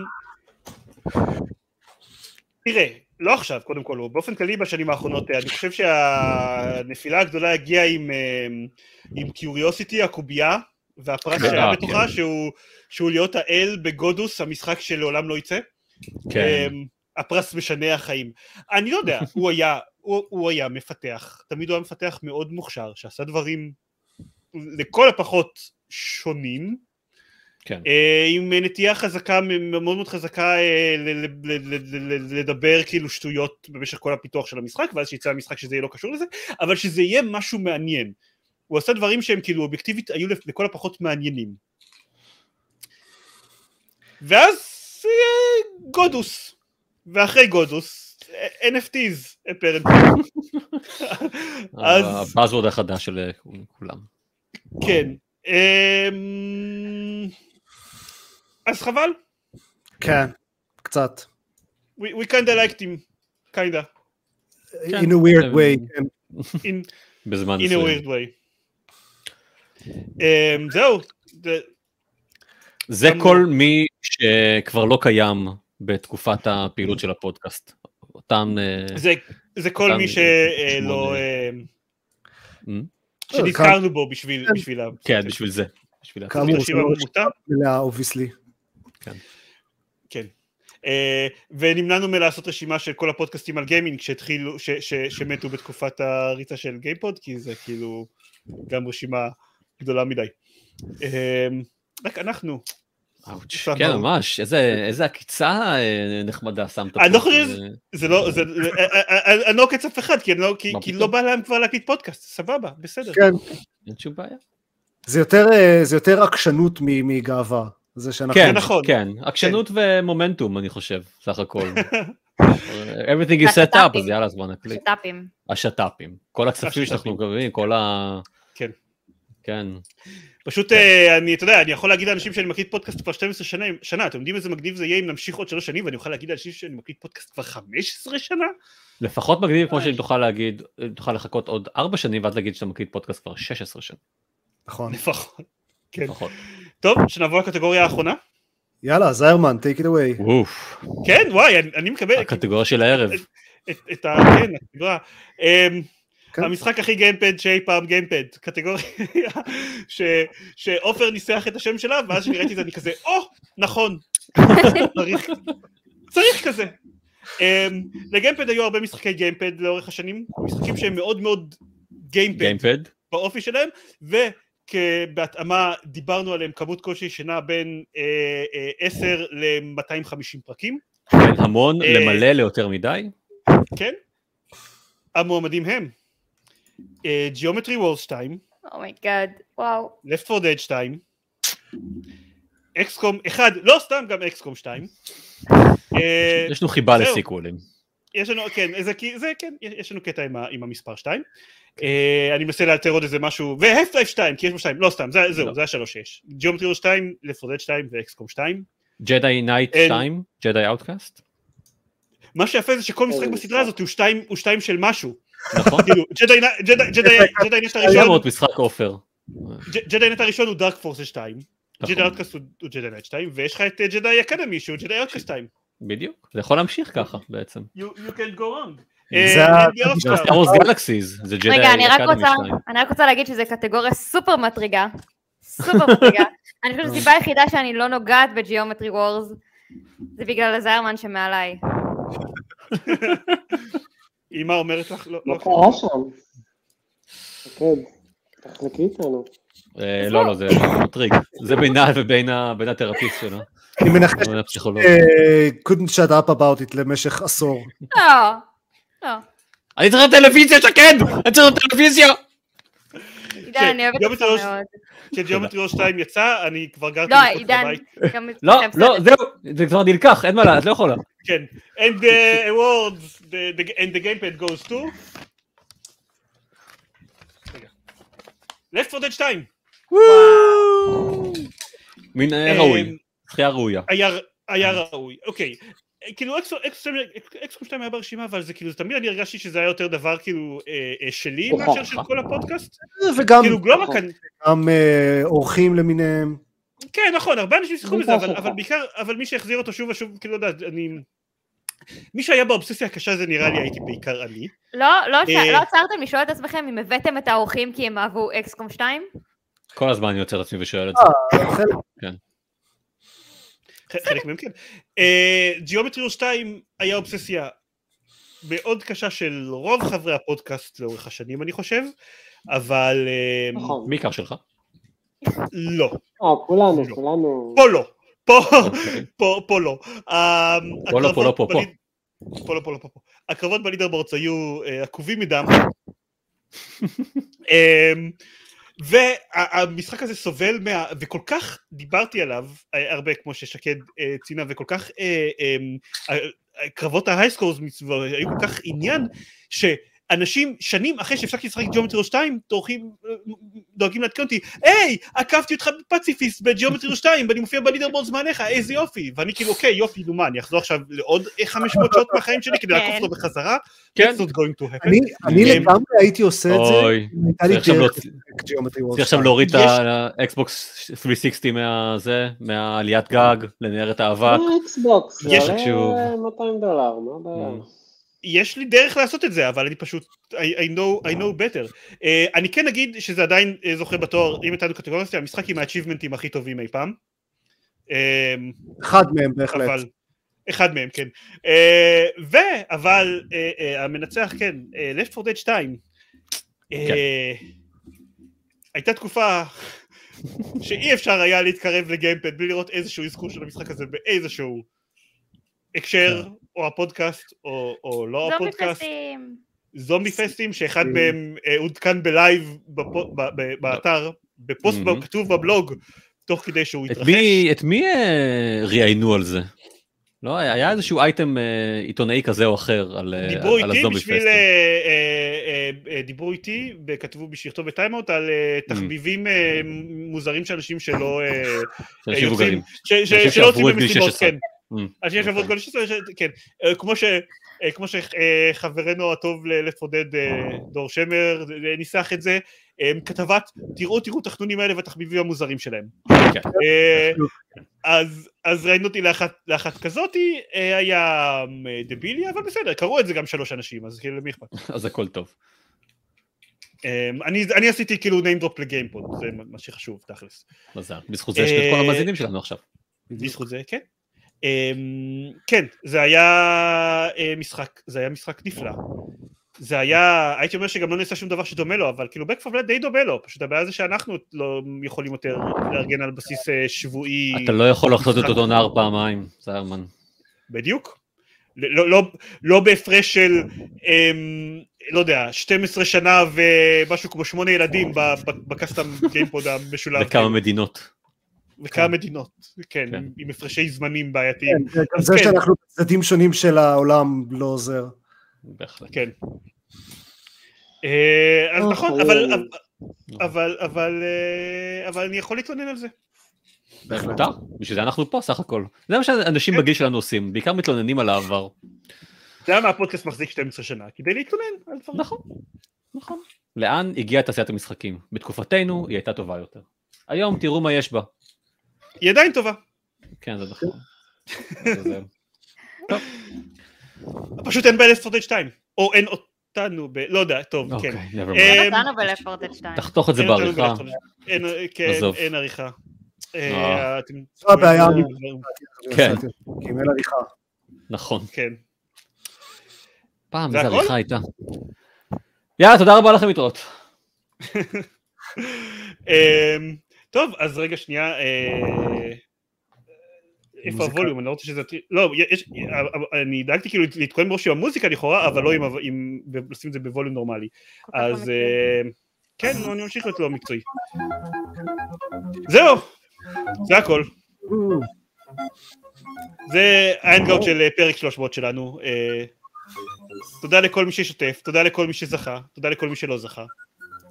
[SPEAKER 1] תראה, לא עכשיו, קודם כל, או באופן כללי בשנים האחרונות, אה, אני חושב שהנפילה הגדולה הגיעה עם, אמ, עם קיוריוסיטי, הקובייה, והפרס
[SPEAKER 3] כן,
[SPEAKER 1] שהיה
[SPEAKER 3] אה,
[SPEAKER 1] בתוכה, שהוא, שהוא להיות האל בגודוס, המשחק שלעולם לא יצא.
[SPEAKER 3] כן.
[SPEAKER 1] אמ, הפרס משנה החיים. אני לא יודע, הוא היה, הוא, הוא היה מפתח, תמיד הוא היה מפתח מאוד מוכשר, שעשה דברים לכל הפחות שונים,
[SPEAKER 3] כן.
[SPEAKER 1] אה, עם נטייה חזקה, מ- מאוד מאוד חזקה אה, ל- ל- ל- ל- ל- לדבר כאילו שטויות במשך כל הפיתוח של המשחק, ואז שיצא המשחק שזה יהיה לא קשור לזה, אבל שזה יהיה משהו מעניין. הוא עשה דברים שהם כאילו אובייקטיבית היו לפ- לכל הפחות מעניינים. ואז אה, גודוס, ואחרי גודוס, אה, NFTs, apparently. אז
[SPEAKER 3] הבאזוורד החדש של אה, כולם.
[SPEAKER 1] כן. אמ, אז חבל,
[SPEAKER 2] כן, קצת.
[SPEAKER 1] we, we kinda liked him, kinda,
[SPEAKER 3] כן.
[SPEAKER 2] In a weird way. כן.
[SPEAKER 1] in,
[SPEAKER 3] בזמן
[SPEAKER 1] in a
[SPEAKER 3] מסוים.
[SPEAKER 1] weird way. Um, זהו, זה-
[SPEAKER 3] זה
[SPEAKER 1] גם-
[SPEAKER 3] כל מי שכבר לא קיים בתקופת הפעילות של הפודקאסט. אותם... אה,
[SPEAKER 1] זה, זה כל
[SPEAKER 3] גם
[SPEAKER 1] מי שלא,
[SPEAKER 3] שמונה. אמ?
[SPEAKER 1] שנזכרנו בו בשביל,
[SPEAKER 2] כן.
[SPEAKER 1] בשביל ה...
[SPEAKER 3] כן, בשביל זה. בשביל ה-
[SPEAKER 2] כאמור,
[SPEAKER 1] בשביל השיר
[SPEAKER 2] זה לא
[SPEAKER 1] הממותה.
[SPEAKER 2] מלאה, אובייסלי.
[SPEAKER 1] אה, ונמנענו מלעשות רשימה של כל הפודקאסטים על גיימינג שהתחילו, ש, ש, שמתו בתקופת הריצה של גיימפוד, כי זה כאילו גם רשימה גדולה מדי. אה, רק אנחנו.
[SPEAKER 3] אאוץ',
[SPEAKER 1] סתם,
[SPEAKER 3] כן,
[SPEAKER 1] ברור.
[SPEAKER 3] ממש, איזה איזה עקיצה אה, נחמדה שמת.
[SPEAKER 1] אני
[SPEAKER 3] פה. כאילו,
[SPEAKER 1] לא חושב שזה- זה לא, זה, אה, אה, אה, אני לא קצף אחד, כי אני לא- כי-
[SPEAKER 3] מה
[SPEAKER 1] כי
[SPEAKER 3] פתאום?
[SPEAKER 1] לא בא להם כבר להקליט פודקאסט, סבבה, בסדר.
[SPEAKER 2] כן,
[SPEAKER 3] אין שום בעיה.
[SPEAKER 2] זה יותר, אה, זה יותר עקשנות מ- מגאווה. זה שאנחנו...
[SPEAKER 3] כן,
[SPEAKER 1] נכון.
[SPEAKER 3] כן, עקשנות ומומנטום, אני חושב, סך הכל. Everything is set up,
[SPEAKER 5] השת"פים.
[SPEAKER 3] אז יאללה, אז בוא נקליט.
[SPEAKER 5] שת"פים.
[SPEAKER 3] השת"פים. כל הכספים שאנחנו
[SPEAKER 1] השת"פים.
[SPEAKER 3] מקבלים, כל ה...
[SPEAKER 1] כן.
[SPEAKER 3] כן.
[SPEAKER 1] פשוט אה, אני, אתה יודע, אני יכול להגיד לאנשים שאני מקליט פודקאסט כבר 12 שנה, שנה, אתם יודעים איזה מגניב זה יהיה אם נמשיך עוד 3 שנים, ואני אוכל להגיד לאנשים שאני מקליט פודקאסט כבר 15 שנה?
[SPEAKER 3] לפחות מגניב
[SPEAKER 1] אה.
[SPEAKER 3] כמו שאם תוכל להגיד, תוכל לחכות עוד ארבע שנים ואז להגיד שאתה מקליט פודקאסט כבר 16 שנים.
[SPEAKER 2] נכון.
[SPEAKER 1] לפחות. כן.
[SPEAKER 3] לפחות.
[SPEAKER 1] טוב, שנעבור לקטגוריה האחרונה.
[SPEAKER 2] יאללה, זיירמן, take it away.
[SPEAKER 3] אוף,
[SPEAKER 1] כן, וואי, אני, אני מקבל את,
[SPEAKER 3] הקטגוריה של
[SPEAKER 1] אה,
[SPEAKER 3] הערב.
[SPEAKER 1] את, את ה... כן, הקטגוריה. אמ,
[SPEAKER 2] כן.
[SPEAKER 1] המשחק הכי גיימפד שאי פעם גיימפד, קטגוריה ש, שעופר ניסח את השם שלה, ואז כשראיתי את זה אני כזה, או, נכון, צריך, צריך כזה. אמ, לגיימפד היו הרבה משחקי גיימפד לאורך השנים, משחקים שהם מאוד מאוד גיימפד
[SPEAKER 3] גיימפד.
[SPEAKER 1] באופי שלהם, ובהתאמה דיברנו עליהם כמות כלשהי שנעה בין אה, אה, 10 ל-250 פרקים,
[SPEAKER 3] בין המון
[SPEAKER 1] אה,
[SPEAKER 3] למלא ליותר מדי.
[SPEAKER 1] כן? המועמדים הם אה, ג'יומטרי וורס 2,
[SPEAKER 5] אומייגאד, Oh וואו.
[SPEAKER 1] Left 4 Dead 2, אקסקום 1, לא סתם גם אקסקום 2. אה,
[SPEAKER 3] יש לנו חיבה
[SPEAKER 1] זהו.
[SPEAKER 3] לסיקוולים.
[SPEAKER 1] יש לנו, כן, זה, כי- זה כן, יש לנו קטע עם, ה, עם המספר 2.
[SPEAKER 3] כן.
[SPEAKER 1] אני מנסה לאתר עוד איזה משהו, והפלייף 2, כי יש בו 2, לא סתם, זה, זהו,
[SPEAKER 3] לא.
[SPEAKER 1] זה השלוש שיש. ג'יומטרי וורס 2, לפרודד 2 ואקסקום 2.
[SPEAKER 3] ג'די נייט
[SPEAKER 1] אין.
[SPEAKER 3] 2, ג'די אאוטקאסט.
[SPEAKER 1] מה שיפה זה שכל משחק בסדרה הזאת הוא שתיים, הוא שתיים של משהו.
[SPEAKER 3] נכון?
[SPEAKER 1] כאילו, ג'די נ- ג'די- ג'די- ג'די נט
[SPEAKER 3] היה
[SPEAKER 1] הראשון,
[SPEAKER 3] מאוד משחק עופר.
[SPEAKER 1] ג- ג'די נט הראשון הוא דארק פורס 2, ג'די
[SPEAKER 3] נכון.
[SPEAKER 1] אאוטקאסט הוא הוא ג'די נט 2, ויש לך את אה, ג'די אקדמי שהוא ג'די אאוטקאסט 2.
[SPEAKER 3] בדיוק. זה יכול להמשיך ככה בעצן.
[SPEAKER 1] You you can't go wrong.
[SPEAKER 3] זה
[SPEAKER 1] אה,
[SPEAKER 2] ה-
[SPEAKER 1] NBA All-Star.
[SPEAKER 3] זה סטאר וורס גלקסיז, זה ג'די
[SPEAKER 5] רגע, אני רק
[SPEAKER 3] אקדמי
[SPEAKER 5] רוצה-
[SPEAKER 3] 2.
[SPEAKER 5] אני רק רוצה להגיד שזו קטגוריה סופר מטריגה. סופר מטריגה. אני חושבת שהסיבה היחידה שאני לא נוגעת בג'יומטרי וורז, זה בגלל הזיירמן שמעליי.
[SPEAKER 1] אימה אומרת לך, לא,
[SPEAKER 4] מה
[SPEAKER 1] לא.
[SPEAKER 4] קרה שם? שקד, תחלקי איתנו.
[SPEAKER 3] אה, לא, לא, זה מטריק. זה בינה ובין ה- בין התרפיסט שלו.
[SPEAKER 2] אני מנחש
[SPEAKER 3] בין הפסיכולוג.
[SPEAKER 2] אה, couldn't shut up about it למשך עשור.
[SPEAKER 5] לא. לא.
[SPEAKER 3] אני צריך טלוויזיה, שקד! אני צריך טלוויזיה!
[SPEAKER 5] עידן, אני אוהבת אותך
[SPEAKER 1] ג'יומטרי וורז-
[SPEAKER 5] מאוד.
[SPEAKER 1] כשג'יומטרי וורס 2 יצא, אני כבר גרתי
[SPEAKER 5] לא,
[SPEAKER 1] מחוץ
[SPEAKER 5] עידן,
[SPEAKER 1] לבית.
[SPEAKER 5] גם...
[SPEAKER 3] לא,
[SPEAKER 5] זה
[SPEAKER 3] לא,
[SPEAKER 5] בסדר.
[SPEAKER 3] זהו, זה כבר נלקח, אין מה לעשות, את לא יכולה.
[SPEAKER 1] כן. And the awards, the- the- and the gamepad goes to... רגע. Left 4 Dead 2.
[SPEAKER 3] מין אה,
[SPEAKER 1] אה,
[SPEAKER 3] ראוי, זכייה ראויה.
[SPEAKER 1] היה, היה ראוי, אוקיי. כאילו אקסו- אקסו- אקסקום 2 היה ברשימה, אבל זה כאילו, זה תמיד אני הרגשתי שזה היה יותר דבר כאילו אה, אה, שלי
[SPEAKER 4] נכון,
[SPEAKER 1] מאשר של
[SPEAKER 3] נכון.
[SPEAKER 1] כל הפודקאסט.
[SPEAKER 2] וגם
[SPEAKER 1] כאילו, לא רק
[SPEAKER 4] נכון.
[SPEAKER 1] אני,
[SPEAKER 2] גם אה, אורחים למיניהם.
[SPEAKER 1] כן, נכון, הרבה אנשים שיחקו בזה,
[SPEAKER 4] בעיקר
[SPEAKER 1] אבל,
[SPEAKER 4] שלך.
[SPEAKER 1] אבל בעיקר, אבל מי שהחזיר אותו שוב ושוב, כאילו, לא יודע, אני... מי שהיה באובססיה הקשה זה נראה לי הייתי בעיקר אני.
[SPEAKER 5] לא, לא עצר-
[SPEAKER 1] אה.
[SPEAKER 5] לא עצרתם לשאול את עצמכם אם הבאתם את האורחים כי הם אהבו אקסקום 2?
[SPEAKER 3] כל הזמן אני עוצר את עצמי ושואל את זה.
[SPEAKER 1] אה,
[SPEAKER 3] אוקיי.
[SPEAKER 2] חלק-
[SPEAKER 1] ח- חלק מהם כן. ג'יומטריו 2 היה אובססיה מאוד קשה של רוב חברי הפודקאסט לאורך השנים, אני חושב, אבל אה,
[SPEAKER 4] נכון.
[SPEAKER 3] בעיקר שלך.
[SPEAKER 1] לא.
[SPEAKER 4] אה, כולנו,
[SPEAKER 1] לא.
[SPEAKER 4] כולנו.
[SPEAKER 1] פה לא. פה,
[SPEAKER 3] אוקיי.
[SPEAKER 1] פה, פה לא. אמ,
[SPEAKER 3] פה לא, פה לא, פה,
[SPEAKER 1] הקרבות
[SPEAKER 3] פה.
[SPEAKER 1] בליד- פה לא, פה לא, פה, פה. הקרבות בלידרבורדס היו אה, עקובים מדם. אמ, והמשחק הזה סובל מה... וכל כך דיברתי עליו אה, הרבה, כמו ששקד אה, ציינה, וכל כך אה, אמ, ה- ה- קרבות ההייסקורס מצווה היו כל כך עניין, שאנשים שנים אחרי שהפסקתי לשחק ג'יומטריו 2, טורחים, אה, דואגים לעדכן אותי, היי, עקפתי אותך בפציפיסט בג'יומטריו 2, ואני מופיע בלידרבורד זמנך, איזה יופי. ואני כאילו, אוקיי, יופי, נו מה, אני אחזור עכשיו לעוד 500 שעות מהחיים שלי כדי לעקוף
[SPEAKER 5] כן.
[SPEAKER 1] אותו בחזרה?
[SPEAKER 3] כן.
[SPEAKER 1] It's not going to happen.
[SPEAKER 2] אני אני
[SPEAKER 1] אה,
[SPEAKER 2] לגמרי הייתי עושה את זה.
[SPEAKER 3] אוי.
[SPEAKER 2] אם הייתה לי
[SPEAKER 3] צריך עכשיו
[SPEAKER 2] דרך
[SPEAKER 3] להוציא-
[SPEAKER 2] לשחק Geometry Wars
[SPEAKER 3] צריך עכשיו
[SPEAKER 2] 2.
[SPEAKER 3] להוריד את
[SPEAKER 1] יש-
[SPEAKER 3] האקסבוקס 360 מהזה, מהעליית גג, לנער את האבק.
[SPEAKER 4] אה, אקסבוקס, זה
[SPEAKER 1] יש
[SPEAKER 4] עולה
[SPEAKER 3] תקשיב.
[SPEAKER 4] 200 דולר, מה הבעיה?
[SPEAKER 3] נו.
[SPEAKER 1] יש לי דרך לעשות את זה, אבל אני פשוט, I, I, know, I know better. Uh, אני כן אגיד שזה עדיין uh, זוכה בתואר, אם הייתה לנו קטגוריה, זה המשחק עם האצ'יבמנטים הכי טובים אי פעם. Um,
[SPEAKER 2] אחד מהם בהחלט.
[SPEAKER 1] אבל, אחד מהם, כן. אה, ו... אבל אה, אה, המנצח, כן, אה, Left 4 Dead 2. אה,
[SPEAKER 3] כן.
[SPEAKER 1] הייתה תקופה שאי אפשר היה להתקרב לגיימפד בלי לראות איזשהו אזכור של המשחק הזה באיזשהו
[SPEAKER 3] כן.
[SPEAKER 1] הקשר, או הפודקאסט, או, או לא
[SPEAKER 5] זומבי
[SPEAKER 1] הפודקאסט.
[SPEAKER 5] פסטים.
[SPEAKER 1] זומבי פסטים, שאחד מהם אה, עודכן בלייב בפו- ב- ב- באתר, בפוסט
[SPEAKER 3] Mhm.
[SPEAKER 1] כתוב בבלוג, תוך כדי שהוא
[SPEAKER 3] את
[SPEAKER 1] התרחש.
[SPEAKER 3] מי, את מי אה, ראיינו על זה? לא, היה היה איזשהו אייטם אה, עיתונאי כזה או אחר על, אה,
[SPEAKER 1] דיברו
[SPEAKER 3] על- על
[SPEAKER 1] איתי
[SPEAKER 3] הזומבי
[SPEAKER 1] בשביל...
[SPEAKER 3] פסטים.
[SPEAKER 1] אה, אה, אה, אה, דיברו איתי, וכתבו בשביל לכתוב בטיימאוט על אה,
[SPEAKER 3] Mm.
[SPEAKER 1] תחביבים אה, מוזרים של אנשים שלא... אה,
[SPEAKER 3] של אנשים
[SPEAKER 1] יוצאים-
[SPEAKER 3] מבוגרים.
[SPEAKER 1] ש- ש- שלא
[SPEAKER 3] אנשים שעברו
[SPEAKER 1] יוצאים
[SPEAKER 3] את גיל
[SPEAKER 1] במסיבות,
[SPEAKER 3] 16.
[SPEAKER 1] כן.
[SPEAKER 3] Mm,
[SPEAKER 1] אנשים שעברו את גיל 16, ש- כן. אה, כמו ש... אה, כמו שחברנו הטוב ל- לפודד אה, דור שמר אה, ניסח את זה, אה, כתבת תראו תראו את החנונים האלה והתחביבים המוזרים שלהם.
[SPEAKER 3] כן.
[SPEAKER 1] אה, אז, אז ראיינו אותי לאחת, לאחת כזאתי, אה, היה אה, דבילי, אבל בסדר, קראו את זה גם שלוש אנשים, אז כאילו למי אכפת.
[SPEAKER 3] אז הכל טוב.
[SPEAKER 1] אה, אני, אני עשיתי כאילו name drop לגיימפוד, זה מה שחשוב, תכלס.
[SPEAKER 3] מזל. בזכות זה יש לי את
[SPEAKER 1] אה,
[SPEAKER 3] כל המאזינים שלנו עכשיו.
[SPEAKER 1] בזכות זה, כן. אמ, כן, זה היה אה, משחק, זה היה משחק נפלא. זה היה, הייתי אומר שגם לא נעשה שום דבר שדומה לו, אבל כאילו Back for Blood די דומה לו, פשוט הבעיה זה שאנחנו לא יכולים יותר לארגן על בסיס אה, שבועי.
[SPEAKER 3] אתה לא יכול לחזות את
[SPEAKER 1] משחק-
[SPEAKER 3] אותו נער פעמיים, זה הרמן.
[SPEAKER 1] בדיוק. לא, לא, לא בהפרש של, אמ, לא יודע, 12 שנה ומשהו כמו שמונה ילדים ב- ב- בקסטם גיימפוד המשולב.
[SPEAKER 3] לכמה מדינות.
[SPEAKER 1] כן. וכמה מדינות, כן,
[SPEAKER 3] כן.
[SPEAKER 1] עם הפרשי זמנים בעייתיים.
[SPEAKER 2] כן, גם
[SPEAKER 1] אז
[SPEAKER 2] זה
[SPEAKER 1] כן.
[SPEAKER 3] אוקיי.
[SPEAKER 2] שאנחנו בצדדים שונים של העולם לא עוזר.
[SPEAKER 3] בהחלט.
[SPEAKER 1] כן. אה, אז
[SPEAKER 4] אוי,
[SPEAKER 1] נכון,
[SPEAKER 4] אוי,
[SPEAKER 1] אבל,
[SPEAKER 4] אוי.
[SPEAKER 1] אבל, אבל, אה, אבל אני יכול להתלונן על זה.
[SPEAKER 3] מותר, בשביל זה אנחנו פה סך הכל. זה מה שאנשים
[SPEAKER 1] כן.
[SPEAKER 3] בגיל שלנו עושים, בעיקר מתלוננים על העבר.
[SPEAKER 1] זה למה הפודקאסט מחזיק 12 שנה, כדי להתלונן על דברים.
[SPEAKER 3] נכון, נכון. לאן הגיעה תעשיית המשחקים?
[SPEAKER 1] אוקיי.
[SPEAKER 3] בתקופתנו היא הייתה טובה יותר. היום תראו מה יש בה.
[SPEAKER 1] היא עדיין טובה.
[SPEAKER 3] כן, זה נכון. זה- זה-
[SPEAKER 1] פשוט אין בה לסטרודד 2, או אין אותנו, ב... לא יודע, טוב,
[SPEAKER 3] אוקיי,
[SPEAKER 1] כן.
[SPEAKER 3] never mind.
[SPEAKER 1] אה,
[SPEAKER 5] לא נתנו בלפורטד 2.
[SPEAKER 3] תחתוך את זה
[SPEAKER 1] אין אותנו
[SPEAKER 3] בעריכה.
[SPEAKER 1] בלסטרודד. אין- אה, כן,
[SPEAKER 3] עזוב.
[SPEAKER 1] אין עריכה. אה,
[SPEAKER 3] אה.
[SPEAKER 1] אתם-
[SPEAKER 2] זו הבעיה.
[SPEAKER 3] כן.
[SPEAKER 2] עם אל עריכה.
[SPEAKER 3] נכון.
[SPEAKER 1] כן.
[SPEAKER 3] פעם
[SPEAKER 1] זה
[SPEAKER 3] איזה
[SPEAKER 1] הכל? לא
[SPEAKER 3] עריכה הייתה. יאללה, תודה רבה לכם להתראות.
[SPEAKER 1] אמ, טוב, אז רגע שנייה. אה, איפה הווליום? אני לא רוצה שזה... ת- לא, יש... אני דאגתי כאילו להתכונן מראש עם המוזיקה לכאורה, אבל לא עם... ה- עם... לשים את זה בווליום נורמלי. אז... אמ, כן, נו, אני ממשיך להיות לא מקצועי. זהו! זה הכל. זה האנדגאוט של אה, פרק 300 שלנו. אה, תודה לכל מי ששותף, תודה לכל מי שזכה, תודה לכל מי שלא זכה,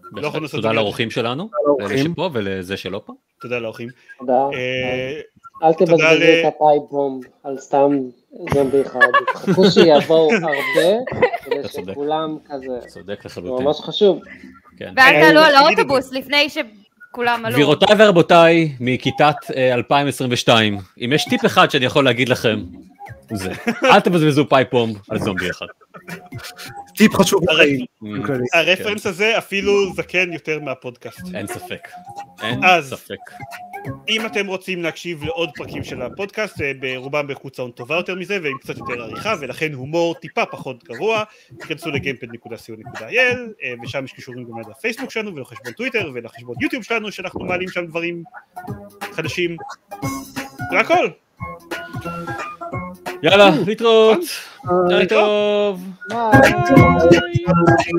[SPEAKER 1] יכולנו
[SPEAKER 3] בהחלט.
[SPEAKER 1] לעשות
[SPEAKER 3] תודה
[SPEAKER 1] את זה.
[SPEAKER 3] לאורחים שלנו, לאלה
[SPEAKER 2] לאורחים.
[SPEAKER 3] שפה ולזה שלא פה.
[SPEAKER 1] תודה לאורחים.
[SPEAKER 4] תודה.
[SPEAKER 1] אה,
[SPEAKER 4] אל תבזבזו
[SPEAKER 1] ל-
[SPEAKER 4] את הפייבום על סתם זומבי אחד. חכו שיבואו הרבה, כדי
[SPEAKER 3] אתה צודק.
[SPEAKER 4] שכולם כזה.
[SPEAKER 3] צודק
[SPEAKER 4] זה
[SPEAKER 3] לחלוטין.
[SPEAKER 4] ממש חוב.
[SPEAKER 3] כן.
[SPEAKER 5] ואל
[SPEAKER 1] אה,
[SPEAKER 5] תעלו
[SPEAKER 1] אה,
[SPEAKER 5] על
[SPEAKER 1] תגידו
[SPEAKER 5] האוטובוס לפני שכולם עלו.
[SPEAKER 3] גבירותיי ורבותיי, מכיתת אה, 2022, אם יש טיפ אחד שאני יכול להגיד לכם, הוא זה, אל תבזבזו פייפום על זומבי אחד.
[SPEAKER 2] טיפ חשוב לחיים.
[SPEAKER 3] Mm,
[SPEAKER 2] כללי.
[SPEAKER 1] הרפרנס הזה אפילו זקן יותר מהפודקאסט.
[SPEAKER 3] אין ספק, אין
[SPEAKER 1] אז.
[SPEAKER 3] ספק.
[SPEAKER 1] אם אתם רוצים להקשיב לעוד פרקים של הפודקאסט, אה, ברובם באיכות סאונד טובה יותר מזה ועם קצת יותר עריכה ולכן הומור טיפה פחות גרוע, תיכנסו לגיימפד.co.il אה, ושם יש קישורים גם לדף פייסבוק שלנו ולחשבון טוויטר ולחשבון יוטיוב שלנו שאנחנו מעלים שם דברים חדשים. זה הכל.
[SPEAKER 3] יאללה, להתראות, לילה טוב.
[SPEAKER 4] ביי.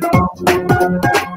[SPEAKER 3] ביי.